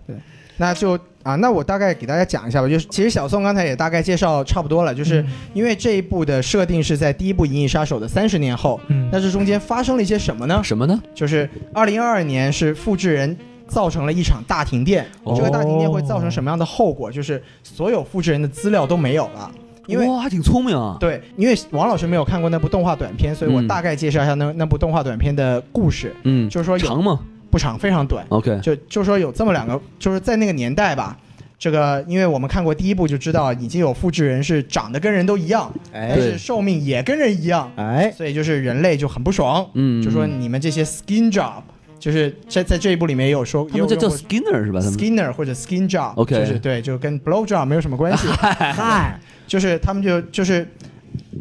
Speaker 2: 那就啊，那我大概给大家讲一下吧。就是其实小宋刚才也大概介绍差不多了，就是因为这一部的设定是在第一部《银翼杀手》的三十年后，
Speaker 4: 嗯
Speaker 2: 那这中间发生了一些什么呢？
Speaker 1: 什么呢？
Speaker 2: 就是二零二二年是复制人造成了一场大停电，
Speaker 1: 哦
Speaker 2: 这个大停电会造成什么样的后果？就是所有复制人的资料都没有了，因为。
Speaker 1: 哇，还挺聪明啊。
Speaker 2: 对，因为王老师没有看过那部动画短片，所以我
Speaker 1: 嗯
Speaker 2: 大概介绍一下那、那部动画短片的故事。
Speaker 1: 嗯，
Speaker 2: 就是说有
Speaker 1: 长吗
Speaker 2: 不长，非常短，
Speaker 1: ？OK，
Speaker 2: 就就说有这么两个，就是在那个年代吧。这个，因为我们看过第一部就知道，已经有复制人是长得跟人都一样，但
Speaker 4: 哎
Speaker 1: 对
Speaker 2: 是寿命也跟人一样，
Speaker 4: 哎，
Speaker 2: 所以就是人类就很不爽，
Speaker 1: 嗯，
Speaker 2: 就说你们这些 skin job，就是在在这一部里面也有说，
Speaker 1: 他
Speaker 2: 也有
Speaker 1: 们叫
Speaker 2: 用
Speaker 1: 叫
Speaker 2: 过
Speaker 1: Skinner 是吧？他们
Speaker 2: skinner 或者 skin job，
Speaker 1: OK
Speaker 2: 就是对，就跟 blow job 没有什
Speaker 1: *laughs*
Speaker 2: 么关系。
Speaker 4: 嗨，
Speaker 2: 就是他们就就是，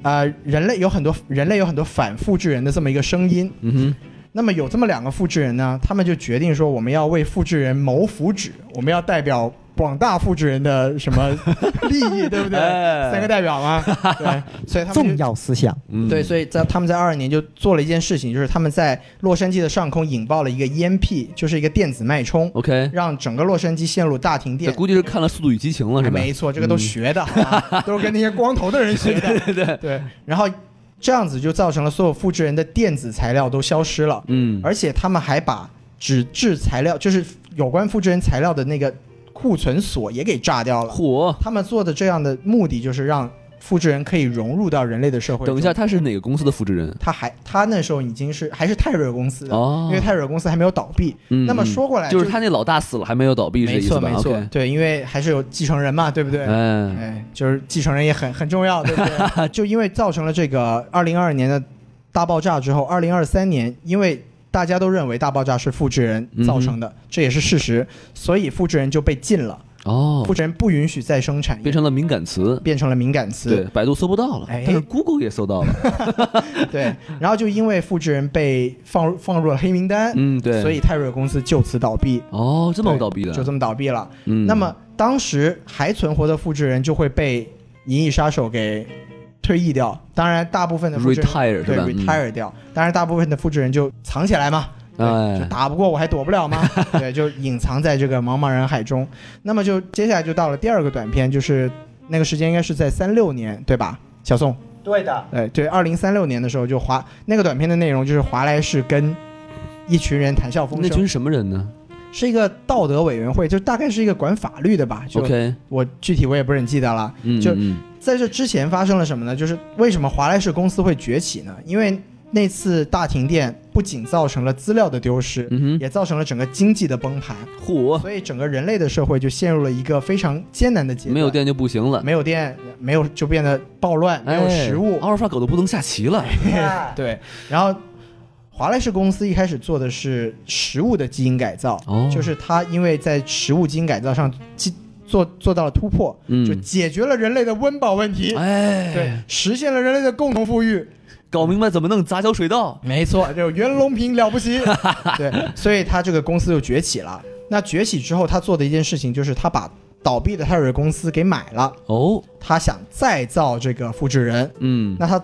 Speaker 2: 呃，人类有很多人类有很多反复制人的这么一个声音。
Speaker 1: 嗯
Speaker 2: 那么有这么两个复制人呢，他们就决定说，我们要为复制人谋福祉，我们要代表广大复制人的什么 *laughs* 利益，对不对？
Speaker 1: 哎
Speaker 2: 三个代表嘛，对，所以他们
Speaker 3: 重
Speaker 2: 就。
Speaker 3: 要思想，
Speaker 1: 哼，
Speaker 2: 对，
Speaker 1: 以
Speaker 2: 所以在他们在二二年就做了一件事情，就是他们在洛杉矶的上空引爆了一个烟屁，就是一个电子脉冲，
Speaker 1: OK，
Speaker 2: 让整个洛杉矶陷入大停
Speaker 1: 这
Speaker 2: 电。
Speaker 1: 估计是看了《速度与激情》了是吧？ *laughs*
Speaker 2: 没错，这个都
Speaker 1: 嗯
Speaker 2: 学的，好吧都是跟那些光头的人
Speaker 1: *laughs*
Speaker 2: 学的。对对然后这样子就造成了所有复制人的电子材料都消失了，
Speaker 1: 嗯，
Speaker 2: 而且他们还把纸质材料，就是有关复制人材料的那个库存锁也给炸掉了。
Speaker 1: 嚯！
Speaker 2: 他们做的这样的目的就是让复制人可以融入到人类的社会。
Speaker 1: 等一下，，他是哪个公司的复制人？
Speaker 2: 他还他那时候已经是还是泰瑞尔公司的，
Speaker 1: 哦，
Speaker 2: 因为泰瑞尔公司还没有倒闭。
Speaker 1: 嗯
Speaker 2: 那么
Speaker 1: 嗯
Speaker 2: 说过来
Speaker 1: 就是他那老大死了还没有倒闭是这
Speaker 2: 没
Speaker 1: 意思
Speaker 2: 错
Speaker 1: 吧？
Speaker 2: 没错
Speaker 1: OK，
Speaker 2: 对，因为还是有继承人嘛，对不对？
Speaker 1: 哎，
Speaker 2: 哎，就是继承人也很很重要，对不
Speaker 1: *laughs*
Speaker 2: 对？就因为造成了这个二零二二年的大爆炸之后，二零二三年因为大家都认为大爆炸是复制人
Speaker 1: 嗯
Speaker 2: 造成的，这也是事实，所以复制人就被禁了，
Speaker 1: 哦
Speaker 2: 复，制人不允许再生产，
Speaker 1: 变成了敏感词，
Speaker 2: 变成了敏感
Speaker 1: 对
Speaker 2: 词，，
Speaker 1: 百度搜不到了，
Speaker 2: 哎
Speaker 1: 但是 Google 也搜到了，
Speaker 2: 对然后就因为复制人被放入放入了黑名单，
Speaker 1: 嗯，对，
Speaker 2: 所以泰瑞尔公司就此倒闭，
Speaker 1: 哦，这么倒闭的，
Speaker 2: 就这么倒闭了。
Speaker 1: 嗯，
Speaker 2: 那么当时还存活的复制人就会被《银翼杀手》给退役掉，当然大部分的复制人
Speaker 1: Retire，
Speaker 2: 对
Speaker 1: 是吧嗯
Speaker 2: retire 掉，当然大部分的复制人就藏起来嘛，对就
Speaker 1: 哎，
Speaker 2: 打不过我还躲不
Speaker 1: *laughs*
Speaker 2: 了吗？对，就隐藏在这个茫茫人海中。那么就接下来就到了第二个短片，就是那个时间应该是在三六年，对吧？小宋，
Speaker 4: 对 *laughs* 的，
Speaker 2: 哎，对，二零三六年的时候就华那个短片的内容就是华莱士跟一群人谈笑风
Speaker 1: 那群
Speaker 2: 生，
Speaker 1: 是什么人呢
Speaker 2: 是一个道德委员会，就大概是一个管法律的吧，就
Speaker 1: ？OK，
Speaker 2: 我具体我也不是很记得了。
Speaker 1: 嗯，
Speaker 2: 就
Speaker 1: 嗯
Speaker 2: 在这之前发生了什么呢？就是为什么华莱士公司会崛起呢？因为那次大停电不仅造成了资料的丢失，
Speaker 1: 嗯哦
Speaker 2: 也造成了整个经济的崩盘，
Speaker 1: 哼，嚯，
Speaker 2: 所以整个人类的社会就陷入了一个非常艰难的阶段。
Speaker 1: 没有，电就不行了，
Speaker 2: 没有电，没有就变得暴乱，没有
Speaker 1: 哎
Speaker 2: 食物。哎
Speaker 1: 阿尔法狗都不能下棋了，
Speaker 2: 对，然后华莱士公司一开始做的是食物的基因改造，
Speaker 1: 哦，
Speaker 2: 就是它因为在食物基因改造上基做做到了突破，就
Speaker 1: 嗯，
Speaker 2: 解决了人类的温饱问题。
Speaker 1: 哎，
Speaker 2: 对，，实现了人类的共同富裕。
Speaker 1: 搞明白怎么弄杂交水稻，
Speaker 2: 没错，就袁隆平了
Speaker 1: *laughs*
Speaker 2: 不起。对，所以他这个公司就崛起了。那崛起之后，他做的一件事情就是他把倒闭的泰瑞公司给买了，
Speaker 1: 哦，
Speaker 2: 他想再造这个复制人。
Speaker 1: 嗯，
Speaker 2: 那他。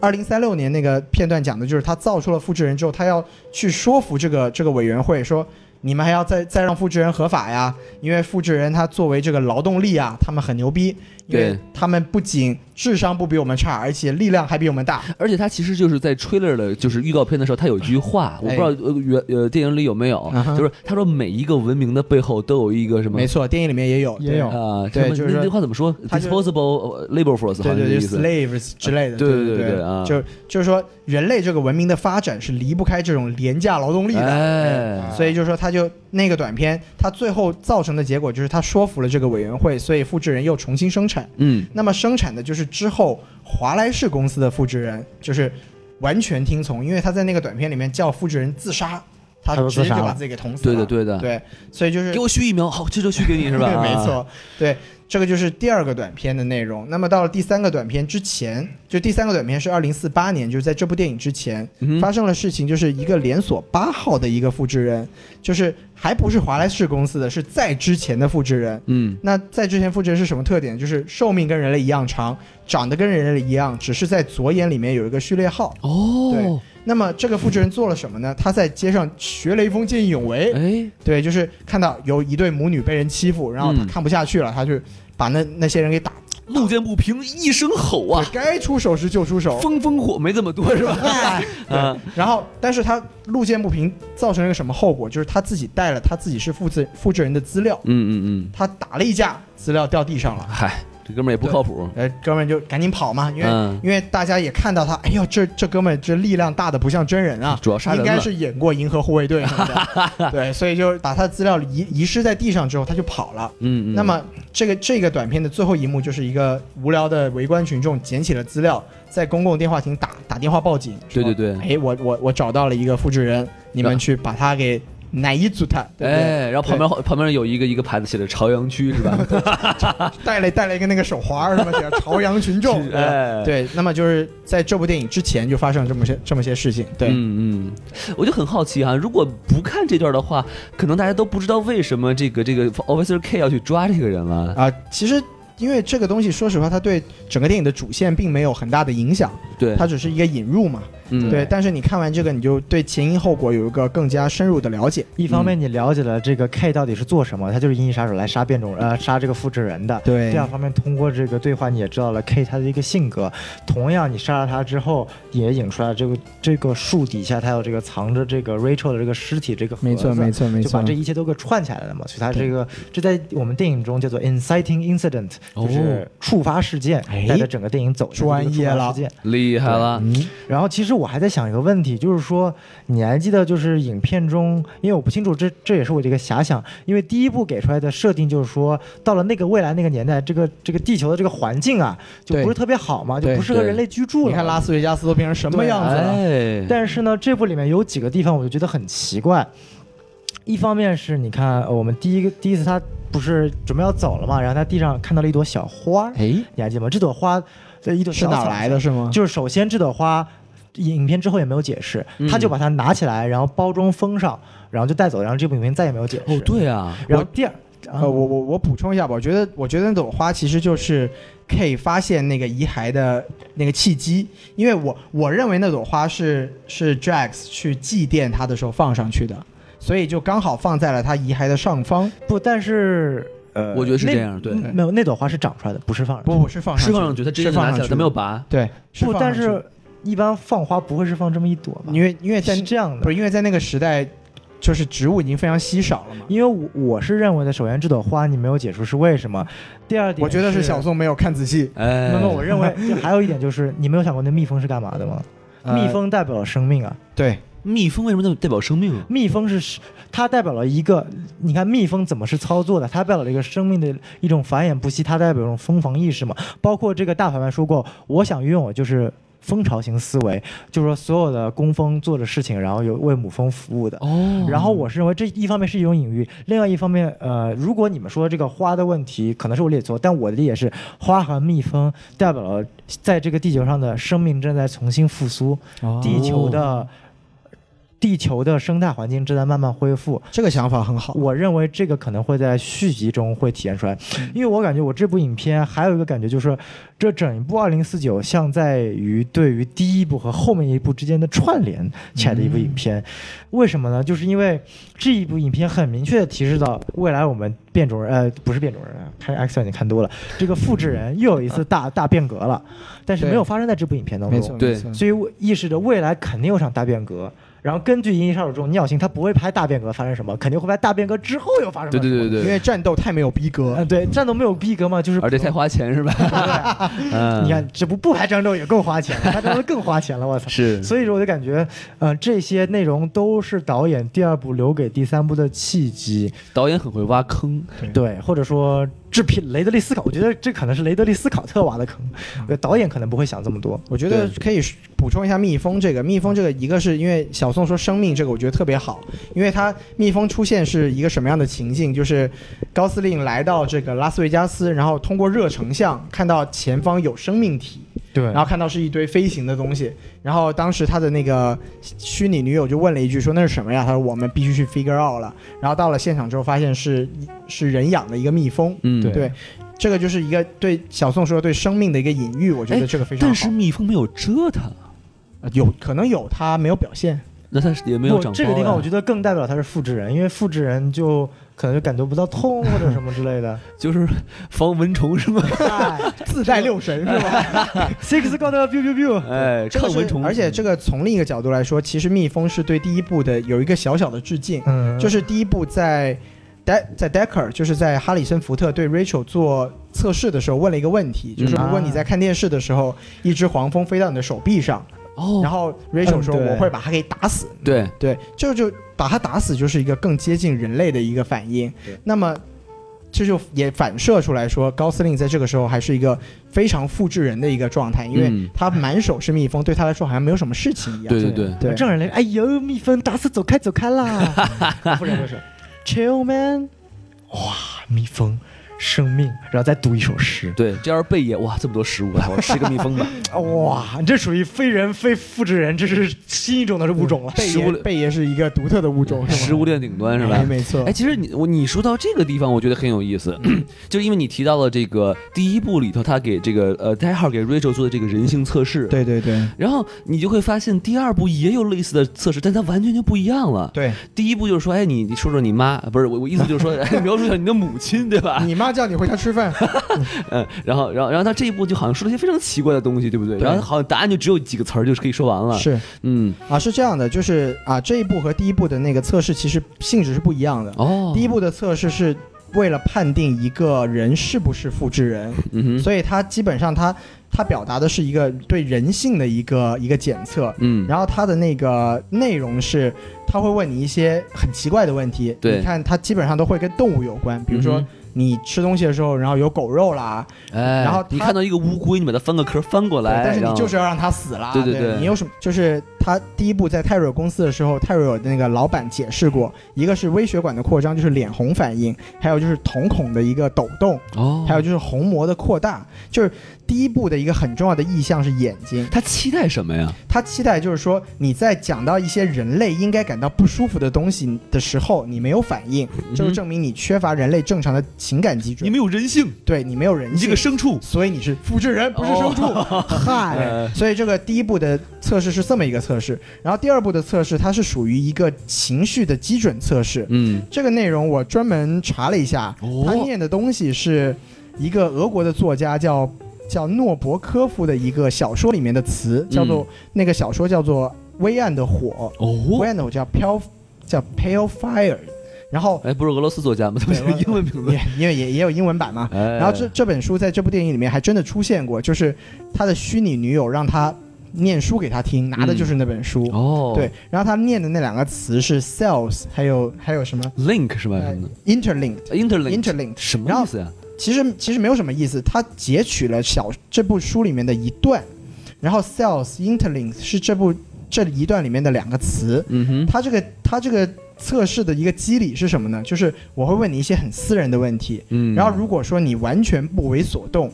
Speaker 2: 二零三六年那个片段讲的就是他造出了复制人之后，他要去说服这个这个委员会说，你们还要再再让复制人合法呀，因为复制人他作为这个劳动力啊，他们很牛逼，因为
Speaker 1: 对
Speaker 2: 他们不仅智商不比我们差，而且力量还比我们大。
Speaker 1: 而且他其实就是在 trailer 的，就是预告片的时候，他有一句话，我不知道呃原呃电影里有没有
Speaker 2: 嗯，哼
Speaker 1: 就是他说每一个文明的背后都有一个什么
Speaker 2: 没。错，电影里面也有，
Speaker 4: 也
Speaker 2: 对
Speaker 4: 有
Speaker 1: 啊，
Speaker 2: 对
Speaker 1: 什么
Speaker 2: 就是
Speaker 1: 那
Speaker 2: 说
Speaker 1: 句话怎么说
Speaker 2: 他就
Speaker 1: ？disposable 呃 labor force 好
Speaker 2: 对
Speaker 1: 像
Speaker 2: 对
Speaker 1: 是这
Speaker 2: 对
Speaker 1: 意思。
Speaker 2: ，slaves 之类的，
Speaker 1: 对
Speaker 2: 对
Speaker 1: 对对
Speaker 2: 对
Speaker 1: 对啊
Speaker 2: 就就是说人类这个文明的发展是离不开这种廉价劳动力的，
Speaker 1: 哎
Speaker 2: 所以
Speaker 4: 啊
Speaker 2: 就是说他就那个短片，他最后造成的结果就是他说服了这个委员会，所以复制人又重新生产，
Speaker 1: 嗯，
Speaker 2: 那么生产的就是之后华莱士公司的复制人，就是完全听从，因为他在那个短片里面叫复制人自杀，他
Speaker 4: 他都
Speaker 2: 直接
Speaker 4: 自杀
Speaker 2: 就把
Speaker 4: 了
Speaker 2: 自己给捅死
Speaker 1: 对
Speaker 2: 了，
Speaker 1: 的对的，
Speaker 2: 对，所以就是
Speaker 1: 给我续一秒，好，这就续给你是 *laughs* 吧？
Speaker 2: *laughs*
Speaker 1: 啊
Speaker 2: 没，错，对，这个就是第二个短片的内容。那么到了第三个短片之前，就第三个短片是二零四八年，就是在这部电影之前、
Speaker 1: 嗯
Speaker 2: 发生了事情，就是一个连锁八号的一个复制人，就是还不是华莱士公司的，是在之前的复制人。
Speaker 1: 嗯，
Speaker 2: 那在之前复制人是什么特点？就是寿命跟人类一样长，长得跟人类一样，只是在左眼里面有一个序列号。
Speaker 1: 哦，
Speaker 2: 那么这个复制人做了什么呢？他在街上学雷锋见义勇为，
Speaker 1: 哎，
Speaker 2: 对，就是看到有一对母女被人欺负，然后他
Speaker 1: 嗯
Speaker 2: 看不下去了，他就把那那些人给打，
Speaker 1: 路见不平一声吼啊，
Speaker 2: 该出手时就出手。
Speaker 1: 风风火没这么多是吧？ *laughs* 嗯，
Speaker 2: 然后，但是他路见不平，造成了一个什么后果？就是他自己带了他自己是复制复制人的资料，
Speaker 1: 嗯嗯嗯，
Speaker 2: 他打了一架，资料掉地上了。
Speaker 1: 嗨，这哥们儿也不靠谱，
Speaker 2: 呃，哥们儿就赶紧跑嘛，因为、
Speaker 1: 嗯
Speaker 2: 因为大家也看到他，哎呦，这这哥们儿这力量大的不像真人啊，
Speaker 1: 主要杀人
Speaker 2: 应该
Speaker 1: 了
Speaker 2: 是演过《银河护卫队》什么
Speaker 1: *laughs*
Speaker 2: 的，对，所以就把他的资料遗遗失在地上之后，他就跑了。
Speaker 1: 嗯嗯，
Speaker 2: 那么这个这个短片的最后一幕就是一个无聊的围观群众捡起了资料，在公共电话亭打打电话报警。
Speaker 1: 对对
Speaker 2: 说
Speaker 1: 对
Speaker 2: 哎，我我我找到了一个复制人，你们去把它给哪一组它，对不对？
Speaker 1: 哎，然后旁边旁边有一个一个牌子写着朝阳区是吧？
Speaker 2: *laughs*
Speaker 1: 嗯
Speaker 2: 带了带了一个那个手环儿什么的，朝阳
Speaker 1: *laughs*
Speaker 2: 群众，对吧
Speaker 1: 哎，
Speaker 2: 对，那么就是在这部电影之前就发生了这么些这么些事情，对，
Speaker 1: 嗯嗯，我就很好奇哈、如果不看这段的话，可能大家都不知道为什么这个这个 Officer K 要去抓这个人了。
Speaker 2: 啊、其实因为这个东西，说实话，它对整个电影的主线并没有很大的影响，
Speaker 1: 对，
Speaker 2: 它只是一个引入嘛，
Speaker 1: 嗯
Speaker 2: 对。但是你看完这个，你就对前因后果有一个更加深入的了解，
Speaker 4: 一方面你了解了这个 K 到底是做什么，他就是银翼杀手来杀变种呃杀这个复制人的。
Speaker 2: 对
Speaker 4: 第二方面，通过这个对话，你也知道了 K 他的一个性格。同样，你杀了他之后，也引出来了这个这个树底下，他有这个藏着这个 Rachel 的这个尸体这个盒子。
Speaker 2: 错，没
Speaker 4: 就把这一切都给串起来了嘛，所以它这个这在我们电影中叫做 inciting incident，
Speaker 1: 哦
Speaker 4: 就是触发事件，
Speaker 3: 哎
Speaker 4: 带着整个电影走向
Speaker 2: 专
Speaker 4: 这个触
Speaker 2: 业
Speaker 4: 发
Speaker 2: 了
Speaker 4: 事件
Speaker 1: 厉害了，
Speaker 4: 然后其实我还在想一个问题，就是说你还记得就是影片中，因为我不清楚这这也是我的一个遐想，因为第一部给出来的设定就是说，到了那个未来那个年代，这个这个地球的这个环境啊，就
Speaker 2: 对
Speaker 4: 不是特别好嘛，就
Speaker 2: 对
Speaker 4: 不适合
Speaker 1: 对
Speaker 4: 人类居住了。
Speaker 2: 你看拉斯维加斯都变成什么样子啊了？
Speaker 1: 哎，
Speaker 4: 但是呢，这部里面有几个地方我就觉得很奇怪。一方面是你看，呃我们第一个第一次他不是准备要走了嘛，然后他地上看到了一朵小花，
Speaker 2: 哎，
Speaker 4: 你还记得吗？这朵花，这一朵
Speaker 2: 是
Speaker 4: 小
Speaker 2: 哪
Speaker 4: 草
Speaker 2: 来的？是吗？
Speaker 4: 就是首先这朵花，影片之后也没有解释，他就把它拿起来，然后包装封上，然后就带走，然后这部影片再也没有解释。
Speaker 1: 哦，对啊，
Speaker 4: 然后第二，啊
Speaker 2: 呃，我我我补充一下吧，我觉得我觉得那朵花其实就是 K 发现那个遗骸的那个契机，因为我我认为那朵花是是 Drax 去祭奠他的时候放上去的，所以就刚好放在了他遗骸的上方，
Speaker 4: 不，但是呃，
Speaker 1: 我觉得是
Speaker 4: 那
Speaker 1: 这样对
Speaker 4: 没有那朵花是长出来的，不是放上去的。
Speaker 2: 不不是放上
Speaker 1: 释
Speaker 2: 去，
Speaker 1: 放上去，他直接
Speaker 2: 是放
Speaker 1: 拿
Speaker 2: 上
Speaker 1: 起
Speaker 2: 去
Speaker 1: 来，他没有拔。
Speaker 2: 对，是
Speaker 4: 不，
Speaker 2: 放
Speaker 4: 但
Speaker 2: 上去
Speaker 4: 是一般放花不会是放这么一朵吧？
Speaker 2: 因为因为在
Speaker 4: 是这样的
Speaker 2: 不是因为在那个时代，就是植物已经非常稀少了嘛。
Speaker 4: 因为我我是认为的，首先这朵花你没有解释是为什么，第二点
Speaker 2: 我觉得是小宋没有看仔细，
Speaker 1: 哎，
Speaker 4: 那么我认为就还有一点就是，你没有想过那蜜蜂是干嘛
Speaker 2: *laughs*
Speaker 4: 的吗？
Speaker 2: 呃
Speaker 4: 蜜蜂代表了生命啊，
Speaker 2: 对
Speaker 1: 蜜蜂为什么代代表生命啊？
Speaker 4: 蜜蜂是它代表了一个，你看蜜蜂怎么是操作的？它代表了一个生命的一种繁衍不息，它代表一种疯狂意识嘛。包括这个大反派说过，我想拥有就是蜂巢型思维，就是说所有的工蜂做的事情，然后有为母蜂服务的。
Speaker 1: 哦，
Speaker 4: 然后我是认为这一方面是一种隐喻，另外一方面，呃，如果你们说这个花的问题，可能是我理解错，但我的理解是，花和蜜蜂代表了在这个地球上的生命正在重新复苏，地球
Speaker 1: 哦
Speaker 4: 的地球的生态环境正在慢慢恢复。
Speaker 2: 这个想法很好。
Speaker 4: 我认为这个可能会在续集中会体现出来，
Speaker 2: 嗯
Speaker 4: 因为我感觉我这部影片还有一个感觉就是，这整一部《二零四九》像在于对于第一部和后面一部之间的串联起来的一部影片，
Speaker 2: 嗯
Speaker 4: 为什么呢？就是因为这一部影片很明确的提示到，未来我们变种人呃不是变种人啊，看 X 战警看多了，这个复制人又有一次大大变革了，但是没有发生在这部影片当
Speaker 2: 嗯没
Speaker 4: 中，
Speaker 2: 错，
Speaker 1: 对
Speaker 2: 没错
Speaker 4: 所以我意识着未来肯定有场大变革。然后根据《银翼杀手》这种尿性，他不会拍大变革发生什么，肯定会拍大变革之后又发生
Speaker 1: 对
Speaker 4: 了什
Speaker 1: 对
Speaker 4: 么。
Speaker 1: 对
Speaker 2: 因
Speaker 1: 对，
Speaker 2: 为战斗太没有逼格，
Speaker 4: 嗯，对，战斗没有逼格嘛，就是
Speaker 1: 而且太花钱是
Speaker 2: *laughs*
Speaker 1: 吧？ *laughs* 嗯，
Speaker 4: 你看这不不拍战斗也够
Speaker 1: *laughs*
Speaker 4: 花钱了，拍战斗更花钱了，我操！
Speaker 1: 是，
Speaker 4: 所以说我就感觉，呃，这些内容都是导演第二部留给第三部的契机，
Speaker 1: 导演很会挖坑，
Speaker 4: 对，或者说制片雷德利·斯考，我觉得这可能是雷德利·斯考特挖的坑，
Speaker 1: 嗯
Speaker 4: 呃导演可能不会想这么多。
Speaker 2: 我觉得可以补充一下蜜蜂这个，蜜蜂这个一个是因为小宋说生命这个，我觉得特别好，因为它蜜蜂出现是一个什么样的情境？就是高司令来到这个拉斯维加斯，然后通过热成像看到前方有生命体，
Speaker 4: 对
Speaker 2: 然后看到是一堆飞行的东西，然后当时他的那个虚拟女友就问了一句说那是什么呀？他说我们必须去 figure out 了。然后到了现场之后发现是是人养的一个蜜蜂，
Speaker 1: 嗯，
Speaker 4: 对
Speaker 2: 对，这个就是一个对小宋说对生命的一个隐喻，我觉
Speaker 1: 哎
Speaker 2: 得这个非常
Speaker 1: 但
Speaker 2: 好。
Speaker 1: 是蜜蜂没有啊蛰它，
Speaker 2: 呃有可能有它没有表现，
Speaker 1: 那它也没有
Speaker 4: 不
Speaker 1: 长包
Speaker 4: 这个地方，
Speaker 1: 呀
Speaker 4: 我觉得更代表他是复制人，因为复制人就可能就感觉不到痛或者什么之类的。
Speaker 1: 就是防蚊虫是吗？
Speaker 2: 自带六神是吧？
Speaker 4: Six got a biu biu biu，
Speaker 1: *laughs* *laughs* 哎，
Speaker 2: 这
Speaker 1: 抗
Speaker 2: 个是
Speaker 1: 蚊虫，
Speaker 2: 而且这个从另一个角度来说，其实蜜蜂是对第一部的有一个小小的致敬，
Speaker 4: 嗯，
Speaker 2: 就是第一部在。戴在 Decker 就是在哈里森福特对 Rachel 做测试的时候问了一个问题，
Speaker 1: 嗯
Speaker 2: 就是如果你在看电视的时候，一只黄蜂飞到你的手臂上，然
Speaker 1: 哦，
Speaker 2: 后 Rachel 说
Speaker 4: 嗯对
Speaker 2: 我会把它给打死，
Speaker 1: 对，
Speaker 2: 对，就就把它打死就是一个更接近人类的一个反应
Speaker 4: 对。
Speaker 2: 那么这就也反射出来说，高司令在这个时候还是一个非常复制人的一个状态，因为
Speaker 1: 嗯
Speaker 2: 他满手是蜜蜂，对他来说好像没有什么事情一样。
Speaker 1: 对对对，
Speaker 2: 对
Speaker 4: 正人类，哎呦，蜜蜂打死，走开走开啦！不然就是 chill man，哇，蜜蜂，生命，然后再读一首诗，
Speaker 1: 对，这要是贝爷，哇，这么多食物，啊我吃个蜜蜂 *laughs* 吧。
Speaker 4: 哇，你这属于非人非复制人，这是新一种的物种了。
Speaker 2: 贝
Speaker 1: 食物
Speaker 2: 爷
Speaker 1: 链
Speaker 2: 贝爷是一个独特的物种，是吗
Speaker 1: 食物链顶端是吧
Speaker 2: 哎？没错
Speaker 1: 哎，。其实你我你说到这个地方，我觉得很有意思， *clears throat* 就是因为你提到了这个第一部里头，他给这个呃 d 号给 Rachel 做的这个人性测试，
Speaker 2: 对对对
Speaker 1: 然后你就会发现第二部也有类似的测试，但它完全就不一样了。
Speaker 2: 对，
Speaker 1: 第一部就是说，哎，你你说说你妈，不是我我意思就是
Speaker 2: *laughs*
Speaker 1: 说，哎描述一下你的母亲，对吧？
Speaker 2: 你妈叫你回家吃饭，
Speaker 1: 嗯，然后然后然后他这一部就好像说了一些非常奇怪的东西，对不对？
Speaker 2: 对
Speaker 1: 然后好像答案就只有几个词 *laughs* 儿，就是可以说完了。，
Speaker 2: 是
Speaker 1: 嗯，
Speaker 2: 啊，是这样的，就是啊，这一步和第一步的那个测试其实性质是不一样的。
Speaker 1: 哦，
Speaker 2: 第一，步的测试是为了判定一个人是不是复制人，
Speaker 1: 嗯哼，
Speaker 2: 所以它基本上它它表达的是一个对人性的一个一个检测。
Speaker 1: 嗯，
Speaker 2: 然后它的那个内容是，它会问你一些很奇怪的问题。
Speaker 1: 对
Speaker 2: 你看它基本上都会跟动物有关，比如说
Speaker 1: 嗯
Speaker 2: 你吃东西的时候，然后有狗肉啦，
Speaker 1: 哎，
Speaker 2: 然后他
Speaker 1: 你看到一个乌龟，你把它翻个壳翻过
Speaker 2: 对
Speaker 1: 来，
Speaker 2: 但是
Speaker 1: 然
Speaker 2: 你
Speaker 1: 后
Speaker 2: 就是要让它死啦。
Speaker 1: 对对
Speaker 2: 对
Speaker 1: 对
Speaker 2: 你有什么？就是他第一步在泰瑞尔公司的时候，泰瑞尔的那个老板解释过，一个是微血管的扩张，就是脸红反应，还有就是瞳孔的一个抖动，
Speaker 1: 哦，
Speaker 2: 还有就是虹膜的扩大，就是第一步的一个很重要的意向是眼睛。
Speaker 1: 他期待什么呀？
Speaker 2: 他期待就是说你在讲到一些人类应该感到不舒服的东西的时候，你没有反应，
Speaker 1: 嗯
Speaker 2: 就是证明你缺乏人类正常的情感基准。
Speaker 1: 没有人性，
Speaker 2: 对你没有人性，
Speaker 1: 牲畜。
Speaker 2: 所以你是复制人，不是
Speaker 1: 哦
Speaker 2: 牲
Speaker 1: *laughs*
Speaker 2: 畜。嗨
Speaker 1: 呃，
Speaker 2: 所以这个第一步的测试是这么一个测试，然后第二步的测试它是属于一个情绪的基准测试。
Speaker 1: 嗯，
Speaker 2: 这个内容我专门查了一下，
Speaker 1: 哦
Speaker 2: 他念的东西是一个俄国的作家叫叫诺伯科夫的一个小说里面的词，叫做、那个小说叫做《微暗的火》，
Speaker 1: 嗯哦，
Speaker 2: 微暗的火叫飘叫 Pale Fire，然后
Speaker 1: 哎，不是俄罗斯作家吗？怎么有
Speaker 2: 对
Speaker 1: *laughs*
Speaker 2: 我
Speaker 1: 英文名字
Speaker 2: 也？因为也也有英文版嘛，
Speaker 1: 哎，
Speaker 2: 然后这这本书在这部电影里面还真的出现过，就是他的虚拟女友让他念书给他听，拿的就是那本书。
Speaker 1: 哦，
Speaker 2: 对，然后他念的那两个词是 sales，还有还有什么
Speaker 1: ，link 是吧？
Speaker 2: 呃
Speaker 1: 什么的
Speaker 2: interlinked。
Speaker 1: ，interlink
Speaker 2: Interlinked，
Speaker 1: 什么
Speaker 2: 然
Speaker 1: 意
Speaker 2: 后
Speaker 1: 思呀？
Speaker 2: 其实其实没有什么意思，他截取了小这部书里面的一段，然后 sales interlinked 是这部这一段里面的两个词，
Speaker 1: 嗯哼，
Speaker 2: 它这个它这个测试的一个机理是什么呢？就是我会问你一些很私人的问题，
Speaker 1: 嗯，
Speaker 2: 然后如果说你完全不为所动，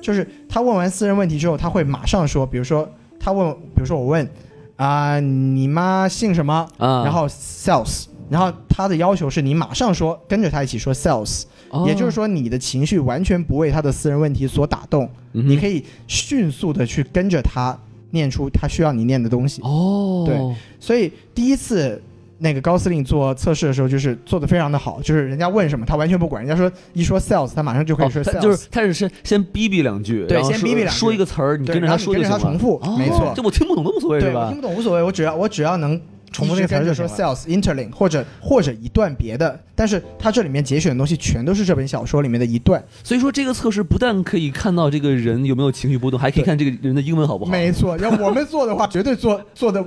Speaker 2: 就是他问完私人问题之后，他会马上说，比如说他问，比如说我问啊、你妈姓什么？
Speaker 1: 啊，
Speaker 2: 然后 sales，然后他的要求是你马上说，跟着他一起说 sales，、
Speaker 1: 哦
Speaker 2: 也就是，说你的情绪完全不为他的私人问题所打动，
Speaker 1: 你
Speaker 2: 你可以迅速的去跟着他念出他需要你念的东西。
Speaker 1: 哦，
Speaker 2: 对所以第一次那个高司令做测试的时候，就是做的非常的好，就是人家问什么他完全不管，人家说一说 sales，他马上就可以说
Speaker 1: 哦
Speaker 2: sales，、
Speaker 1: 他就是他只是先逼逼两句，
Speaker 2: 对
Speaker 1: 然后
Speaker 2: 先
Speaker 1: 说
Speaker 2: 逼逼两句
Speaker 1: 说一个词儿，你
Speaker 2: 对
Speaker 1: 跟着
Speaker 2: 然后
Speaker 1: 说
Speaker 2: 你
Speaker 1: 就
Speaker 2: 跟
Speaker 1: 行
Speaker 2: 着
Speaker 1: 了。
Speaker 2: 他重复
Speaker 1: 哦
Speaker 2: 没错
Speaker 1: 这我听不懂都无所谓
Speaker 2: 对
Speaker 1: 是
Speaker 2: 我
Speaker 1: 吧
Speaker 2: 听？不懂无所谓，我只要我只要能
Speaker 4: 重复那
Speaker 2: 一
Speaker 4: 个
Speaker 2: 直跟
Speaker 4: 词
Speaker 2: 着
Speaker 4: 儿就
Speaker 2: 说 sales
Speaker 4: 行
Speaker 2: interlink 或者或者一段别的，但是它这里面节选的东西全都是这本小说里面的一段，
Speaker 1: 所以说这个测试不但可以看到这个人有没有情绪波动，还可以
Speaker 2: 对
Speaker 1: 看这个人的英文好不
Speaker 4: 哦
Speaker 1: 好。
Speaker 2: 没错，要我们做
Speaker 4: *laughs*
Speaker 2: 的话，绝对做做的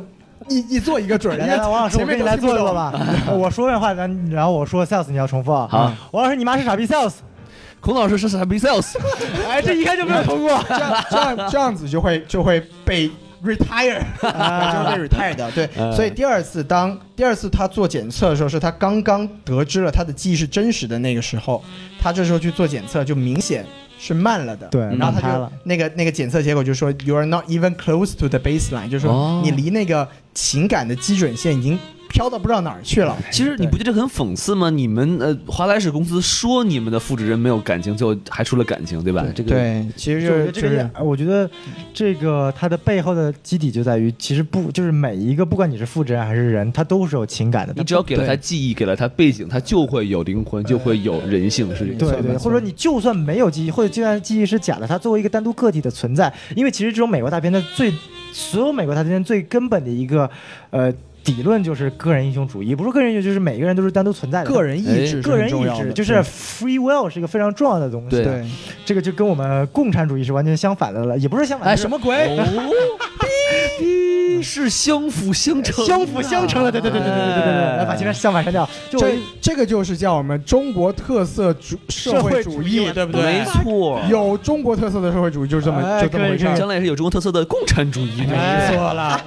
Speaker 2: 一一做一个准，
Speaker 4: 来来来，王老师，我
Speaker 2: 前面
Speaker 4: 跟你
Speaker 2: 都
Speaker 4: 来
Speaker 2: 听不
Speaker 4: 做一
Speaker 2: 懂
Speaker 4: 做。吧。我说完话，咱然后我说 sales，你要重复啊。
Speaker 1: 好，
Speaker 4: 王老师，你妈是傻逼 sales。
Speaker 1: 孔老师是傻逼
Speaker 2: *laughs*
Speaker 1: sales，
Speaker 4: 哎，这一看就没有通过。
Speaker 2: 这 *laughs* 样这样这样子就会就会被 retire，啊， *laughs* 就会被 retire 掉。对
Speaker 1: 嗯，
Speaker 2: 所以第二次当第二次他做检测的时候，是他刚刚得知了他的记忆是真实的那个时候，他这时候去做检测就明显是慢了的。
Speaker 4: 对
Speaker 2: 然后
Speaker 4: 慢拍
Speaker 2: 他就
Speaker 4: 了
Speaker 2: 那个那个检测结果就说 you are not even close to the baseline，就是
Speaker 1: 哦
Speaker 2: 说你离那个情感的基准线已经飘到不知道哪儿去了。
Speaker 1: *laughs* 其实你不觉得这很讽刺吗？你们呃，华莱士公司说你们的复制人没有感情，最后还出了感情，对吧？这个，
Speaker 2: 对，其实
Speaker 4: 就
Speaker 2: 就是是
Speaker 4: 这
Speaker 2: 就
Speaker 4: 个
Speaker 2: 是
Speaker 4: 也，我觉得这个它的背后的基底就在于，其实不就是每一个，不管你是复制人还是人，他都是有情感的。
Speaker 1: 你只要给了他
Speaker 4: 对
Speaker 1: 记忆，给了他背景，他就会有灵魂，就会有人性，是
Speaker 2: 没
Speaker 4: 对
Speaker 2: 错
Speaker 4: 对，
Speaker 2: 没
Speaker 4: 或
Speaker 2: 错
Speaker 4: 者说你就算没有记忆，或者就算记忆是假的，它作为一个单独个体的存在，因为其实这种美国大片的最所有美国大片最根本的一个呃理论就是个人英雄主义，不是个人英雄，就是每个人都是单独存在的。
Speaker 2: 个人意
Speaker 1: 哎
Speaker 2: 志是
Speaker 4: 个人
Speaker 2: 很重
Speaker 4: 意
Speaker 2: 要的，
Speaker 4: 志就是 free will 是一个非常重要的东西。
Speaker 1: 对
Speaker 2: 对。
Speaker 4: 这个就
Speaker 2: 哎
Speaker 4: 哎 *laughs* 跟我们共产主义是完全相反的了，也不是相反，
Speaker 1: 哎
Speaker 4: 就是
Speaker 1: 什
Speaker 4: 么鬼？
Speaker 1: 哦，真是相辅相成，
Speaker 4: 相辅相成的，对对对对对对对对对，来把前面相反删掉，就我
Speaker 2: 哎这这个就是叫我们中国特色主社会主义，对不
Speaker 1: 哎没
Speaker 2: 对？
Speaker 1: 错，
Speaker 2: 有中国特色的社会主义就是这么、
Speaker 4: 哎
Speaker 2: 就这么回事儿
Speaker 4: 可以可
Speaker 1: 将来也是有中国特色的共产主义。
Speaker 4: 哎
Speaker 2: 没错了。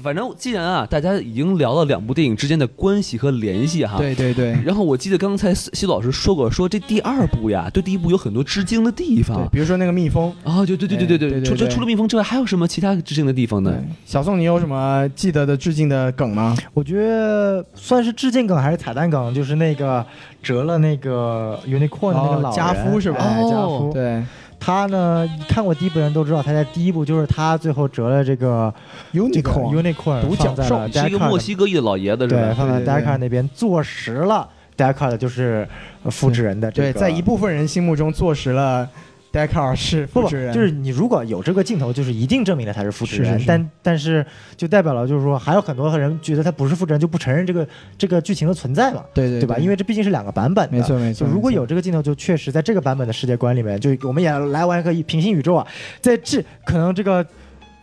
Speaker 1: 反正既然啊，大家已经聊到两部电影之间的关系和联系哈，
Speaker 2: 对对对，
Speaker 1: 然后我记得刚才西鲁老师说过，说这第二部呀，对第一部有很多致敬的地
Speaker 2: 对
Speaker 1: 方。
Speaker 2: 比如说那个蜜蜂，
Speaker 1: 啊，对对对对对
Speaker 2: 哎对对
Speaker 1: 除
Speaker 2: 对
Speaker 1: 除了蜜蜂之外，还有什么其他致敬的地方呢？
Speaker 2: 小宋，你有什么记得的致敬的梗吗？
Speaker 4: 我觉得算是致敬梗还是彩蛋梗，就是那个折了那个 unicorn 的那个老
Speaker 2: 哦
Speaker 4: 人
Speaker 2: 家夫是吧
Speaker 4: 哎
Speaker 1: 哦
Speaker 4: 家夫，
Speaker 2: 对
Speaker 4: 他呢看过第一部的人都知道，他在第一部就是他最后折了这个这个
Speaker 2: ，unicorn，
Speaker 4: unicorn
Speaker 2: 独角
Speaker 4: 放在
Speaker 2: 兽
Speaker 4: 了
Speaker 1: 是一个
Speaker 4: Deckard
Speaker 1: 墨
Speaker 4: 的
Speaker 1: 西哥裔的老爷子是
Speaker 4: 对，
Speaker 1: 吧？
Speaker 4: 放在
Speaker 2: 对对
Speaker 4: Deckard 那边坐实了，Deckard 就是呃复制人的这
Speaker 2: 对，
Speaker 4: 个，
Speaker 2: 在一部分人心目中坐实了戴卡尔是复
Speaker 4: 不不，
Speaker 2: 制人，
Speaker 4: 就是你如果有这个镜头，就是一定证明了他是复制人，
Speaker 2: 是是是
Speaker 4: 但但是就代表了就是说还有很多人觉得他不是复制人，就不承认这个这个剧情的存在嘛，
Speaker 2: 对对
Speaker 4: 对吧？因为这毕竟是两个版本的，
Speaker 2: 没错没错，
Speaker 4: 就如果
Speaker 2: 没错
Speaker 4: 有这个镜头，就确实在这个版本的世界观里面，就我们也来玩一个平行宇宙啊，在这可能这个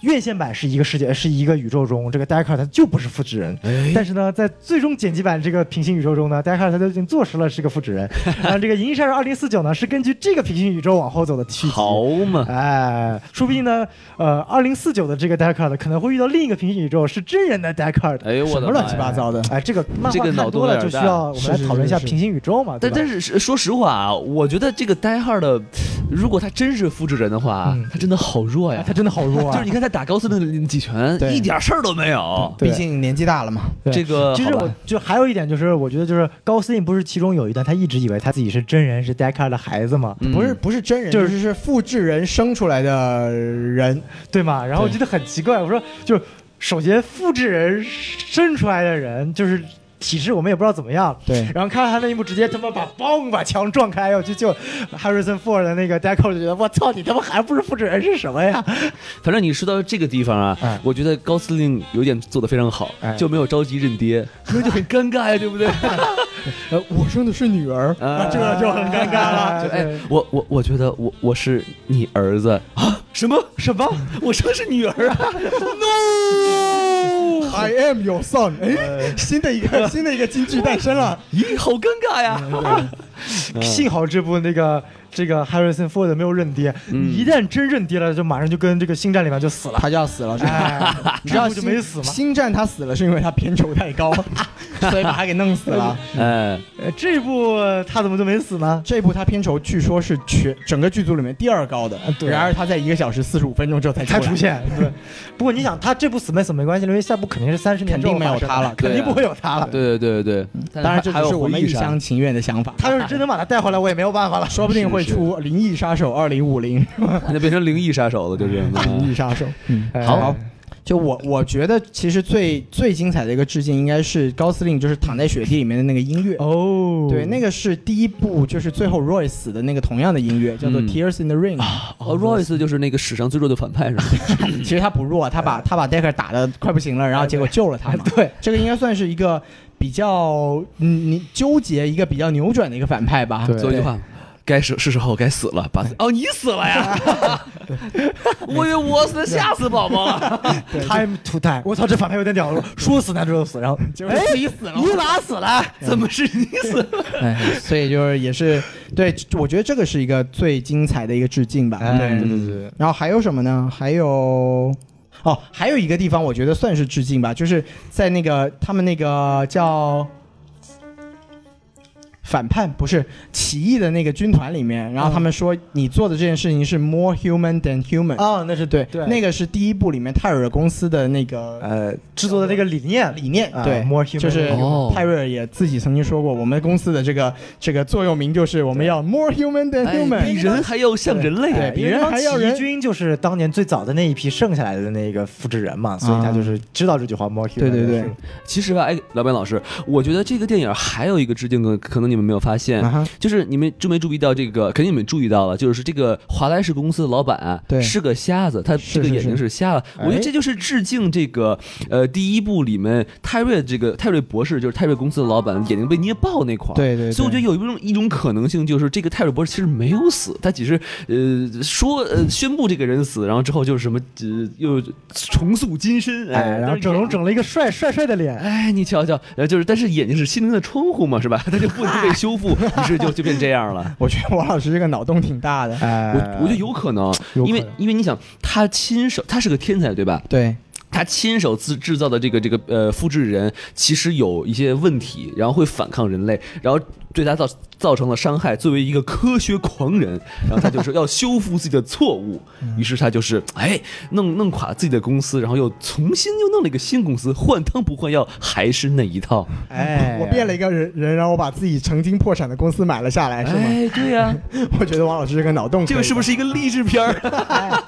Speaker 4: 院线版是一个世界，是一个宇宙中，这个 Decker 他就不是复制人，
Speaker 2: 哎
Speaker 4: 但是呢，在最终剪辑版这个平行宇宙中呢，Decker 他就已经坐实了是个复制
Speaker 2: *laughs*
Speaker 4: 人，然后这个《银翼杀手二零四九》呢是根据这个平行宇宙往后走的续集。
Speaker 1: 好 *laughs* 嘛，
Speaker 4: 哎，说不定呢，呃，二零四九的这个 Decker 呢，可能会遇到另一个平行宇宙是真人的 Decker
Speaker 1: 哎呦我
Speaker 4: 什
Speaker 1: 的妈
Speaker 4: 么乱
Speaker 1: 呀
Speaker 2: 乱七
Speaker 4: 七八
Speaker 2: 八糟的，
Speaker 4: 哎，这个漫
Speaker 1: 这
Speaker 4: 画
Speaker 1: 个脑
Speaker 4: 看
Speaker 1: 洞
Speaker 4: 多了
Speaker 1: 有
Speaker 4: 就
Speaker 1: 点
Speaker 4: 需
Speaker 1: 大
Speaker 4: 要我们来
Speaker 2: 是是
Speaker 4: 讨论一下
Speaker 2: 是是
Speaker 4: 平行宇宙嘛，对
Speaker 1: 但
Speaker 4: 吧？
Speaker 1: 但是说实话啊，我觉得这个呆号的，如果他真是复制人的话，
Speaker 4: 嗯
Speaker 1: 他真的好弱
Speaker 4: 哎
Speaker 1: 呀
Speaker 4: 他。真的好弱
Speaker 1: 就
Speaker 4: 啊
Speaker 1: 是！你看他打高斯的那几拳，
Speaker 2: 对
Speaker 1: 一点事儿都没有。
Speaker 4: 对
Speaker 2: 毕竟年纪大了嘛，
Speaker 4: 对
Speaker 1: 这个
Speaker 4: 其
Speaker 1: 好
Speaker 4: 实
Speaker 1: 吧
Speaker 4: 我就还有一点就是，我觉得就是高司令不是其中有一段，他一直以为他自己是真人，是 Decker 的孩子嘛，
Speaker 1: 嗯
Speaker 2: 不是不是真人，
Speaker 4: 就
Speaker 2: 就是是是复制人生出来的人，
Speaker 4: 对吗？然后我
Speaker 2: 对
Speaker 4: 觉得很奇怪，我说就是首先复制人生出来的人就是体质我们也不知道怎么样。
Speaker 2: 对，
Speaker 4: 然后看到他那一幕，直接他妈把嘣把墙撞开，要去救 Harrison Ford 的那个 Decker，就觉得我操你他妈还不是复制人是什
Speaker 2: *laughs*
Speaker 4: 么呀？
Speaker 1: 反正你说到这个地方啊，
Speaker 4: 哎
Speaker 1: 我觉得高司令有一点做得非常好，
Speaker 4: 哎啊
Speaker 1: 就没有着急认
Speaker 4: *laughs*
Speaker 1: 爹，那就很尴尬呀，对不对？
Speaker 2: 呃，我生的是女儿，
Speaker 1: 啊
Speaker 2: 啊，这个就很尴尬 *laughs* 了。
Speaker 1: 就哎，我我我觉得我我是你儿子啊？什么什么？我生的是女儿
Speaker 4: *laughs*
Speaker 1: 啊？No！
Speaker 2: I am your son，哎，新的一 *laughs* 个新的一个京剧诞生了，
Speaker 1: 咦，好尴尬
Speaker 4: 嗯
Speaker 1: 呀！
Speaker 2: 嗯
Speaker 4: 幸好这部那个这个 Harrison Ford 没有认爹，
Speaker 1: 嗯
Speaker 4: 你一旦真认爹了，就马上就跟这个星战里面就死
Speaker 2: *laughs* *laughs*
Speaker 4: 了。
Speaker 2: 他就要死了，是吧？
Speaker 4: 哎，
Speaker 2: 你知道
Speaker 4: 这
Speaker 2: 星
Speaker 4: 部就没死吗？
Speaker 2: 星战他死了是因为他片酬太高， *laughs* 所以把他给弄死了。
Speaker 1: *laughs* 哎，
Speaker 4: 呃这部他怎么就没死呢？
Speaker 2: 这部他片酬据说是全整个剧组里面第二高的，
Speaker 4: 对
Speaker 2: 然而他在一个小时四十五分钟之后才
Speaker 4: *laughs* 才
Speaker 2: 啊出
Speaker 4: 出
Speaker 2: 来
Speaker 4: 现，对。不过你想，他这部死没死没关系，因为下部肯定是三十年
Speaker 2: 肯
Speaker 4: 之后
Speaker 2: 定没有
Speaker 4: 发生的
Speaker 2: 他
Speaker 4: *laughs*
Speaker 2: 了
Speaker 4: 肯
Speaker 1: 对
Speaker 4: 定
Speaker 1: 啊
Speaker 4: 不会有他了。
Speaker 1: 对对对对，嗯但
Speaker 2: 当然，这
Speaker 1: 还
Speaker 2: 只
Speaker 1: 有
Speaker 2: 是我
Speaker 1: 回
Speaker 2: 们
Speaker 1: 忆
Speaker 2: 一
Speaker 1: 杀
Speaker 2: 厢。情愿的想法。
Speaker 4: 他要是真能把他带回来，我也没有办
Speaker 2: *laughs*
Speaker 4: 法了。
Speaker 2: 说不定会出《灵异杀手二零五零》。
Speaker 1: *laughs* 那变成灵异杀手了，就是。
Speaker 2: *laughs* 灵异杀手，嗯，
Speaker 1: 好
Speaker 4: 哎，
Speaker 2: 就我我觉得其实最最精彩的一个致敬应该是高司令，就是躺在雪地里面的那个音乐。
Speaker 4: 哦，
Speaker 2: 对，那个是第一部，就是最后 Roy 死的那个同样的音乐，叫做
Speaker 1: 嗯
Speaker 2: 《Tears in the Rain》。
Speaker 1: *laughs*
Speaker 4: 啊
Speaker 1: 哦，Royce 就是那个史上最弱的反派是吧？
Speaker 2: 其实他不弱，他把他把 Decker 打的快不行了，然后结果救了他嘛。
Speaker 4: 哎 *laughs* 对，
Speaker 2: 这个应该算是一个比较嗯，你纠结一个比较扭转的一个反派吧。
Speaker 4: 对
Speaker 1: 最后一句话，该是是时候该死了，把哦你死了
Speaker 2: *laughs*
Speaker 1: 呀！我以为我死了，吓死宝宝了。
Speaker 4: Time to Die，我操，这反派有点屌，说死他就死，然后哎，
Speaker 1: *laughs*
Speaker 2: 你死了
Speaker 4: 你哪死了？
Speaker 1: 怎么是你死了？
Speaker 2: 哎，所以就是也是对，我觉得这个是一个最精彩的一个致敬吧。
Speaker 4: 哎对
Speaker 1: 对对，
Speaker 2: 然后还有什么呢？还有。哦，还有一个地方我觉得算是致敬吧，就是在那个他们那个叫反叛不是起义的那个军团里面，然后他们说你做的这件事情是 more human than human，、
Speaker 4: 哦，那是
Speaker 2: 对，
Speaker 4: 对
Speaker 2: 那个是第一部里面泰瑞尔公司的那个
Speaker 4: 呃制作的那个理念，
Speaker 2: 理念，
Speaker 4: 啊
Speaker 2: 对，
Speaker 4: ，more human
Speaker 2: 就是
Speaker 4: 那个
Speaker 1: 哦
Speaker 2: 泰瑞尔也自己曾经说过，我们公司的这个这个座右铭就是我们要 more human than
Speaker 1: 哎
Speaker 2: human，
Speaker 1: 比人还要像人类。啊
Speaker 2: 对比人还要
Speaker 4: 因为那帮
Speaker 2: 人
Speaker 4: 起义军就是当年最早的那一批剩下来的那个复制人嘛，所以他就是知道这句话 more human。
Speaker 2: 啊
Speaker 1: 啊
Speaker 2: 对对对，
Speaker 1: 其实吧，哎，老板老师，我觉得这个电影还有一个致敬梗，可能你你们没有发现，
Speaker 2: 啊哈，
Speaker 1: 就是你们注没注意到这个？肯定你们注意到了，就是这个华莱士公司的老板啊
Speaker 2: 对
Speaker 1: 是个瞎子，他这
Speaker 2: 是
Speaker 1: 个
Speaker 2: 是
Speaker 1: 眼睛是
Speaker 2: 是
Speaker 1: 瞎了。我觉得
Speaker 2: 哎
Speaker 1: 这就是致敬这个呃第一部里面泰瑞这个泰瑞博士，就是泰瑞公司的老板眼睛被捏爆那块儿。
Speaker 2: 对对，
Speaker 1: 所以我觉得有一种一种可能性，就是这个泰瑞博士其实没有死，他只是呃说呃宣布这个人死，然后之后就是什么呃又重塑金身，哎，
Speaker 4: 哎，然
Speaker 1: 但是
Speaker 4: 后
Speaker 1: 眼
Speaker 4: 整容整了一个帅帅帅的脸，
Speaker 1: 哎，你瞧瞧，然后就是，但是眼睛是心灵的窗户嘛，是吧？它就不
Speaker 2: *laughs*
Speaker 1: 能被修复，于是就就变这样了。
Speaker 2: *laughs* 我觉得王老师这个脑洞挺大的，
Speaker 4: 哎
Speaker 1: 我我觉得有可能，因为因为你想，他亲手，他是个天才，对吧？
Speaker 2: 对，
Speaker 1: 他亲手自制造的这个这个呃复制人，其实有一些问题，然后会反抗人类，然后对他造造成了伤害。作为一个科学狂人，然后他就说要修复自己的错误，于是他就是哎弄弄垮自己的公司，然后又重新又弄了一个新公司，换汤不换药，还是那一套。
Speaker 4: 哎，
Speaker 2: 我变了一个人人，然后我把自己曾经破产的公司买了下来，是吗？
Speaker 1: 哎，对呀、
Speaker 2: 我觉得王老师这个脑洞可以，
Speaker 1: 这个是不是一个励志片儿？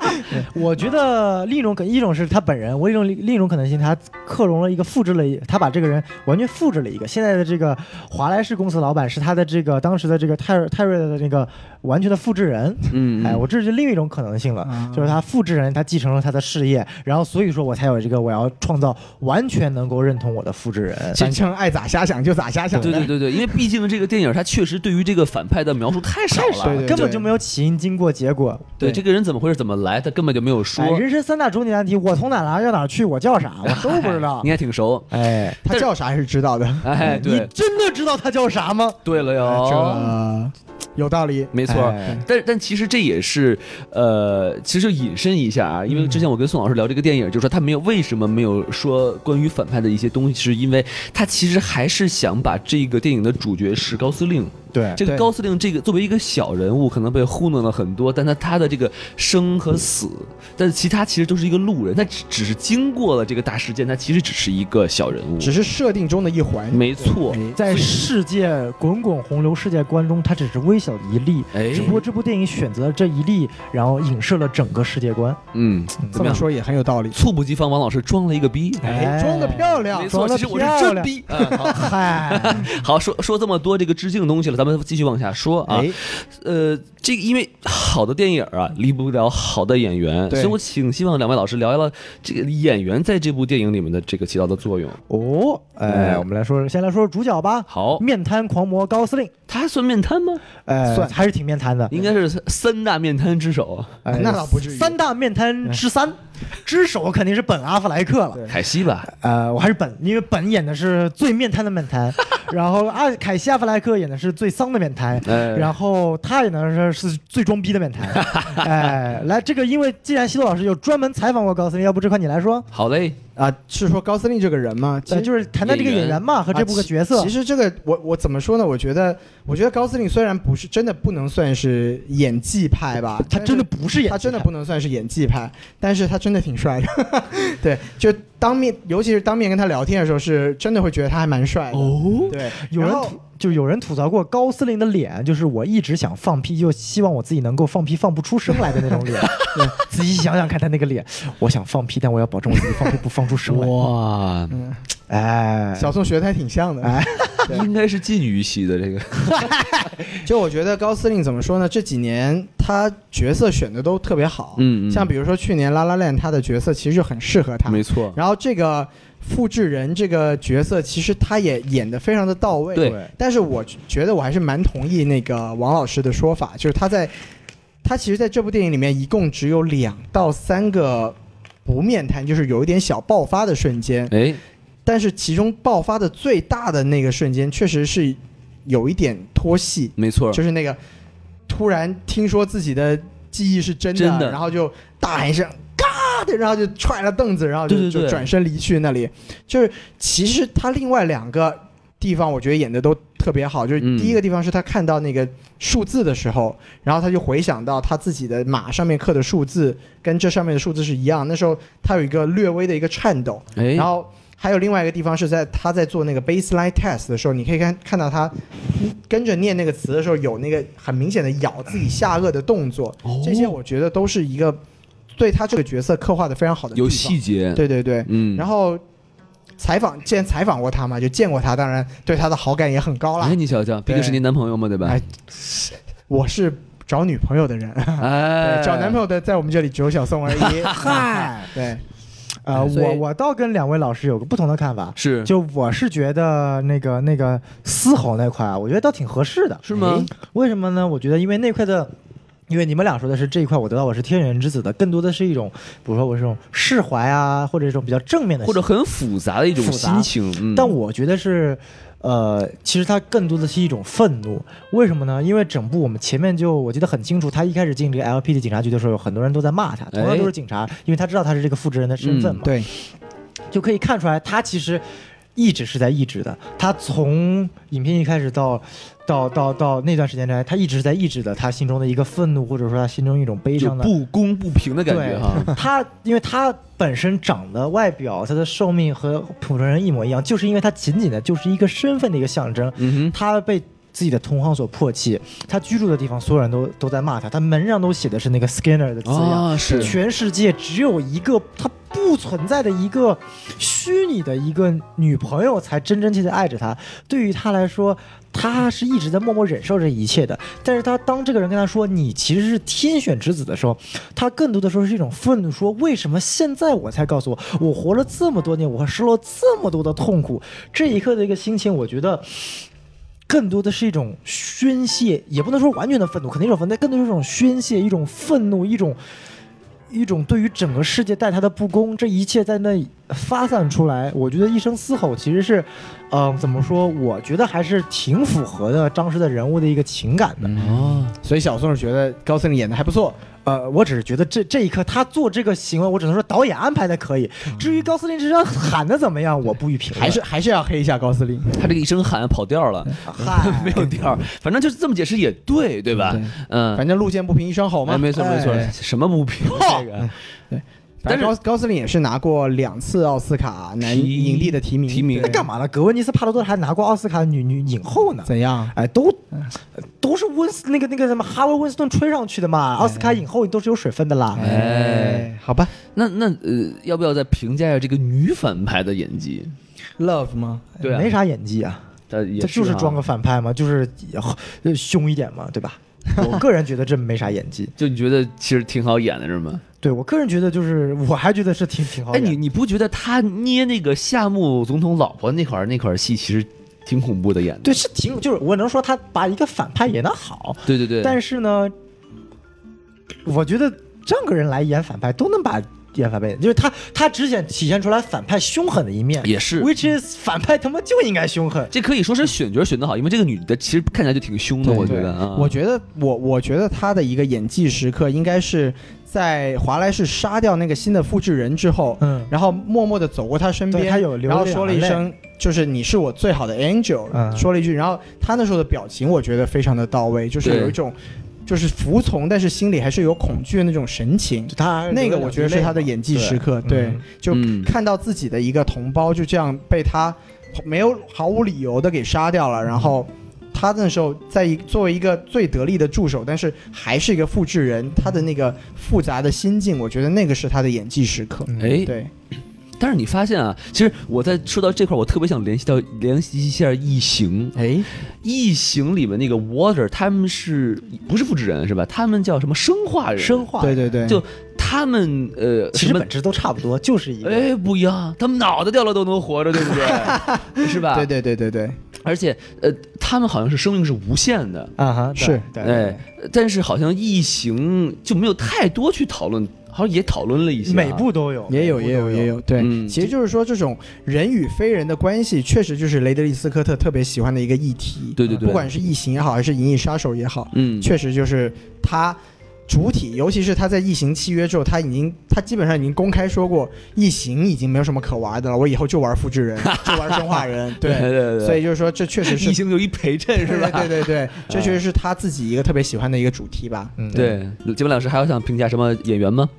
Speaker 4: 我觉得另一种可一种是他本人，我一种另一种可能性，他克隆了一个复制了一，他把这个人完全复制了一个。现在的这个华莱士公司老板是他的这个当时的这个泰瑞泰瑞的那个完全的复制人。
Speaker 1: 嗯
Speaker 4: 哎，我这是另一种可能性了，
Speaker 2: 啊
Speaker 4: 就是他复制人，他继承了他的事业，然后所以说我才有这个我要创造完全能够认同我的复制人。
Speaker 2: 反正爱咋瞎想就咋瞎想呗，
Speaker 1: 对对对对，因为毕竟这个电影它确实对于这个反派的描述太少了，
Speaker 2: 对对对
Speaker 4: 根本就没有起因、经过、结果。
Speaker 1: 对这个人怎么回事怎么来，他根本就没有说
Speaker 4: 哎，。人生三大终极难题：我从哪来，要哪儿去，我叫啥，我都不知道
Speaker 1: *laughs*
Speaker 4: 嗯
Speaker 1: 你。还挺熟，
Speaker 4: 哎，
Speaker 2: 他叫啥是知道的，
Speaker 1: 哎，
Speaker 4: 你
Speaker 1: 对，
Speaker 4: 真的知道他叫啥吗？
Speaker 1: 对了哟，
Speaker 2: 这呃有道理，
Speaker 1: 没错。
Speaker 4: 哎
Speaker 1: 但但其实这也是，呃，其实引申一下啊，因为之前我跟宋老师聊这个电影，就说他没有为什么没有说关于反派的一些东西，是因为他其实还是想把这个电影的主角是高司令，
Speaker 4: 对
Speaker 1: 这个
Speaker 2: 哎对
Speaker 1: 高司令这个作为一个小人物，可能被糊弄了很多，但他他的这个生和死，但是其他其实都是一个路人，他只只是经过了这个大事件，他其实只是一个小人物，
Speaker 2: 只是设定中的一环，哎
Speaker 1: 没错，
Speaker 4: 在世界滚滚洪流世界观中，它只是微小的一粒，
Speaker 1: 哎
Speaker 4: 只不过这部电影选择了这一粒，然后影射了整个世界
Speaker 1: *laughs*
Speaker 4: 观。
Speaker 1: 嗯，怎
Speaker 2: 这
Speaker 1: 么
Speaker 2: 么
Speaker 1: 样？
Speaker 2: 说也很有道理，
Speaker 1: 猝不及防，王老师装了一个逼。
Speaker 2: 哎，装的漂亮
Speaker 1: 没，错，其实我是真逼。嗯好
Speaker 4: 嗨，
Speaker 1: *laughs* 好，说说这么多这个致敬东西了，咱们继续往下说啊。
Speaker 2: 哎，
Speaker 1: 呃，这个因为好的电影啊，离不了好的演员，
Speaker 2: 对
Speaker 1: 所以我请希望两位老师聊一聊这个演员在这部电影里面的这个起到的作用。
Speaker 4: 哦，哎，我们来说，先来说说主角吧。
Speaker 1: 好，
Speaker 4: 面瘫狂魔高司令，
Speaker 1: 他还算面瘫吗？
Speaker 4: 哎，
Speaker 2: 算
Speaker 4: 还是挺面瘫的。
Speaker 1: 应该是三大面瘫之首，
Speaker 4: 哎
Speaker 2: 那倒不至于
Speaker 4: 三大面瘫之三，之首肯定是本阿弗莱克了
Speaker 2: 对。
Speaker 1: 凯西吧？
Speaker 4: 哎呃，我还是本，因为本演的是最面瘫的面 *laughs* 瘫，然后阿凯西·阿弗莱克演的是最丧的面瘫，
Speaker 1: 哎
Speaker 4: 然后他演的是是最装逼的
Speaker 2: *laughs*
Speaker 4: 面瘫。哎，来，这个因为既然西多老师有专门采访过高司令，要不这块你来说，
Speaker 1: 好嘞，
Speaker 2: 啊，是说高司令这个人吗？其
Speaker 4: 呃
Speaker 2: 实啊
Speaker 4: 就是谈谈这个演员嘛和这部个角色
Speaker 2: 其。实这个我我怎么说呢？我觉得，我觉得高司令虽然不是真的不能算是演技派吧，
Speaker 4: 他真的不是演技派，
Speaker 2: 他真的不能算是演技派，但是他真的挺帅的。 *laughs* 对，就当面，尤其是当面跟他聊天的时候，是真的会觉得他还蛮帅的。
Speaker 4: 哦，
Speaker 2: 对， *laughs*
Speaker 4: 有人
Speaker 2: 然后
Speaker 4: 吐就有人吐槽过高司令的脸，就是我一直想放屁，又希望我自己能够放屁放不出声来的那种脸。对仔细想想看，他那个脸，我想放屁，但我要保证我自己放屁不放出声来。
Speaker 1: 哇，
Speaker 4: 哎，
Speaker 2: 小宋学的还挺像的。
Speaker 1: 哎
Speaker 2: 对
Speaker 1: 应该是禁语系的这个，
Speaker 2: 就我觉得高司令怎么说呢？这几年他角色选的都特别好，
Speaker 1: 嗯嗯
Speaker 2: 像比如说去年《拉拉链》，他的角色其实就很适合他。
Speaker 1: 没错。
Speaker 2: 然后这个复制人这个角色，其实他也演得非常的到位。
Speaker 1: 对
Speaker 2: 但是我觉得我还是蛮同意那个王老师的说法，就是他在他其实在这部电影里面一共只有两到三个不面谈，就是有一点小爆发的瞬间，
Speaker 1: 哎，
Speaker 2: 但是其中爆发的最大的那个瞬间，确实是有一点拖戏，
Speaker 1: 没错，
Speaker 2: 就是那个突然听说自己的记忆是真的，
Speaker 1: 真的
Speaker 2: 然后就大喊一声“嘎”的，然后就踹了凳子，然后就
Speaker 1: 对对对
Speaker 2: 就转身离去。那里就是其实他另外两个地方，我觉得演的都特别好。就是
Speaker 1: 嗯
Speaker 2: 第一个地方是他看到那个数字的时候，然后他就回想到他自己的马上面刻的数字跟这上面的数字是一样，那时候他有一个略微的一个颤抖，
Speaker 1: 哎，
Speaker 2: 然后还有另外一个地方是在他在做那个 baseline test 的时候，你可以看看到他跟着念那个词的时候有那个很明显的咬自己下颚的动作，
Speaker 1: 哦
Speaker 2: 这些我觉得都是一个对他这个角色刻画的非常好的地方
Speaker 1: 有细节，
Speaker 2: 对对对，
Speaker 1: 嗯，
Speaker 2: 然
Speaker 1: 后
Speaker 2: 后。采访见采访过他嘛，就见过他，当然对他的好感也很高啦
Speaker 1: 哎，。你瞧瞧，毕竟是你男朋友嘛，对吧
Speaker 2: 哎？我是找女朋友
Speaker 1: *laughs*
Speaker 2: 的人，
Speaker 1: 哎
Speaker 2: 对，找男朋友的在我们这里只有小宋而已。
Speaker 1: *laughs*
Speaker 2: 嗨，对，
Speaker 4: 呃，
Speaker 3: 所以
Speaker 4: 我我倒跟两位老师有个不同的看法，
Speaker 1: 是
Speaker 4: 就我是觉得那个那个嘶吼那块啊，我觉得倒挺合适的。
Speaker 1: 是吗？
Speaker 4: 为什么呢？我觉得因为那块的。因为你们俩说的是这一块，我得到我是天选之子的，更多的是一种，比如说我是这种释怀啊，或者一种比较正面的，
Speaker 1: 或者很复杂的一种
Speaker 4: 复杂
Speaker 1: 心情，嗯，
Speaker 4: 但我觉得是，呃，其实它更多的是一种愤怒。为什么呢？因为整部我们前面就我记得很清楚，他一开始进这个 LPD 警察局的时候，有很多人都在骂他，同样都是警察，因为他知道他是这个复职人的身份
Speaker 1: 哎嗯
Speaker 4: 嘛，
Speaker 2: 对，
Speaker 4: 就可以看出来他其实一直是在抑制的。他从影片一开始到。到到到那段时间来，他一直在抑制的他心中的一个愤怒，或者说他心中一种悲
Speaker 1: 就
Speaker 4: 伤的
Speaker 1: 不公不平的感觉
Speaker 4: 对 *laughs*
Speaker 1: 哈。
Speaker 4: 他因为他本身长得外表，他的寿命和普通人一模一样，就是因为他仅仅的就是一个身份的一个象征。
Speaker 1: 嗯哼，
Speaker 4: 他被自己的同行所唾弃，他居住的地方所有人都都在骂他，他门上都写的是那个 Skinner 的字样。
Speaker 1: 啊，是
Speaker 4: 全世界只有一个他不存在的一个虚拟的一个女朋友才真真切切爱着他。对于他来说，他是一直在默默忍受这一切的。但是他当这个人跟他说“你其实是天选之子”的时候，他更多的时候是一种愤怒，说为什么现在我才告诉我，我活了这么多年，我受了这么多的痛苦，这一刻的一个心情，我觉得。更多的是一种宣泄，也不能说完全的愤怒，肯定是有愤怒，但更多是一种宣泄，一种愤怒，一种一种对于整个世界带他的不公，这一切在那里发散出来。我觉得一声嘶吼其实是，嗯、怎么说？我觉得还是挺符合的当时的人物的一个情感的。
Speaker 1: 啊，
Speaker 2: 所以小宋是觉得高司令演的还不错，
Speaker 4: 呃，我只是觉得这这一刻他做这个行为，我只能说导演安排的可以。至于高司令这声喊的怎么样，我不予评论。
Speaker 2: 还是还是要黑一下高司令。
Speaker 1: 他这个一声喊跑调了，
Speaker 4: 嗨，
Speaker 1: *laughs* 没有调儿，反正就是这么解释也对，对吧？嗯，
Speaker 2: 反正路见不平一声吼嘛。
Speaker 1: 哎没错没错
Speaker 2: 哎，
Speaker 1: 什么不平这个
Speaker 2: 反
Speaker 1: 但
Speaker 2: 正高高司令也是拿过两次奥斯卡男
Speaker 1: 提
Speaker 2: 影帝的提名。
Speaker 1: 提名
Speaker 4: 那干嘛呢？格温妮斯·帕罗多还拿过奥斯卡女女影后呢。
Speaker 2: 怎样？
Speaker 4: 哎，都都是温斯那个那个什么哈维温斯顿吹上去的嘛，奥斯卡影后都是有水分的啦。
Speaker 1: 哎，
Speaker 2: 好吧
Speaker 1: 那那呃，要不要再评价一下这个女反派的演技？
Speaker 2: ，Love 吗？
Speaker 1: 对啊，
Speaker 4: 没啥演技啊，
Speaker 1: 她也
Speaker 4: 他就是
Speaker 1: 哈
Speaker 4: 装个反派嘛，就是呃凶一点嘛，对吧？我个人觉得这没啥演技，
Speaker 1: 就你觉得其实挺好演的是吗？
Speaker 4: 对我个人觉得就是我还觉得是挺挺好
Speaker 1: 哎，
Speaker 4: 演的。
Speaker 1: 你你不觉得他捏那个夏目总统老婆那块儿那块儿戏其实挺恐怖的演的？
Speaker 4: 对是挺就是我能说他把一个反派演得好，
Speaker 1: 对对对，
Speaker 4: 但
Speaker 1: 是
Speaker 4: 是呢，我觉得这样个人来演反派都能把演反派演，就是他他只想体现出来反派凶狠的一面
Speaker 1: 也是。
Speaker 4: ，which is 反派他妈就应该凶狠。
Speaker 1: 这可以说是选角选的好，因为这个女的其实看起来就挺凶的，我觉得啊，
Speaker 2: 我觉得我我觉得他的一个演技时刻应该是在华莱士杀掉那个新的复制人之后，
Speaker 4: 嗯
Speaker 2: 然后默默的走过他身边，
Speaker 4: 对他有流
Speaker 2: 然后
Speaker 4: 泪
Speaker 2: 说了一
Speaker 4: 眼泪
Speaker 2: 声，就是你是我最好的 angel，、
Speaker 4: 嗯
Speaker 2: 说了一句，然后他那时候的表情我觉得非常的到位，就是
Speaker 1: 对
Speaker 2: 有一种就是服从，但是心里还是有恐惧的那种神情
Speaker 4: 就。他
Speaker 2: 那个我觉得是他的演技时刻，对，
Speaker 4: 嗯
Speaker 2: 就
Speaker 1: 嗯
Speaker 2: 看到自己的一个同胞就这样被他没有毫无理由的给杀掉了，然后他那时候在一作为一个最得力的助手，但是还是一个复制人，他的那个复杂的心境，我觉得那个是他的演技时刻。
Speaker 4: 嗯
Speaker 1: 哎，
Speaker 2: 对，
Speaker 1: 但是你发现啊，其实我在说到这块儿，我特别想联系到联系一下《异形》。《
Speaker 2: 哎，
Speaker 1: 异形》里面那个 Water，他们是不是复制人是吧？他们叫什么生化人？
Speaker 4: 生化
Speaker 2: 对对对，
Speaker 1: 就他们呃，
Speaker 4: 其
Speaker 1: 什
Speaker 4: 实
Speaker 1: 么
Speaker 4: 本质都差不多，就是一个。
Speaker 1: 哎不一样，他们脑袋掉了都能活着，对不对？是吧？
Speaker 2: 对。对对对对，
Speaker 1: 而且呃，他们好像是生命是无限的，
Speaker 4: 啊哈，对
Speaker 2: 是
Speaker 4: 对，
Speaker 1: 哎
Speaker 4: 对，
Speaker 1: 但是好像《异形》就没有太多去讨论，好像也讨论了一些啊、
Speaker 4: 每部都有，
Speaker 2: 也有
Speaker 4: 每
Speaker 2: 也
Speaker 4: 部都
Speaker 2: 有也
Speaker 4: 有。
Speaker 2: 有，对，
Speaker 1: 嗯
Speaker 2: 其实就是说这种人与非人的关系，确实就是雷德利·斯科特特别喜欢的一个议题。啊
Speaker 1: 对对对
Speaker 2: 不管是《异形》也好，还是《银翼杀手》也好，
Speaker 1: 嗯，
Speaker 2: 确实就是他主体，尤其是他在《异形契约》之后，他已经他基本上已经公开说过，《异形》已经没有什么可玩的了，我以后就玩复制人， *laughs* 就玩生化人，
Speaker 1: *laughs* 对
Speaker 2: 对，
Speaker 1: 对对，
Speaker 2: 所以就是说这确实是
Speaker 1: 异。形就一陪衬是吧？
Speaker 2: 对对对对，这确实是他自己一个特别喜欢的一个主题吧。
Speaker 4: 嗯，
Speaker 1: 对，金文老师还有想评价什么演员吗？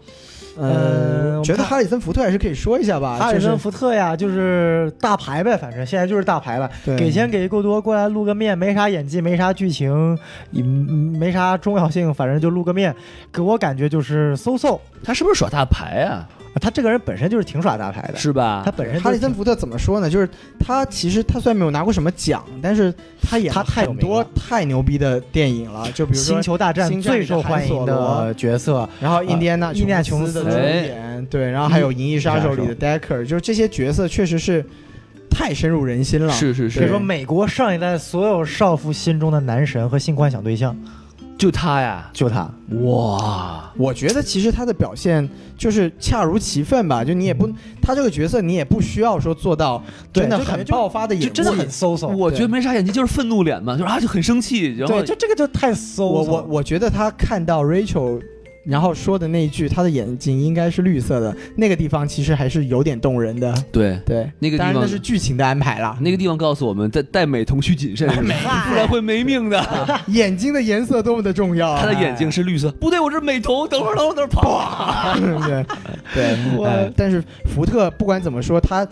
Speaker 4: 呃
Speaker 2: 嗯，觉得哈里森福特还是可以说一下吧。
Speaker 4: 哈里
Speaker 2: 就
Speaker 4: 森
Speaker 2: 是
Speaker 4: ·福特呀，就是大牌呗，反正现在就是大牌了。
Speaker 2: 对
Speaker 4: 给钱给够多，过来露个面，没啥演技，没啥剧情，也嗯没啥重要性，反正就露个面，给我感觉就是 so so。
Speaker 1: 他是不是耍大牌啊？
Speaker 4: 他这个人本身就是挺耍大牌的，
Speaker 1: 是吧
Speaker 4: 他？本身
Speaker 2: 哈里森
Speaker 4: 福
Speaker 2: 福特怎么说呢？就是他其实他虽然没有拿过什么奖，但是他演
Speaker 4: 他
Speaker 2: 了
Speaker 4: 太有
Speaker 2: 很
Speaker 4: 名
Speaker 2: 多
Speaker 4: 了
Speaker 2: 太牛逼的电影了，就比如说
Speaker 4: 星，球大战
Speaker 2: 星战
Speaker 4: 最受欢迎
Speaker 2: 里的汉索
Speaker 4: 的角色，
Speaker 2: 然后印第安纳
Speaker 4: 印第安
Speaker 2: 琼的
Speaker 4: 琼
Speaker 1: 斯
Speaker 2: 主演，对，然后还有《银翼杀手》里的 Decker，就是这些角色确实是太深入人心了。
Speaker 1: 是是
Speaker 4: 可以
Speaker 1: 是
Speaker 2: 对，
Speaker 4: 说美国上一代所有少妇心中的男神和性幻想对象，
Speaker 1: 就他呀，
Speaker 4: 就他。
Speaker 1: 哇，
Speaker 2: 我觉得其实他的表现就是恰如其分吧，就你也不他这个角色你也不需要说做到
Speaker 4: 对
Speaker 2: 真的
Speaker 4: 就感觉
Speaker 2: 很
Speaker 4: 就
Speaker 2: 爆发的
Speaker 4: 就
Speaker 2: 演
Speaker 4: 真的
Speaker 2: 技
Speaker 4: 很搜搜，
Speaker 1: 我觉得没啥演技，就是愤怒脸嘛，就是啊就很生气，然后
Speaker 4: 对，就这个就太搜
Speaker 2: 我我我觉得他看到 Rachel，然后说的那一句，他的眼睛应该是绿色的，那个地方其实还是有点动人的。
Speaker 1: 对
Speaker 2: 对，
Speaker 1: 那个地
Speaker 2: 当然那
Speaker 1: 方
Speaker 2: 是剧情的安排啦，
Speaker 1: 那个地方告诉我们，在戴美同需谨
Speaker 2: *laughs*
Speaker 1: 慎，是吧不然会没命的。
Speaker 2: 眼睛的颜色多么的重要啊。
Speaker 1: 他的眼睛是绿色，不对，我这美瞳，等会儿等会儿等会儿，啪！
Speaker 2: 对 *laughs* 对，嗯哎我但是福特不管怎么说，他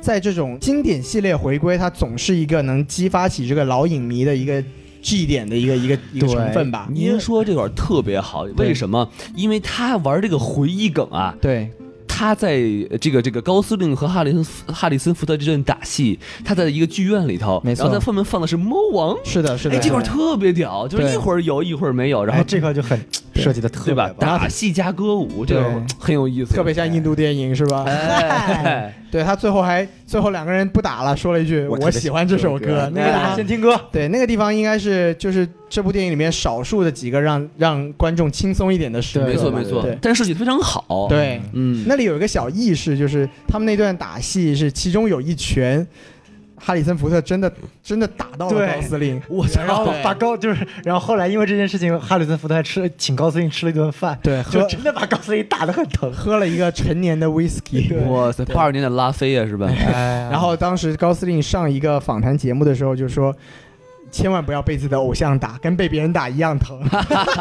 Speaker 2: 在这种经典系列回归，他总是一个能激发起这个老影迷的一个 G 点的一个一个一个
Speaker 4: 对
Speaker 2: 成分吧。
Speaker 1: 您说这块儿特别好，为什么？因为他玩这个回忆梗啊，
Speaker 2: 对，
Speaker 1: 他在呃这个这个高司令和哈里森福哈里森福特这阵打戏，他在一个剧院里头，
Speaker 2: 没错
Speaker 1: 然后在后面放的是《猫王》，
Speaker 2: 是的，是的。
Speaker 1: 哎，这块儿
Speaker 2: 是的
Speaker 1: 特别屌，就是
Speaker 2: 对
Speaker 1: 一会儿有一会儿没有，然后
Speaker 4: 哎这块就很
Speaker 2: 对
Speaker 4: 设计的特
Speaker 1: 对
Speaker 4: 别
Speaker 1: 吧？
Speaker 4: 棒
Speaker 1: 打戏加歌舞，这个
Speaker 2: 对
Speaker 1: 很有意思，
Speaker 2: 特别像印度电影是吧？ *laughs*
Speaker 1: 哎，
Speaker 2: 对他最后还最后两个人不打了，说了一句
Speaker 4: 我
Speaker 2: 我
Speaker 4: 特别
Speaker 2: 喜欢这首歌。哎那个地
Speaker 4: 大家
Speaker 2: 方
Speaker 4: 先听歌，
Speaker 2: 对那个地方应该是就是这部电影里面少数的几个让让观众轻松一点的时刻吧。
Speaker 1: 没错没错
Speaker 2: 对，
Speaker 1: 但是设计得非常好，，
Speaker 2: 对。
Speaker 1: 嗯，
Speaker 2: 那里有一个小意识，就是他们那段打戏是其中有一拳，哈里森福特真的真的打到了
Speaker 4: 对
Speaker 2: 高司令，
Speaker 1: 我操
Speaker 4: 然后
Speaker 2: 对
Speaker 4: 把高就是，然后后来因为这件事情，哈里森福特还吃请高司令吃了一顿饭，
Speaker 2: 对，*laughs*
Speaker 4: 就
Speaker 2: 喝
Speaker 4: 真的把高司令打得很疼。
Speaker 2: 喝了一个陈年的 whisky，
Speaker 1: 哇塞，八二年的拉菲啊，是吧？
Speaker 4: 然
Speaker 2: 然后当时高司令上一个访谈节目的时候就说。千万不要被自己的偶像打，跟被别人打一样疼。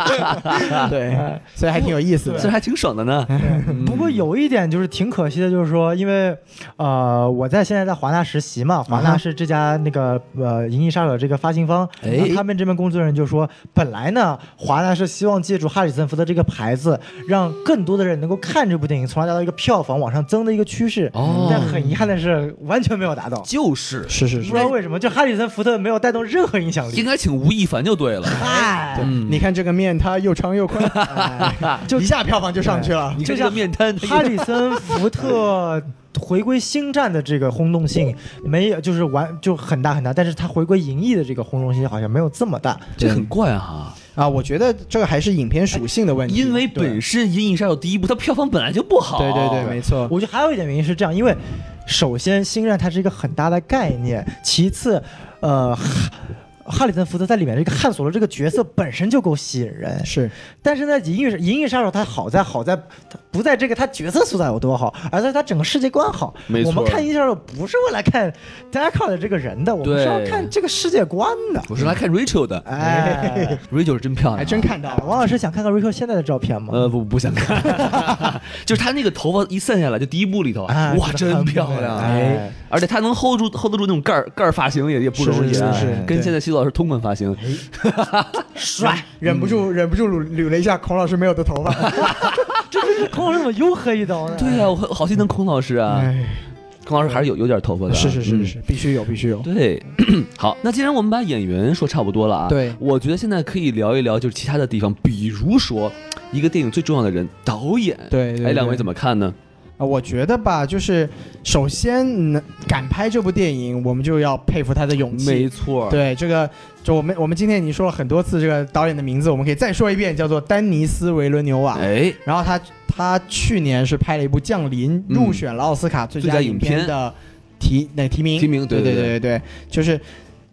Speaker 2: *laughs* 对，所以还挺有意思
Speaker 1: 这
Speaker 2: 的。
Speaker 1: 还挺爽的呢。嗯
Speaker 4: 不过有一点就是挺可惜的，就是说，因为呃，我在现在在华纳实习
Speaker 1: 啊
Speaker 4: 嘛，华纳是这家那个呃《银翼杀手》这个发行方，
Speaker 1: 哎
Speaker 4: 然后他们这边工作人员就说，本来呢，华纳是希望借助哈里森福特这个牌子，让更多的人能够看这部电影，从而达到一个票房往上增的一个趋势。
Speaker 1: 哦
Speaker 4: 但很遗憾的是，完全没有达到。
Speaker 1: 就是
Speaker 2: 是是
Speaker 4: 不
Speaker 2: 是
Speaker 4: 知，道为什么，就哈里森福特没有带动任何影响
Speaker 1: 应
Speaker 4: 力。
Speaker 1: 该请吴亦凡就对了。
Speaker 4: 哎，
Speaker 1: 嗯
Speaker 2: 你看这个面，它又长又 *laughs* 宽，
Speaker 4: 就
Speaker 2: 一下票房就上去了。
Speaker 1: 你看这个面瘫，
Speaker 4: *laughs* 哈里森福特回归星战的这个轰动性没有，就是完就很大很大，但是他回归银翼的这个轰动性好像没有这么大。
Speaker 1: 这很怪哈，
Speaker 2: 啊，我觉得这个还是影片属性的问题，
Speaker 1: 因为本身《银翼杀手》第一部它票房本来就不好。
Speaker 2: 对对哦对，没错，
Speaker 4: 我觉得还有一点原因是这样，因为首先星战它是一个很大的概念，其次，呃。哈哈里森福特在里面这个汉索罗这个角色本身就够吸引人，
Speaker 2: 是
Speaker 4: 但是呢，《银翼银翼杀手》它好在好在它不在这个它角色塑造有多好，而在它整个世界观好。
Speaker 1: 没错
Speaker 4: 我们看《银翼杀手》不是为了看 d a c a 的这个人的，我们
Speaker 1: 对
Speaker 4: 是要看这个世界观的。
Speaker 1: 我是来看 Rachel 的
Speaker 4: 哎，
Speaker 1: ，Rachel 是真漂亮，啊
Speaker 2: 还真。看到了。
Speaker 4: 王老师想看看 Rico 现在的照片吗？
Speaker 1: 呃，不不想看， *laughs* 就是她那个头发一散下来，就第一部里头，
Speaker 2: 啊
Speaker 4: 哎
Speaker 1: 哇，
Speaker 4: 真的
Speaker 1: 真
Speaker 4: 很
Speaker 1: 漂
Speaker 4: 美
Speaker 1: 亮！啊
Speaker 4: 哎，
Speaker 1: 而且她能 hold 住 hold 得住那种盖儿盖儿发型也也不容易，
Speaker 2: 是是
Speaker 1: 啊，
Speaker 2: 是
Speaker 4: 是
Speaker 1: 跟
Speaker 2: 对哎
Speaker 1: 现在西子老师同款发型，嗯
Speaker 4: 帅！
Speaker 2: 忍不住，忍不住捋捋了一下孔老师没有的头
Speaker 1: 啊
Speaker 2: 发。
Speaker 4: 这这孔老师怎么又黑一刀呢？
Speaker 1: 对呀，啊我好心疼孔老师啊，孔老师还是有有点头发的啊，
Speaker 2: 嗯哎是是是
Speaker 1: 嗯
Speaker 2: 是，必须有，必须有。
Speaker 1: 对， *coughs* 好，那既然我们把演员说差不多了啊，
Speaker 2: 对
Speaker 1: 我觉得现在可以聊一聊就是其他的地方，比如说一个电影最重要的人导演，
Speaker 2: 对，对
Speaker 1: 哎，两位
Speaker 2: 对
Speaker 1: 怎么看呢？
Speaker 2: 啊，我觉得吧，就是首先能敢拍这部电影，我们就要佩服他的勇
Speaker 1: 没
Speaker 2: 气。
Speaker 1: 错，，
Speaker 2: 对，这个就我们我们今天已经说了很多次这个导演的名字，我们可以再说一遍，叫做丹尼斯·维伦纽瓦。
Speaker 1: 哎，
Speaker 2: 然后他他去年是拍了一部《降临》，
Speaker 1: 嗯
Speaker 2: 入选了奥斯卡最
Speaker 1: 最佳
Speaker 2: 佳
Speaker 1: 影
Speaker 2: 影片
Speaker 1: 片
Speaker 2: 的提那个提名
Speaker 1: 提名对
Speaker 2: 对
Speaker 1: 对
Speaker 2: 对对对，就是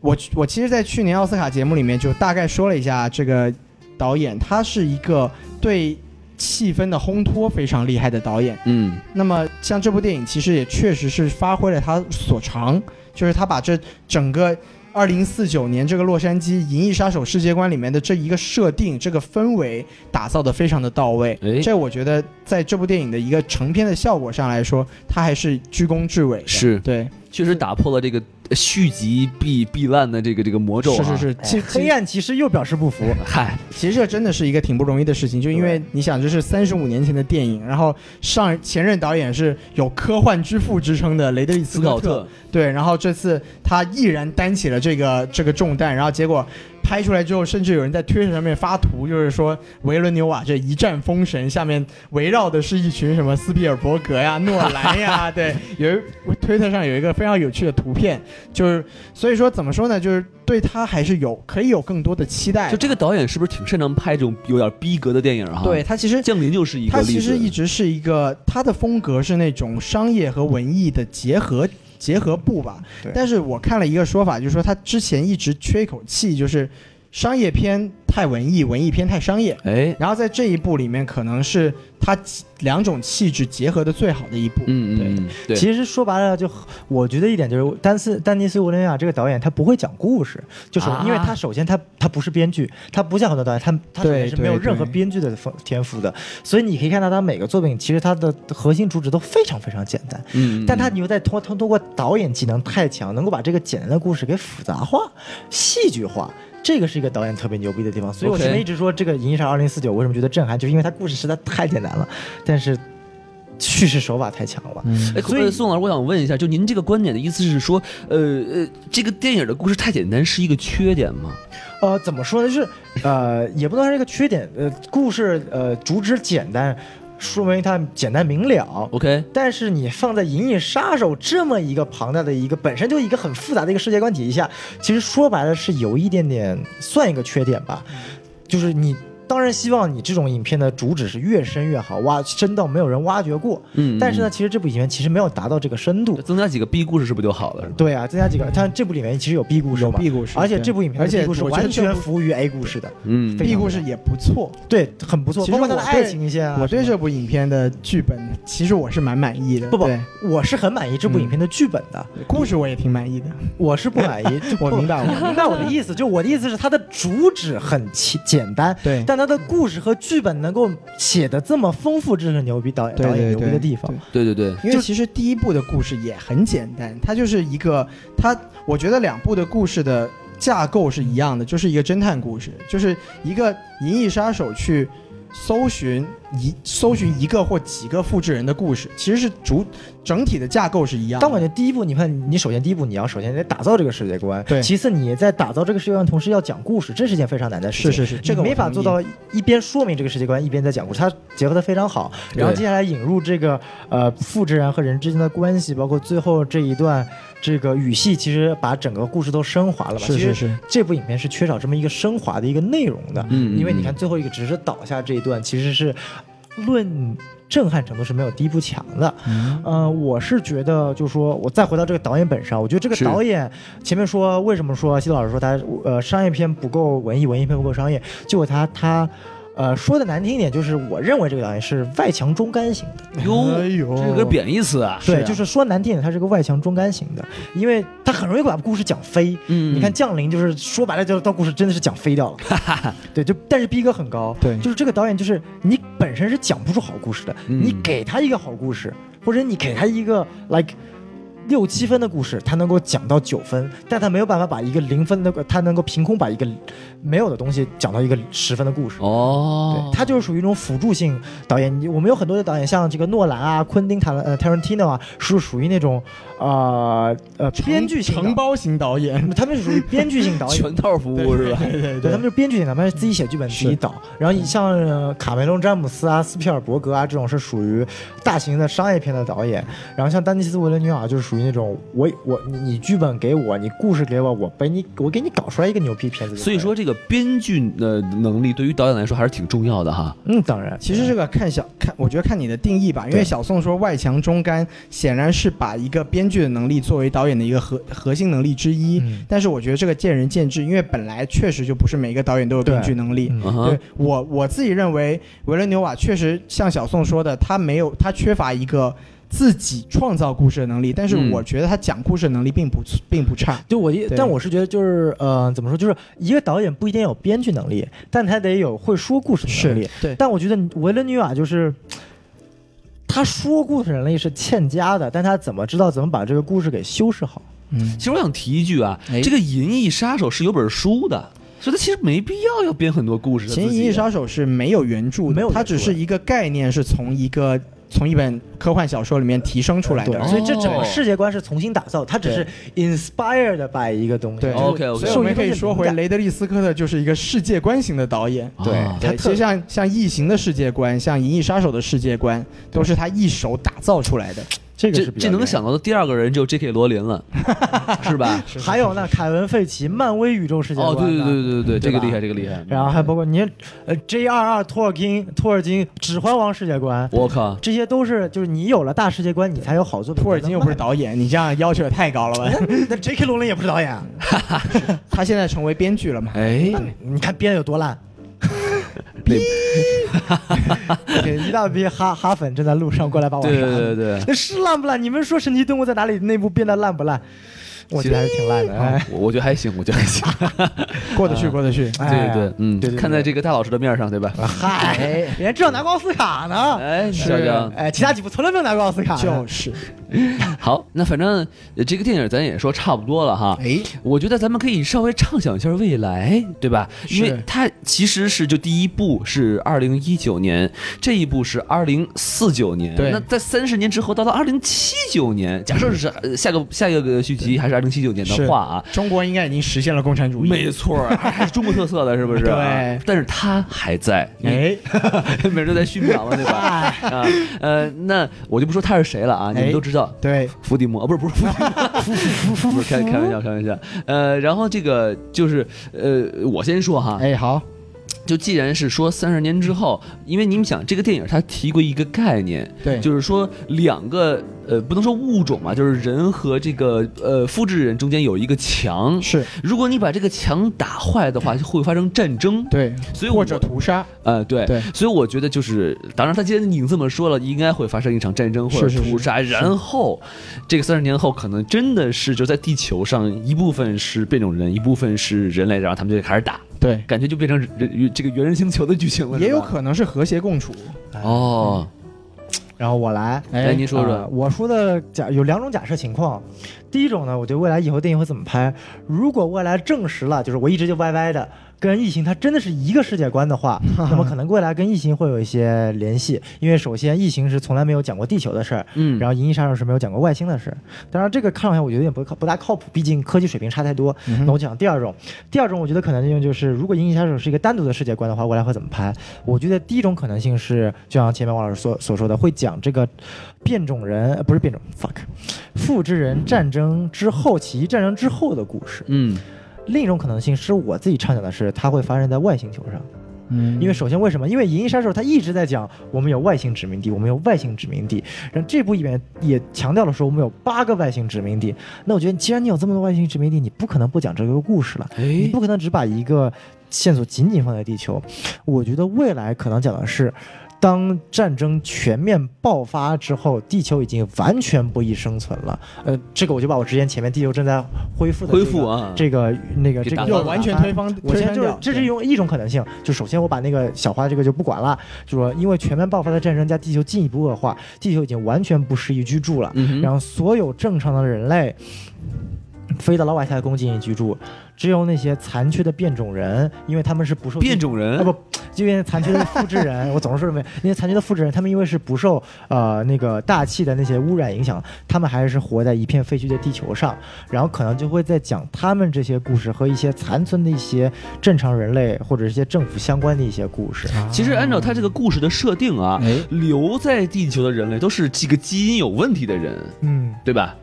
Speaker 2: 我我其实，在去年奥斯卡节目里面就大概说了一下这个导演，他是一个对气氛的烘托非常厉害的导演。
Speaker 1: 嗯，
Speaker 2: 那么像这部电影，其实也确实是发挥了他所长，就是他把这整个。二零四九年这个洛杉矶《银翼杀手》世界观里面的这一个设定、这个氛围打造的非常的到位
Speaker 1: 哎，
Speaker 2: 这我觉得在这部电影的一个成片的效果上来说，它还是居功至伟的。
Speaker 1: 是
Speaker 2: 对，
Speaker 1: 确实打破了这个续集必必烂的这个这个魔咒、啊。
Speaker 2: 是是，是，其其
Speaker 4: 哎黑暗骑士又表示不服，
Speaker 1: 嗨，
Speaker 2: 其实这真的是一个挺不容易的事情，就因为你想，这是三十五年前的电影，然后上前任导演是有科幻之父之称的雷德利·斯
Speaker 1: 斯
Speaker 2: 科
Speaker 1: 考
Speaker 2: 特
Speaker 1: 特，
Speaker 2: 对，然后这次他毅然担起了这个这个重担，然后结果拍出来之后，甚至有人在推特上面发图，就是说维伦纽瓦这一战封神，下面围绕的是一群什么斯皮尔伯格呀、诺
Speaker 1: *laughs*
Speaker 2: 兰呀，对，有一推特上有一个非常有趣的图片，就是所以说怎么说呢，就是对他还是有可以有更多的期待的，
Speaker 1: 就这个导演是不是挺擅长拍这种有点逼格的电影哈、
Speaker 2: 对，他其实
Speaker 1: 降临就是一个
Speaker 2: 他
Speaker 1: 例子。
Speaker 2: 其实一直是一个，他的风格是那种商业和文艺的结合结合部吧
Speaker 4: 对。
Speaker 2: 但是我看了一个说法，就是说他之前一直缺一口气，就是商业片太文艺，文艺片太商业。
Speaker 1: 哎，
Speaker 2: 然后在这一部里面，可能是他两种气质结合的最好的一部。
Speaker 1: 嗯
Speaker 2: 对
Speaker 1: 嗯，嗯对，
Speaker 4: 其实说白了，就我觉得一点就是丹斯丹尼斯·维伦亚这个导演，他不会讲故事，就是
Speaker 1: 啊
Speaker 4: 因为他首先他他不是编剧，他不像很多导演，他他首先
Speaker 2: 对
Speaker 4: 是没有
Speaker 2: 对
Speaker 4: 任何
Speaker 2: 对
Speaker 4: 编剧的风天赋的，所以你可以看到他每个作品其实他的核心主旨都非常非常简单，
Speaker 1: 嗯，嗯
Speaker 4: 但他
Speaker 1: 嗯
Speaker 4: 你又在通通通过导演技能太强，能够把这个简单的故事给复杂化、戏剧化。这个是一个导演特别牛逼的地方，所以我
Speaker 1: OK
Speaker 4: 前面一直说这个《银翼杀手二零四九》为什么觉得震撼，就是因为它故事实在太简单了，但是叙事手法太强了。
Speaker 1: 哎，
Speaker 4: 所
Speaker 1: 所
Speaker 4: 以
Speaker 1: 以宋老师，我想问一下，就您这个观点的意思是说，呃呃，这个电影的故事太简单是一个缺点吗？
Speaker 4: 呃，怎么说呢？就是呃，也不能说是一个缺点。呃，故事呃主旨简单，说明它简单明了。
Speaker 1: OK，
Speaker 4: 但是你放在《银翼杀手》这么一个庞大的一个本身就一个很复杂的一个世界观体系下，其实说白了是有一点点算一个缺点吧，就是你。当然希望你这种影片的主旨是越深越好，挖深到没有人挖掘过。
Speaker 1: 嗯
Speaker 4: 但是呢，，其实这部影片其实没有达到这个深度
Speaker 1: 嗯。增加几个 B 故事是不是就好了？是吧？
Speaker 4: 对啊，增加几个，但这部里面其实有 B 故事
Speaker 2: 有
Speaker 4: 嘛
Speaker 2: B 故事
Speaker 4: 而且
Speaker 2: 对
Speaker 4: 这部影片的
Speaker 2: 而且
Speaker 4: B 故事
Speaker 2: 我觉得
Speaker 4: 完
Speaker 2: 这部
Speaker 4: 全服务于 A 故事的，
Speaker 1: 嗯
Speaker 4: 非
Speaker 2: B
Speaker 4: 常
Speaker 2: 故事也不错，
Speaker 4: 对，很不错，
Speaker 2: 其实
Speaker 4: 包括他的
Speaker 2: 我
Speaker 4: 爱
Speaker 2: 对
Speaker 4: 情一些啊。
Speaker 2: 我对
Speaker 4: 什么
Speaker 2: 这部影片的剧本其实我是蛮满意的。
Speaker 4: 不不
Speaker 2: 对，
Speaker 4: 我是很满意这部影片的剧本的，
Speaker 2: 故事我也挺满意的。
Speaker 4: 我是不满 *laughs* 意。就
Speaker 2: 嗯我
Speaker 4: 不
Speaker 2: 明
Speaker 1: *laughs*
Speaker 2: 白我
Speaker 4: 明白我的意思，就我的意思是它的主旨很简简单，
Speaker 2: 对
Speaker 4: 但它的故事和剧本能够写的这么丰富，这是牛逼导演
Speaker 2: 对
Speaker 4: 导演
Speaker 2: 对
Speaker 4: 牛逼
Speaker 2: 对
Speaker 4: 的地方
Speaker 2: 对。
Speaker 1: 对对对，
Speaker 2: 因为其实第一部的故事也很简单，它就是一个它，我觉得两部的故事的架构是一样的，就是一个侦探故事，就是一个银翼杀手去搜寻一搜寻一个或几个复制人的故事，其实是主整体的架构是一样的。
Speaker 4: 但我感觉第一步，你看，你首先第一步，你要首先得打造这个世界观，
Speaker 2: 对
Speaker 4: 其次你在打造这个世界观的同时要讲故事，这是件非常难的事情。
Speaker 2: 是是是
Speaker 4: 你
Speaker 2: 这个我
Speaker 4: 没法
Speaker 2: 同意
Speaker 4: 做到一边说明这个世界观，一边在讲故事，它结合的非常好。然后
Speaker 1: 对
Speaker 4: 接下来引入这个呃复制人和人之间的关系，包括最后这一段这个语系，其实把整个故事都升华了吧？
Speaker 2: 是是
Speaker 4: 其实
Speaker 2: 是
Speaker 4: 这部影片是缺少这么一个升华的一个内容的。
Speaker 1: 嗯嗯
Speaker 4: 因为你
Speaker 1: 嗯
Speaker 4: 看最后一个只是倒下这一段，其实是论震撼程度是没有第一部强的。
Speaker 1: 嗯
Speaker 4: 呃，我是觉得，就是说我再回到这个导演本身啊，我觉得这个
Speaker 1: 是
Speaker 4: 导演前面说为什么说西子老师说他呃商业片不够文艺，文艺片不够商业，就他他。呃，说的难听一点，就是我认为这个导演是外强中干型的，
Speaker 1: 哟，
Speaker 2: 哎呦
Speaker 1: 这个贬义词啊，
Speaker 2: 是
Speaker 4: 对，
Speaker 2: 啊
Speaker 4: 就是说难听一点，他是个外强中干型的，因为他很容易把故事讲飞。
Speaker 1: 嗯
Speaker 4: 你看《降临》，就是说白了，就是到故事真的是讲飞掉了。对，就但是逼格很高。
Speaker 2: 对
Speaker 4: 就是这个导演，就是你本身是讲不出好故事的，
Speaker 1: 嗯
Speaker 4: 你给他一个好故事，或者你给他一个 like。六七分的故事，他能够讲到九分，但他没有办法把一个零分的，他能够凭空把一个没有的东西讲到一个十分的故事。
Speaker 1: 哦
Speaker 4: 对，，他就是属于一种辅助性导演。你我们有很多的导演，像这个诺兰啊、昆汀塔伦呃 Tarantino 啊，是属于那种呃呃编剧型
Speaker 2: 承
Speaker 4: 导
Speaker 2: 包型导演，
Speaker 4: 演，哎他们是属于编剧性导 *laughs* 演。
Speaker 1: 全套服务是吧？
Speaker 2: *laughs* 对对
Speaker 4: 对，他们
Speaker 2: 对，
Speaker 4: 是编剧型导演，他们是自己写剧本、自己导。然后你像呃卡梅隆·詹姆斯啊、斯皮尔伯格啊这种是属于大型的商业片的导演。然后像丹尼斯·维伦纽瓦就是属于那种我我你你剧本给我，你故事给我，我把你我给你搞出来一个牛逼片子就可
Speaker 1: 所
Speaker 4: 以
Speaker 1: 以
Speaker 4: 了。
Speaker 1: 说，这个编剧的能力对于导演来说还是挺重要的哈。
Speaker 4: 嗯，当然，
Speaker 2: 其实这个看小看，我觉得看你的定义吧，因为
Speaker 4: 对
Speaker 2: 小宋说外强中干，显然是把一个编剧的能力作为导演的一个核核心能力之一。
Speaker 4: 嗯
Speaker 2: 但是我觉得这个见仁见智，因为本来确实就不是每个导演都有编剧能力。
Speaker 4: 嗯
Speaker 1: 嗯
Speaker 2: 对
Speaker 1: 哼，
Speaker 2: 我我自己认为，维伦纽瓦确实像小宋说的，他没有他缺乏一个自己创造故事的能力，但是
Speaker 1: 嗯
Speaker 2: 我觉得他讲故事的能力并不并不差。
Speaker 4: 对我一，
Speaker 2: 对
Speaker 4: 但我是觉得就是呃，怎么说，就是一个导演不一定有编剧能力，但他得有会说故事的能力。
Speaker 2: 对，
Speaker 4: 但我觉得维伦纽瓦就是他说故事能力是欠佳的，但他怎么知道怎么把这个故事给修饰好？
Speaker 1: 其实我想提一句啊，
Speaker 2: 哎
Speaker 1: 这个《银翼杀手》是有本书的，所以他其实没必要要编很多故事。
Speaker 2: 《银翼杀手》是没有原著的，
Speaker 4: 没有原著
Speaker 2: 它只是一个概念，是从一个从一本科幻小说里面提升出来的。
Speaker 4: 对，所以这整个世界观是重新打造，他只是 inspired by 一个东西。
Speaker 2: 对
Speaker 4: 就是
Speaker 1: OK，OK
Speaker 2: 所以我们可以
Speaker 4: 受益
Speaker 2: 说
Speaker 4: 很
Speaker 2: 回
Speaker 4: 大
Speaker 2: 雷德利·斯科特就是一个世界观型的导演。
Speaker 1: 对啊
Speaker 2: 对，
Speaker 4: 他
Speaker 2: 其
Speaker 4: 特
Speaker 2: 实像像《异形》的世界观，像《银翼杀手》的世界观，都是他一手打造出来的。
Speaker 4: 这个
Speaker 1: 这
Speaker 4: 是比较
Speaker 1: 这能
Speaker 4: 厉害
Speaker 1: 想到的第二个人就 J.K. 罗琳
Speaker 4: *laughs*
Speaker 1: 了，是吧？
Speaker 4: 的。还有呢，凯文·费奇，漫威宇宙世界观
Speaker 1: 哦，
Speaker 4: 呢。
Speaker 1: 对对对对对，这个
Speaker 4: 吧
Speaker 1: 厉害，这个厉害。
Speaker 4: 然后还包括你，呃，J 二二托尔金、托尔金《指环王》世界观，
Speaker 1: 我靠，
Speaker 4: 这些都是就是你有了大世界观，你才有好作品。
Speaker 2: 托尔金又不是导演，你这样要求也太高了吧？
Speaker 4: *laughs* 演，那 J.K. 罗琳也不是导
Speaker 2: *laughs*
Speaker 4: 演，啊
Speaker 2: 他现在成为编剧了嘛？
Speaker 1: 哎，
Speaker 4: 你看编的有多烂。给一大批哈哈粉正在路上过来把我杀
Speaker 1: 对
Speaker 4: 了。
Speaker 1: 对对对。
Speaker 4: 那是烂不烂？你们说《神奇动物在哪里》内部变得烂不烂？我觉得还是挺烂的。哎，
Speaker 1: 我我觉得还行，我觉得还行。
Speaker 2: *laughs* 过得去，过得去。
Speaker 1: 对对对，嗯
Speaker 4: 啊哎对对，对
Speaker 1: 看在这个大老师的面上，对
Speaker 4: *laughs*
Speaker 1: 吧？
Speaker 4: 嗨，人家至少拿过奥斯卡呢。
Speaker 1: 哎，小江，
Speaker 4: 哎，其他几部从来没有拿过奥斯卡呢。
Speaker 2: 就是，
Speaker 1: 好，那反正呃这个电影咱也说差不多了哈。
Speaker 2: 哎，
Speaker 1: 我觉得咱们可以稍微畅想一下未来，对吧？因为
Speaker 2: 是
Speaker 1: 它其实是就第一部是二零一九年，这一部是二零四九年。
Speaker 2: 对
Speaker 1: 那在三十年之后，到了二零七九年，假设是
Speaker 2: 嗯
Speaker 1: 呃下个下一个续集还是二零七九年
Speaker 2: 是
Speaker 1: 的话啊，
Speaker 2: 中国应该已经实现了共产主义。
Speaker 1: 没错儿，还是中国特色的，是不是？啊
Speaker 2: *laughs* 对
Speaker 1: 但是它还在，
Speaker 2: 哎，
Speaker 1: *laughs* 每人都在续秒嘛，
Speaker 2: *laughs*
Speaker 1: 对吧？啊，呃，那我就不说他是谁了啊，你
Speaker 2: 哎
Speaker 1: 们都知道。
Speaker 2: 对，
Speaker 1: 伏地魔啊，不是不是伏地
Speaker 2: *laughs*
Speaker 1: 魔，不是开开玩笑开玩笑，呃，然后这个就是呃，我先说哈，
Speaker 2: 哎，好，
Speaker 1: 就既然是说三十年之后，因为你们想这个电影它提过一个概念，
Speaker 2: 对
Speaker 1: 就是说两个呃不能说物种嘛，就是人和这个呃复制人中间有一个墙，
Speaker 2: 是
Speaker 1: 如果你把这个墙打坏的话，会发生战争，
Speaker 2: 对，
Speaker 1: 所以我
Speaker 2: 或者屠杀，
Speaker 1: 呃，对，
Speaker 2: 对
Speaker 1: 所以我觉得就是，当然，他既然你这么说了，应该会发生一场战争或者
Speaker 2: 是是是
Speaker 1: 屠杀，然后这个三十年后，可能真的是就在地球上，一部分是变种人，一部分是人类，然后他们就开始打，
Speaker 2: 对，
Speaker 1: 感觉就变成人人这个猿人星球的剧情了，
Speaker 2: 也
Speaker 1: 是吧
Speaker 2: 有可能是和谐共处。
Speaker 1: 哦。
Speaker 4: 然后我来。
Speaker 1: 哎，您说
Speaker 4: 啊
Speaker 1: 说，
Speaker 4: 我说的假有两种假设情况，第一种呢，我对未来以后电影会怎么拍，如果未来证实了，就是我一直就歪歪的，跟异形它真的是一个世界观
Speaker 1: *laughs*
Speaker 4: 的话，那么可能未来跟异形会有一些联系，因为首先异形是从来没有讲过地球的事儿，
Speaker 1: 嗯，
Speaker 4: 然后《银翼杀手》是没有讲过外星的事，当然这个看上去我觉得有点不靠不大靠谱，毕竟科技水平差太多。
Speaker 2: 嗯
Speaker 4: 那我讲第二种，第二种我觉得可能性就是，如果《银翼杀手》是一个单独的世界观的话，未来会怎么拍？我觉得第一种可能性是，就像前面王老师所所说的，会讲这个变种人呃不是变种，fuck，复制人战争之后，起义战争之后的故事。
Speaker 1: 嗯，
Speaker 4: 另一种可能性是我自己畅想的是，它会发生在外星球上。
Speaker 2: 嗯
Speaker 4: 因为首先为什么？因为《银翼杀手》它一直在讲我们有外星殖民地，我们有外星殖民地。然后这部里面也强调了说我们有八个外星殖民地。那我觉得既然你有这么多外星殖民地，你不可能不讲这个故事了，你
Speaker 1: 哎，
Speaker 4: 不可能只把一个线索紧紧放在地球。我觉得未来可能讲的是。当战争全面爆发之后，地球已经完全不易生存了。呃，这个我就把我之前前面地球正在恢复的、
Speaker 1: 恢复啊，
Speaker 4: 这个那个
Speaker 1: 给
Speaker 4: 这
Speaker 1: 打断
Speaker 4: 个
Speaker 2: 又
Speaker 1: 了啊
Speaker 2: 完全
Speaker 4: 推。
Speaker 2: 推翻，
Speaker 4: 我
Speaker 2: 推
Speaker 4: 现在
Speaker 2: 翻
Speaker 4: 就是
Speaker 2: 掉
Speaker 4: 这是用一种可能性，就首先我把那个小花这个就不管了，就说因为全面爆发的战争加地球进一步恶化，地球已经完全不适宜居住了，
Speaker 1: 嗯哼，
Speaker 4: 然后所有正常的人类。飞到老外太空进行居住，只有那些残缺的变种人，因为他们是不受地
Speaker 1: 变种
Speaker 2: 嗯
Speaker 4: 啊
Speaker 1: 人，
Speaker 4: 不，因为残缺的复制人，我总是说什么那些残缺的复制人，他们因为是不受呃那个大气的那些污染影响，他们还是活在一片废墟的地球上，然后可能就会在讲他们这些故事和一些残存的一些正常人类或者一些政府相关的一些故事。
Speaker 2: 啊
Speaker 1: 其实按照他这个故事的设定啊，
Speaker 2: 哎
Speaker 1: 留在地球的人类都是这个基因有问题的人，
Speaker 4: 嗯，
Speaker 1: 对吧？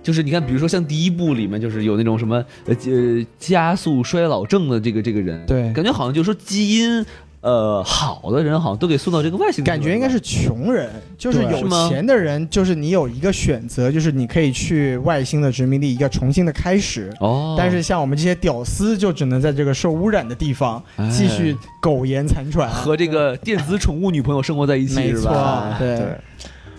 Speaker 1: 就是你看，比如说像第一部里面，就是有那种什么呃呃加速衰老症的这个这个人，
Speaker 2: 对
Speaker 1: 感觉好像就是说基因呃好的人，好像都给送到这个外星去了，
Speaker 2: 感觉应该是穷人，就是
Speaker 1: 对是吗
Speaker 2: 有钱的人，就是你有一个选择，就是你可以去外星的殖民地，一个重新的开始。
Speaker 1: 哦，
Speaker 2: 但是像我们这些屌丝，就只能在这个受污染的地方
Speaker 1: 哎
Speaker 2: 继续苟延残喘。
Speaker 1: 和这个电子宠物女朋友生活在一起
Speaker 2: 没
Speaker 1: 是
Speaker 2: 错
Speaker 1: 吧？，
Speaker 2: 对
Speaker 4: 啊对，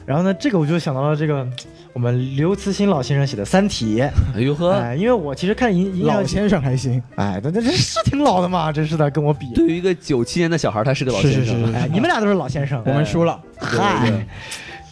Speaker 4: 然后呢，这个我就想到了这个我们刘慈欣老先生写的《三体》，
Speaker 1: 哎呦呵，
Speaker 4: 哎，因为我其实看银银
Speaker 2: 老先生还行，
Speaker 4: 哎，那那这是挺老的嘛，真是的，跟我比。
Speaker 1: 对于一个九七年的小孩，他是个老
Speaker 2: 是
Speaker 1: 先
Speaker 2: 是
Speaker 1: 生，啊
Speaker 2: 是
Speaker 4: 哎，你们俩都是老先生，哎
Speaker 2: 我们输了。
Speaker 1: 对对
Speaker 4: 嗨，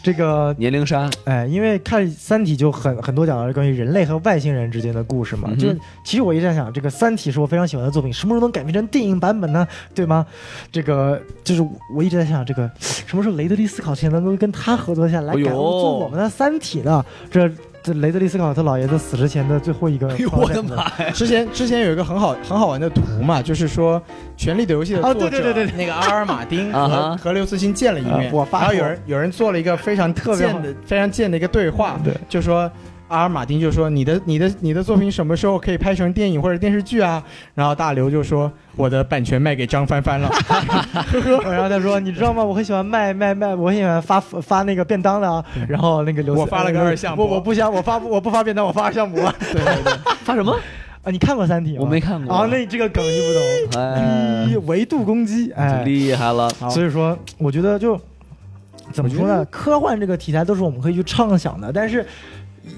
Speaker 4: 这个
Speaker 1: 年龄差，
Speaker 4: 哎，因为看《三体》就很很多讲到是关于人类和外星人之间的故事嘛，
Speaker 1: 嗯哼
Speaker 4: 就是其实我一直在想，这个《三体》是我非常喜欢的作品，什么时候能改编成电影版本呢？对吗？这个就是我一直在想，这个什么时候雷德利·斯考特能够跟他合作一下来
Speaker 1: 哎
Speaker 4: 改
Speaker 1: 呦
Speaker 4: 做我们的《三体》呢？这这雷德利·斯考特老爷子死之前的最后一个，
Speaker 1: 哎呦我的妈！呀！
Speaker 2: 之前之前有一个很好很好玩的图嘛，就是说《权力的游戏》的
Speaker 4: 哦
Speaker 2: 作者、
Speaker 4: 对对对对
Speaker 2: 那个阿尔马丁
Speaker 1: 啊
Speaker 2: 和
Speaker 1: 哈
Speaker 2: 和刘慈欣见了一面，
Speaker 4: 啊我发
Speaker 2: 然后有
Speaker 4: 过
Speaker 2: 人有人做了一个非常特别
Speaker 4: 别好
Speaker 2: 的非常贱的一个对话，
Speaker 4: 对，
Speaker 2: 就说。阿尔马丁就说：“你的、你的、你的作品什么时候可以拍成电影或者电视剧啊？”然后大刘就说：“我的版权卖给张帆帆了。 *laughs*
Speaker 4: 然后他说：“你知道吗？我很喜欢卖卖卖，我很喜欢发发那个便当的啊。”然后那个刘
Speaker 2: 我
Speaker 4: 慈
Speaker 2: 发了个
Speaker 4: 呃
Speaker 2: 二向
Speaker 4: 我
Speaker 2: 箔
Speaker 4: 我不想我发我不发便当，我发二项膜”
Speaker 2: 对对对，
Speaker 1: 发什么？
Speaker 4: 啊！你看过《三体》吗？
Speaker 1: 我没看过
Speaker 4: 啊，那你这个梗你不
Speaker 1: *laughs*
Speaker 4: 懂。
Speaker 1: 哎
Speaker 2: 嗯
Speaker 4: 一，维度攻击，哎，
Speaker 1: 厉害了，
Speaker 4: 所以说我觉得就怎么说呢？科幻这个题材都是我们可以去畅想的，但是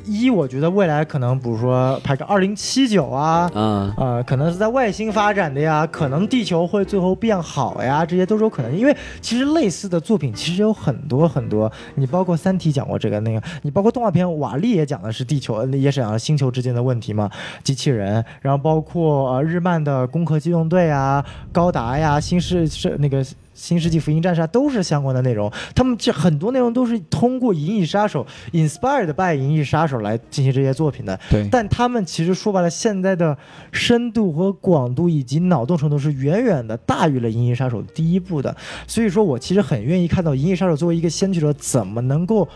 Speaker 4: 一我觉得未来可能比如说拍个二零七九啊，
Speaker 1: 嗯，
Speaker 4: 呃，可能是在外星发展的呀，可能地球会最后变好呀，这些都是有可能。因为其实类似的作品其实有很多很多，你包括《三体》讲过这个那个，你包括动画片《瓦力》也讲的是地球，呃也是讲了星球之间的问题嘛，机器人，然后包括呃日漫的《攻壳机动队》啊、高达呀、新世是那个。新世纪福音战士啊，都是相关的内容。他们这很多内容都是通过《银翼杀手》inspired by《银翼杀手》来进行这些作品的。
Speaker 2: 对
Speaker 4: 但他们其实说白了，现在的深度和广度以及脑洞程度是远远的大于了《银翼杀手》第一部的。所以说我其实很愿意看到《银翼杀手》作为一个先驱者，怎么能够。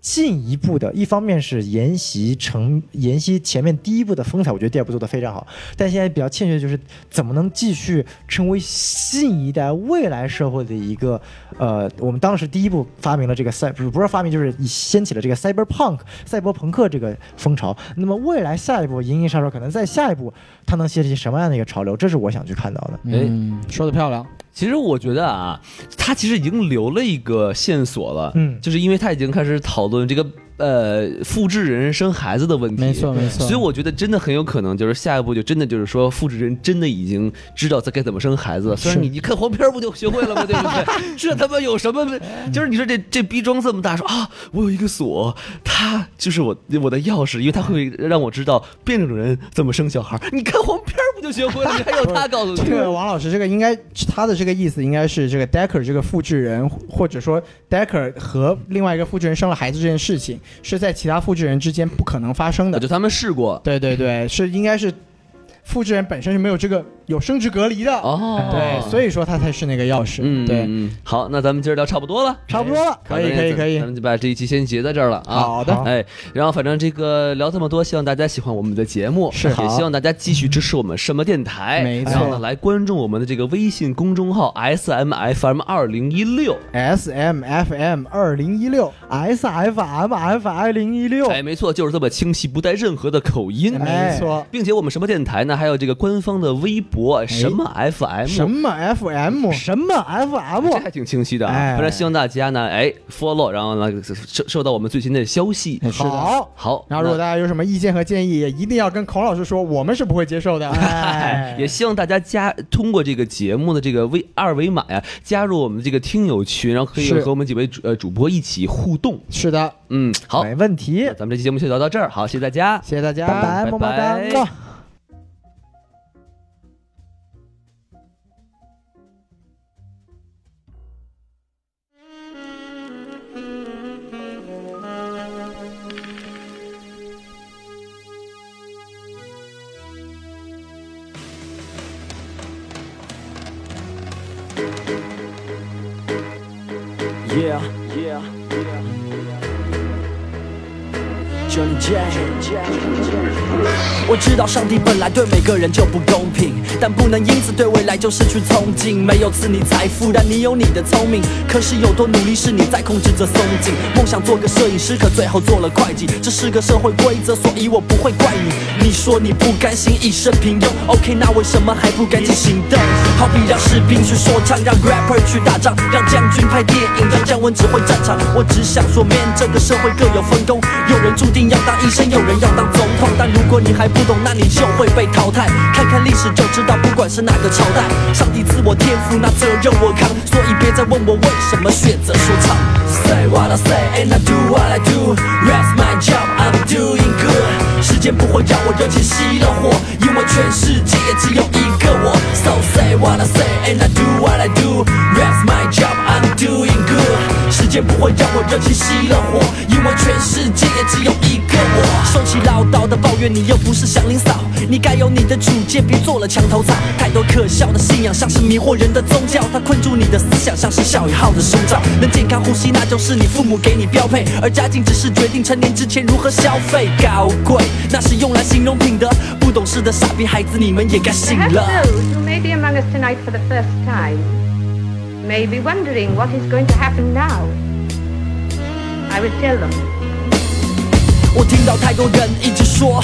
Speaker 4: 进一步的，一方面是沿袭成沿袭前面第一部的风采，我觉得第二部做的非常好，但现在比较欠缺的就是怎么能继续成为新一代未来社会的一个呃，我们当时第一步发明了这个赛，不是不是发明，就是以掀起了这个 cyberpunk 赛博朋克这个风潮。那么未来下一步《银翼杀手》可能在下一步它能掀起什么样的一个潮流，这是我想去看到的。
Speaker 2: 嗯，说的漂亮，
Speaker 1: 其实我觉得啊，他其实已经留了一个线索了，
Speaker 4: 嗯
Speaker 1: 就是因为他已经开始讨论这个呃复制人生孩子的问题，
Speaker 2: 没错没错。
Speaker 1: 所以我觉得真的很有可能就是下一步就真的就是说复制人真的已经知道在该怎么生孩子
Speaker 2: 嗯
Speaker 1: 了。虽然你一看黄片儿不就学会了吗？对不
Speaker 2: *laughs*
Speaker 1: 对？这他妈有什么？就是你说这这逼装这么大，说啊，我有一个锁，它就是我我的钥匙，因为它会让我知道变种人怎么生小孩。你看黄片儿不就学会了？你还要他告诉你
Speaker 2: *laughs* 这？个王老师，这个应该他的这个意思应该是这个 Decker 这个复制人，或者说 Decker 和另外一个复制人生了孩子这件事情，是在其他复制人之间不可能发生
Speaker 1: 我
Speaker 2: 的
Speaker 1: 就。他们试过
Speaker 2: 对对对，是应该是复制人本身是没有这个有生殖隔离的。
Speaker 1: *laughs* 哦，
Speaker 2: 对，所以说他才是那个钥匙。
Speaker 1: 嗯，
Speaker 2: 对，
Speaker 1: 嗯，嗯好，那咱们今儿聊差不多了。
Speaker 4: 差不多了，
Speaker 2: 可以可以可以
Speaker 1: 咱们就把这一期先结在这儿了啊。
Speaker 2: 好的，
Speaker 1: 哎，然后反正这个聊这么多，希望大家喜欢我们的节目，
Speaker 2: 是
Speaker 1: 也希望大家继续支持我们什么电台，
Speaker 2: 没错
Speaker 1: 然后呢来关注我们的这个微信公众号 S M F M 二零一六。
Speaker 2: S M F M 二零一六
Speaker 4: S F M F 二零一六，
Speaker 1: 哎，没错，就是这么清晰，不带任何的口音。
Speaker 2: 没错，
Speaker 1: 并且我们什么电台呢？还有这个官方的微
Speaker 2: 哎
Speaker 1: 博什么 FM，
Speaker 2: 什么 F M
Speaker 4: 什么 F M
Speaker 1: 这还挺清晰的啊。
Speaker 4: 哎
Speaker 1: 反正希望大家呢，哎，follow，然后呢收收到我们最新的消息。
Speaker 2: 哎是的。
Speaker 4: 好，
Speaker 1: 好，
Speaker 2: 然后如果大家有什么意见和建议，也一定要跟孔老师说，我们是不会接受的。
Speaker 1: 哎， *laughs* 也希望大家加通过这个节目的这个微二维码呀，加入我们的这个听友群，然后可以
Speaker 2: 是
Speaker 1: 和我们几位主呃主播一起互动。
Speaker 2: 是的，
Speaker 1: 嗯，好，
Speaker 4: 没问题
Speaker 1: 那，咱们这期节目就聊到这儿，好，谢谢大家。
Speaker 2: 谢谢大家，
Speaker 4: 拜拜，么么哒
Speaker 1: 拜拜。
Speaker 4: 哇
Speaker 6: Johnny J。我知道上帝本来对每个人就不公平，但不能因此对未来就失去憧憬。没有赐你财富，但你有你的聪明。可是有多努力是你在控制着松紧。梦想做个摄影师，可最后做了会计。这是个社会规则，所以我不会怪你。你说你不甘心一生平庸，OK，那为什么还不赶紧行动？好比让士兵去说唱，让 rapper 去打仗，让将军拍电影，让将文指挥战场。我只想说，man，这个社会各有分工，有人注定要当医生，有人要当总统。但如果你还不懂，那你就会被淘汰。看看历史就知道，不管是哪个朝代，上帝赐我天赋，那责任我扛。所以别再问我为什么选择说唱。Say what I say and I do what I do. That's my job, I'm doing good. 时间不会让我热情熄了火，因为全世界只有一个我。So say what I say and I do what I do. That's my job, I'm doing good. 时间不会让我热情熄了火，因为全世界只有一个我。说起唠叨的抱怨，你又不是祥林嫂，你该有你的主见，别做了墙头草。太多可笑的信仰，像是迷惑人的宗教，它困住你的思想，像是效益号的胸罩。能健康呼吸，那就是你父母给你标配，而家境只是决定成年之前如何消费。高贵，那是用来形容品德。不懂事的傻逼孩子，你们也该醒
Speaker 7: Perhaps
Speaker 6: 了。
Speaker 7: those who may be among us tonight for the first time may be wondering what is going to happen now. I will tell them.
Speaker 6: 我听到太多人一直说，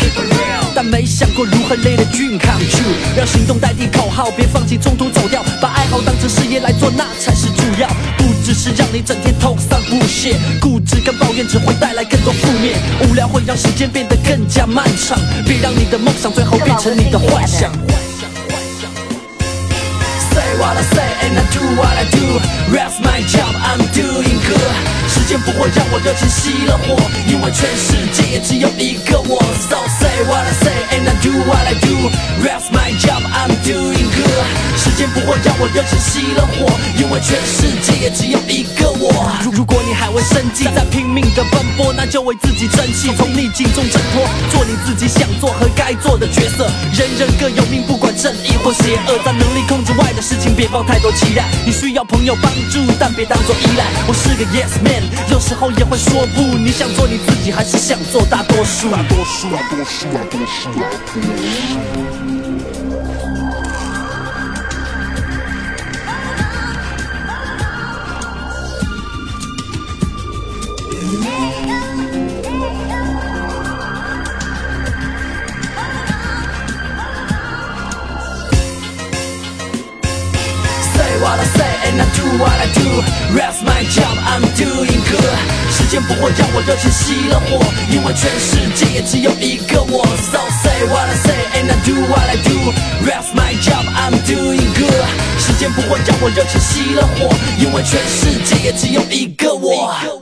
Speaker 6: 但没想过如何 let it dream come true。让行动代替口号，别放弃中途走掉，把爱好当成事业来做，那才是主要。不只是让你整天头上不屑，固执跟抱怨只会带来更多负面。无聊会让时间变得更加漫长，别让你的梦想最后变成你的幻想。Say what I say and I do what I do. That's my job, I'm doing good. 时间不会让我热情熄了火，因为全世界只有一个我。So say what I say and I do what I do. That's my job, I'm doing good. 时间不会让我热情熄了火，因为全世界只有一个我。如如果你还会生气，在拼命的奔波，那就为自己争气，从逆境中挣脱，做你自己想做和该做的角色。人人各有命，不管正义或邪恶，在能力控制外的事情，别抱太多期待。你需要朋友帮助，但别当做依赖。我是个 yes man，有时候也会说不。你想做你自己，还是想做大多数？大多数。say what I say and I do what I do. That's my job, I'm doing good. 时间不会让我热情熄了火，因为全世界只有一个我。So say what I say and I do what I do. That's my job, I'm doing good. 时间不会让我热情熄了火，因为全世界只有一个我。